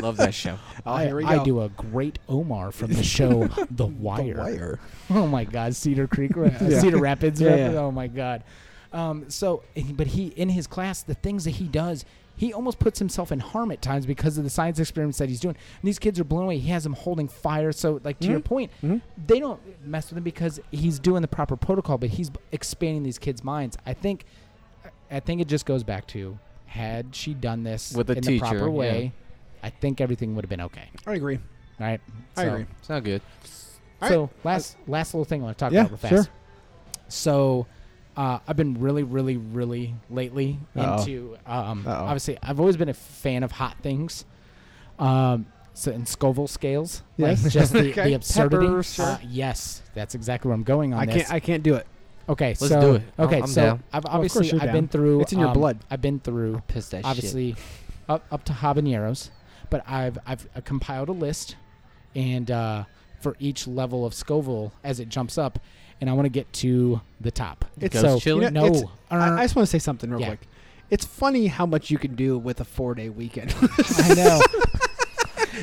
Love that show.
Oh,
I,
here we go.
I do a great Omar from
[LAUGHS]
the show The Wire.
Wire.
[LAUGHS] Oh my God, Cedar
[LAUGHS]
Creek, Ra-
Yeah.
Cedar Rapids.
Yeah,
Rapids.
yeah.
Oh my God. Um, so, but he in his class, the things that he does, he almost puts himself in harm at times because of the science experiments that he's doing. And these kids are blown away. He has them holding fire. So, like to your
Mm-hmm.
point, they don't mess with him because he's doing the proper protocol. But he's expanding these kids' minds. I think, I think it just goes back to had she done this
With a
in
teacher,
the proper
yeah.
way, I think everything would have been okay.
I agree.
All right.
I
So-
agree.
Sound good.
All
so last last little thing I want to talk
Yeah,
about real fast.
sure.
So uh, I've been really, really, really lately
Uh-oh.
into um,
Uh-oh.
obviously I've always been a fan of hot things. Um, so in Scoville scales,
Yes.
like
[LAUGHS]
just the,
Okay.
the absurdity.
Pepper, sure.
Uh, yes, that's exactly where I'm going on
I
this.
can't. I can't do it.
okay,
Let's
so
do it. I'm-
okay,
I'm
so
down.
I've
of course
obviously
you're
I've
down.
been through.
It's in your
um,
blood.
I've been through
Piss that
obviously up up to habaneros, but I've I've uh, compiled a list, and uh, for each level of Scoville as it jumps up, and I want to get to the top.
It's-
Ghost
so
chili?
You know,
no,
it's-
er,
I, I just want to say something real
Yeah.
quick. It's funny how much you can do with a four-day weekend.
I
[LAUGHS]
know.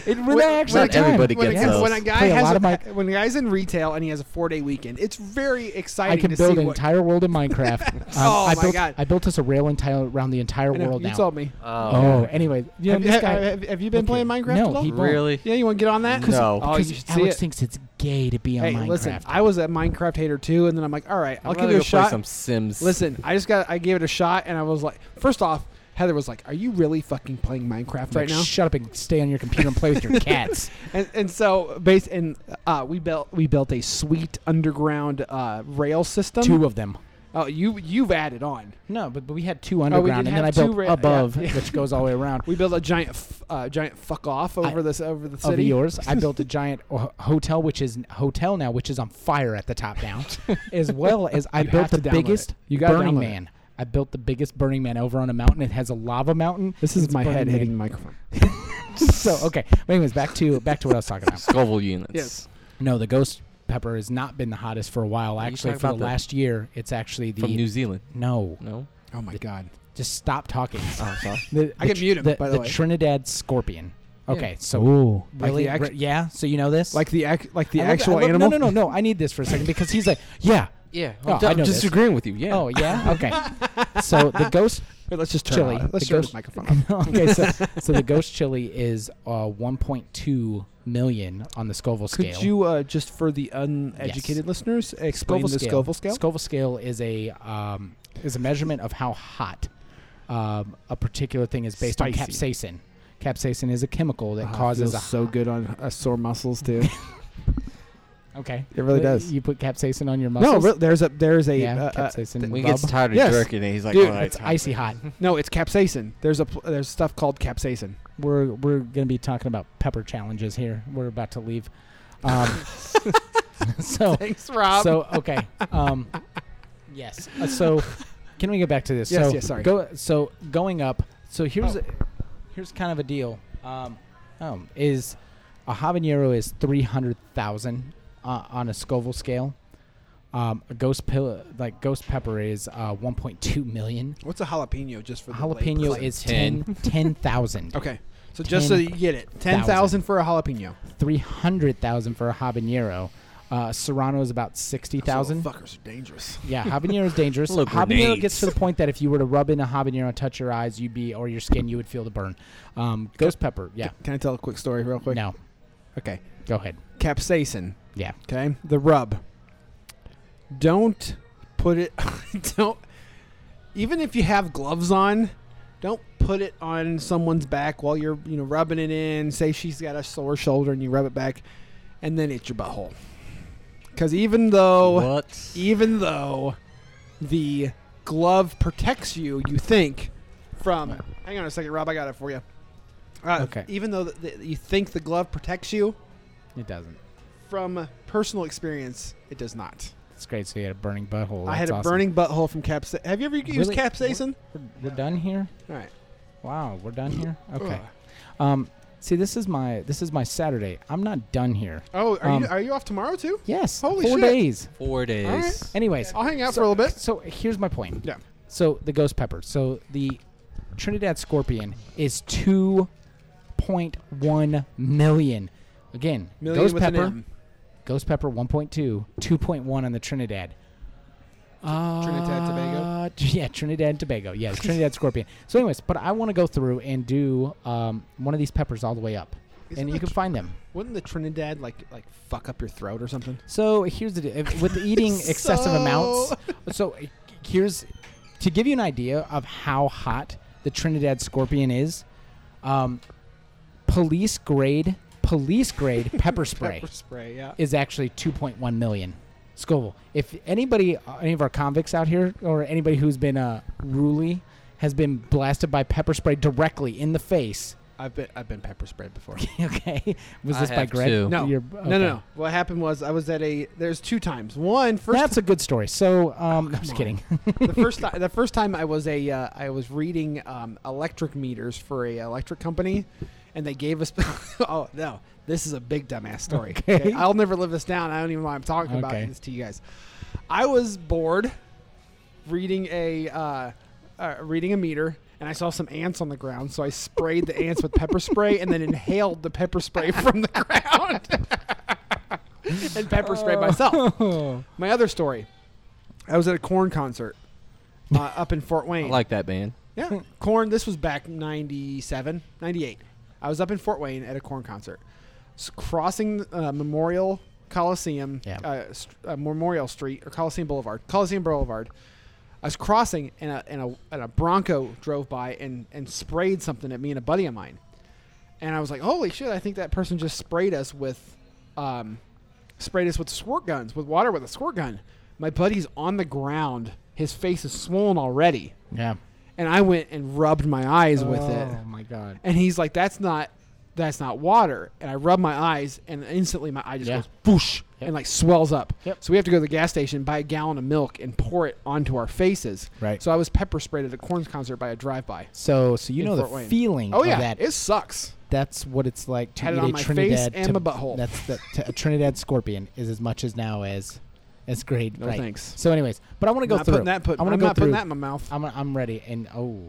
it really
When-
actually
when
Not everybody
when,
gets
a,
those.
when a guy
Play a
has
lot
a,
of my-
when a guy's in retail and he has a four-day weekend, it's very exciting.
I can
to
build
see
an
what,
entire world
[LAUGHS]
in Minecraft. Um,
Oh
I
my
built,
God.
I built us a rail entire around the entire
I know,
world
you
now.
told me.
oh, anyway, you know,
have,
this
have-
guy,
have- have you been
look
playing
here.
Minecraft
No,
at all?
he-
really?
yeah, you want to get on that?
No.
Oh, you
because
should see
Alex
it.
thinks it's gay to be on
Hey,
Minecraft.
listen, I was a Minecraft hater too, and then I'm like, all right, I'll
I'd
give
rather
it a
go play
shot.
Some Sims.
Listen, I just got I gave it a shot, and I was like, first off, Heather was like, "Are you really fucking playing Minecraft right
Like,
now?"
shut up and stay on your computer and play
[LAUGHS]
with your cats.
And, and so, based and uh, we built we built a sweet underground uh, rail system.
Two of them.
Oh, you you've added on.
No, but, but we had two
Oh, did
underground, and then I
have two
built
ra- yeah,
above,
yeah.
which goes all the way
[LAUGHS]
around.
We built a giant f- uh, giant fuck off over this over the
Of
city.
yours, I
[LAUGHS]
built a giant ho- hotel, which is hotel now, which is on fire at the
[LAUGHS]
top now, as well as I
You have
built the
to download
biggest
it. You gotta
Burning
download it.
Man. I built the biggest Burning Man over on a mountain. It has a lava mountain.
This is
It's
my
Burning
head
Man.
hitting the microphone.
so okay. But anyways, back to back to what I was talking about.
Scoville units.
Yes.
No, the ghost pepper has not been the hottest for a while.
you
Actually,
talking
for the
about the-
last year, it's actually the
From New Zealand.
no.
No?
Oh my god!
Just stop talking.
Oh, sorry.
The,
I
the
can mute him,
The,
by the way.
Trinidad Scorpion.
Yeah.
Okay, so
Like
really,
the act-
Re- yeah. So you know this,
Like the ac- like the
I love- I
actual
love-
animal.
No, no, no, no. I need this for a second
[LAUGHS]
because he's like, yeah.
Yeah.
Oh,
I'm, d-
I
I'm
know this.
disagreeing with you. Yeah.
Oh yeah. Okay. so the ghost [LAUGHS]
Wait, let's just turn
chili.
it on. Let's
the
turn
ghost
the
[LAUGHS]
microphone on.
okay. So so the ghost chili is uh 1.2 million on the Scoville scale.
Could you uh, just for the uneducated listeners explain
Scoville
the
scale.
Scoville scale?
Scoville scale is a um, is a measurement of how hot um, a particular thing is based on
Spicy.
capsaicin. Capsaicin is a chemical that
Ah,
causes a
feels so good on uh, sore muscles too.
Okay.
It really
Uh,
does.
You put capsaicin on
[LAUGHS]
your
no,
muscles.
re- there's a there's a
yeah,
uh, uh,
capsaicin.
When he
rub.
gets tired of
Yes.
jerking it, he's like,
Dude,
all right,
it's
time.
icy hot.
no, it's capsaicin. There's a pl- there's stuff called capsaicin.
We're we're gonna be talking about pepper challenges here. We're about to leave.
[LAUGHS]
Um, [LAUGHS] so
Thanks, Rob.
so okay. Um, yes. Uh, so can we get back to this?
Yes,
so
yes, sorry. Oh.
Go, so going up. So here's a, here's kind of a deal. Um, um, is a habanero is three hundred thousand uh, on a Scoville scale. Um, a ghost pill like ghost pepper is uh, one point two million.
What's a jalapeno just for the
Jalapeno
layperson?
is
Ten.
10
[LAUGHS]
10,000.
Okay. So just so
10,000.
you get it, ten thousand for a jalapeno.
300,000 for a habanero. Uh, Serrano is about 60,000.
Those little Fuckers are dangerous.
Yeah,
[LAUGHS]
habanero is dangerous.
Little
habanero
grenades.
gets to the point that if you were to rub in a habanero and touch your eyes, you'd be or your skin, you would feel the burn. Um, ghost pepper, yeah.
Can I tell a quick story real quick?
No,
Okay.
go ahead.
Capsaicin.
Yeah,
Okay. The rub. Don't put it. [LAUGHS] don't. Even if you have gloves on, don't put it on someone's back while you're you know rubbing it in. Say she's got a sore shoulder and you rub it back, and then it's your butthole. Because even though
What?
even though the glove protects you, you think from. Hang on a second, Rob. I got it for you. Uh,
Okay.
Even though th- th- you think the glove protects you,
it doesn't.
from personal experience, it does not.
It's great. So you had a burning butthole.
I had
That's
a
awesome.
burning butthole from capsaicin. Have you ever used
Really?
capsaicin?
We're, we're done here.
All right.
Wow, we're done here. Okay. Um, see, this is my this is my Saturday. I'm not done here.
Oh, are,
Um,
you, are you off tomorrow too?
Yes.
Holy
four
shit.
days.
Four days.
right.
Anyways,
I'll hang out for a little bit.
so here's my point.
Yeah.
So the Ghost Pepper. So the Trinidad Scorpion is two point one million. Again,
Million
Ghost
with an
Pepper.
M.
Ghost Pepper 1.2, 2.1 on the Trinidad.
Trinidad, Tobago?
Uh, [LAUGHS] Yeah, Trinidad and Tobago. Yeah, Trinidad Scorpion. So, anyways, but I want to go through and do um, one of these peppers all the way up,
Isn't
and you
that
can
tr-
find them.
Wouldn't the Trinidad like like fuck up your throat or something?
So here's the d-
[LAUGHS]
if- with eating excessive amounts. So uh, here's to give you an idea of how hot the Trinidad Scorpion is. Um, police grade,
[LAUGHS]
police grade pepper spray.
Pepper spray, yeah.
is actually 2.1 million. Scoville. If anybody, any of our convicts out here, or anybody who's been uh, ruly, has been blasted by pepper spray directly in the face. [LAUGHS]
I've been I've been pepper sprayed [LAUGHS] before.
Okay, was
I
this by
have
Greg?
too.
No,
You're-
no, no,
okay.
no. What happened was I was at a. There's two times. One first. Oh,
That's a good story. So, um, I'm just
on.
kidding. [LAUGHS]
the first time, the first time I was a uh, I was reading um, electric meters for a electric company, and they gave us. [LAUGHS] oh no, this is a big dumbass story.
Okay.
I'll never live this down. I don't even know why I'm talking about
Okay.
this to you guys. I was bored reading a uh, uh, reading a meter. And I saw some ants on the ground, so I sprayed the ants with pepper spray and then inhaled the pepper spray from the [LAUGHS] ground and pepper sprayed myself. My other story I was at a corn concert uh, up in Fort
I
Wayne.
[LAUGHS] like that band.
yeah, corn. Hmm. This was back 97, 98. I was up in Fort Wayne at a corn concert. S- crossing uh, Memorial Coliseum,
Yeah.
uh, st- uh, Memorial Street, or Coliseum Boulevard. Coliseum Boulevard. I was crossing, and a, and a, and a Bronco drove by and, and sprayed something at me and a buddy of mine. And I was like, holy shit, I think that person just sprayed us with. Um, sprayed us with squirt guns, with water with a squirt gun. My buddy's on the ground. His face is swollen already.
yeah.
And I went and rubbed my eyes with it.
Oh my god.
And he's like, that's not that's not water. And I rub my eyes and instantly my eye just
Yeah.
goes boosh
Yep.
and like swells up.
Yep.
So we have to go to the gas station, buy a gallon of milk and pour it onto our faces.
Right.
So I was pepper sprayed at a corn concert by a drive by.
So, so you
In
know the
Fort Wayne.
feeling
Oh yeah.
of that.
It sucks.
that's what it's like to
Had it
eat
on
a
my face
Trinidad
and
to-
my butthole.
That's the, to, a Trinidad scorpion is as much as now as as grade.
No
right.
thanks.
So, anyways, but I want to go
not
through.
putting that put,
I want to
I'm
go
not
through.
putting that in my mouth.
I'm I'm ready and oh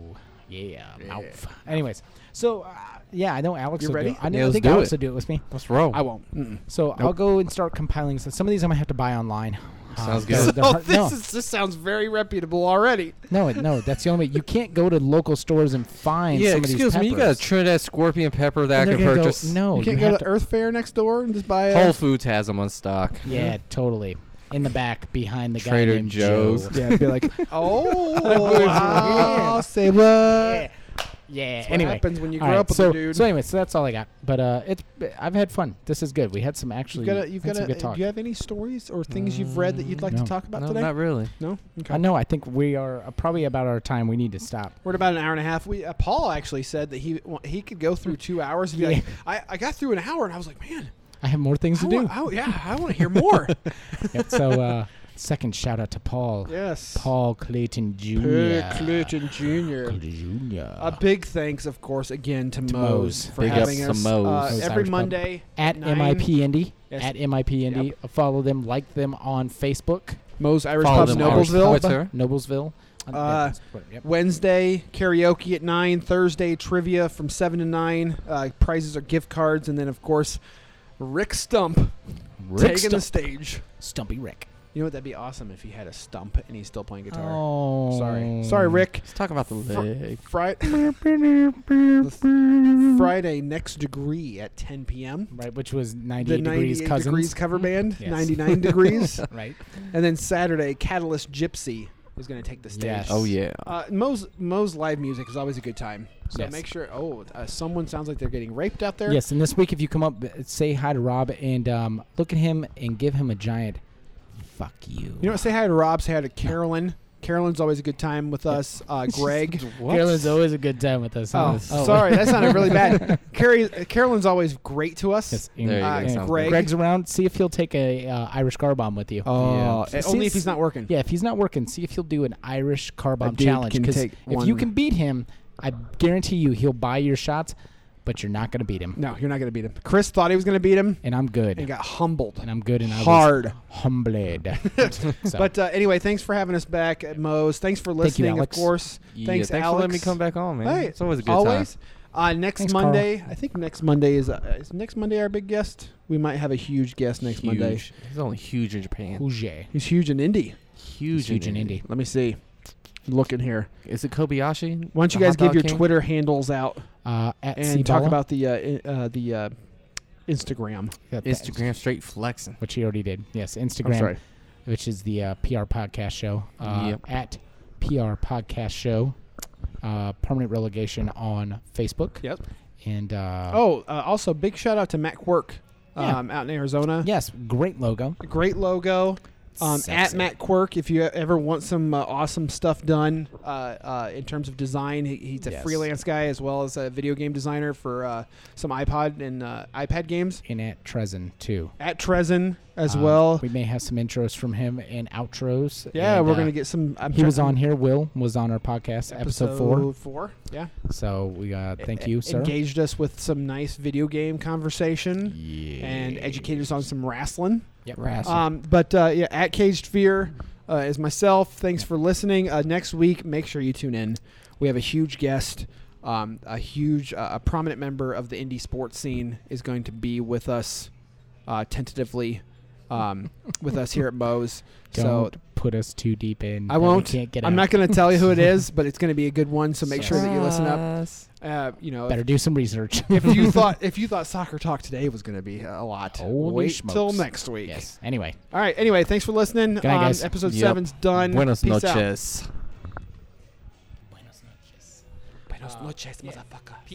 yeah, mouth. Anyways, so uh, yeah, I know Alex.
You
will Do
ready?
it. I, know,
Yeah,
I
let's
think
do
Alex
it.
will do it with me.
Let's roll.
I won't. [LAUGHS] Mm-mm.
So I'll go and start compiling. So some of these I'm gonna have to buy online. Uh, [SIGHS]
Sounds
they're-
good.
they're
Oh, [LAUGHS]
hard-
this
no,
is this sounds very reputable already.
no, no, that's the only way. You can't go to local stores and find.
yeah,
some of these
excuse me. You got a
peppers.
Trinidad scorpion pepper that
And
I
they're
can
gonna go,
purchase.
no,
you can't
Oh, have
go to Earth Fair next door and just buy a
Whole Foods has them on stock.
Yeah, totally. In the back, behind the
Trader
guy named
Joe's.
Joe.
Yeah, it'd be like,
[LAUGHS]
oh,
Weird.
wow, say what? Yeah.
Yeah.
what
anyway,
happens when you
All
grow up with a
so,
dude.
So anyway, so that's all I got. But uh, it's I've had fun. This is good. We had some
You've
actually.
got a, you've
had
got
some
a,
good talk.
do you have any stories or things you've read that you'd like
no.
to talk about
No,
today?
not really.
no? Okay.
I know. I think we are uh, probably about our time. We need to stop.
We're at about an hour and a half. We uh, Paul actually said that he wa- he could go through two hours. And be [LAUGHS]
Yeah.
like, I, I got through an hour and I was like, man,
I have more things
I
to do.
want, I, yeah, I want to hear more.
Yep, so uh, second shout out to Paul.
[LAUGHS] yes.
Paul Clayton Jr.
P. Clinton Jr.
Clayton Jr.
A big thanks, of course, again to,
Moe's.
Moe's for
Big ups
having
to
us
Moe's.
Uh,
Moe's
every
Irish Pub.
Monday
at
nine-
MIP Indy.
Yes.
At MIP Indy. Follow them. Like them on Facebook.
Moe's Irish
Follow
Pub,
them on
Noblesville.
Twitter.
Noblesville. On-
Uh,
yep.
Wednesday karaoke at nine. Thursday trivia from seven to nine. Uh, prizes are gift cards, and then of course, Rick Stump taking the
Stump.
stage.
Stumpy Rick.
You know what? That'd be awesome if he had a stump and he's still playing guitar.
Oh,
Sorry, sorry, Rick.
Let's talk about the leg.
Friday, Friday next degree at 10 p.m.
Right, which was
The
98
98
degrees cousins.
degrees cover band,
Yes.
99
[LAUGHS]
degrees,
Right.
and then Saturday Catalyst Gypsy is going to take the stage.
Yes.
Oh yeah.
Uh, Moe's Moe's live music is always a good time. So
Yes.
make sure. Oh, uh, someone sounds like they're getting raped out there.
Yes, and this week if you come up, uh, say hi to Rob and um, look at him and give him a giant fuck you.
You know what? Say hi to Rob. Say hi to Carolyn. Carolyn's always a good time with
[LAUGHS]
us. Uh, Greg.
Carolyn's always a good time with us.
Oh,
[LAUGHS]
sorry, that sounded really bad. Carrie, uh, Carolyn's always great to us.
Yes,
There you
uh,
Uh,
go. sounds
Greg.
good.
Greg's around. See if he'll take a uh, Irish car bomb with you.
Oh,
Yeah.
and only if he's not working.
Yeah, if he's not working, see if he'll do an Irish car bomb
dude
challenge.
can
Because
take
if
one-
you can beat him, I guarantee you he'll buy your shots, but you're not going to beat him.
No, you're not going to beat him. Chris thought he was going to beat him
And I'm good.
and got humbled.
and I'm good. And I was
Hard. [LAUGHS]
humbled. [LAUGHS] So,
But uh, anyway, thanks for having us back, at Moe's. Thanks for
you,
listening,
Alex.
of course.
Yeah,
thanks,
thanks
Alex.
for letting me come back on, man.
Hey,
it's always a good
always.
time.
Uh, next
Thanks, Carl.
Monday, I think next Monday is, uh, is next Monday our big guest. We might have a huge guest next Monday.
Huge. He's only huge in Japan.
Rouget.
He's huge in Indy.
Huge,
huge in Indy.
Let me see. I'm looking here.
Is it Kobayashi?
Why don't you
The
guys
hot dog
give your
king?
Twitter handles out
Uh, at
and talk
Cibala.
about the uh, i- uh, the uh, Instagram?
Yeah, that-
Instagram straight flexing.
which he already did. Yes,
I'm
Instagram,
sorry.
which is the uh, PR podcast show. Uh,
Yep.
At PR podcast show. Uh, permanent relegation on Facebook.
Yep.
And uh,
Oh, uh, also big shout out to Matt Quirk,
Yeah.
um, out in Arizona.
yes, great logo.
Great logo. Um, at
Sexy.
Matt Quirk, if you ever want some uh, awesome stuff done uh, uh, in terms of design, he, he's a
Yes.
freelance guy as well as a video game designer for uh, some iPod and uh, iPad games.
and at Trezin too.
At Trezin as
Um,
well.
we may have some intros from him and outros.
yeah,
and,
we're
uh,
gonna get some. I'm
He was
trying-
on here. Will was on our podcast episode, four.
Four. Yeah.
So we uh, thank you,
E-
sir.
Engaged us with some nice video game conversation
Yeah.
and educated us on some wrestling.
Yep.
Um, but uh, yeah, at Caged Fear uh, is myself. Thanks for listening. Uh, next week, make sure you tune in. We have a huge guest, um, a huge, uh, a prominent member of the indie sports scene is going to be with us, uh, tentatively, um, with us here at Moe's. So
[LAUGHS] Don't put us too deep in.
I
that we
won't.
Can't get
I'm
out.
not going to tell you who
[LAUGHS]
it is, but it's going to be a good one. So make sure that you listen up. Uh, you know,
Better do some research.
if you thought if you thought soccer talk today was going to be a lot,
[LAUGHS] Holy
wait
smokes.
till next week.
yes. Anyway.
All right. Anyway, thanks for listening.
Good night,
um,
guys.
Episode
Yep.
seven's done.
Buenos
Peace out.
noches.
Buenos noches, motherfucker.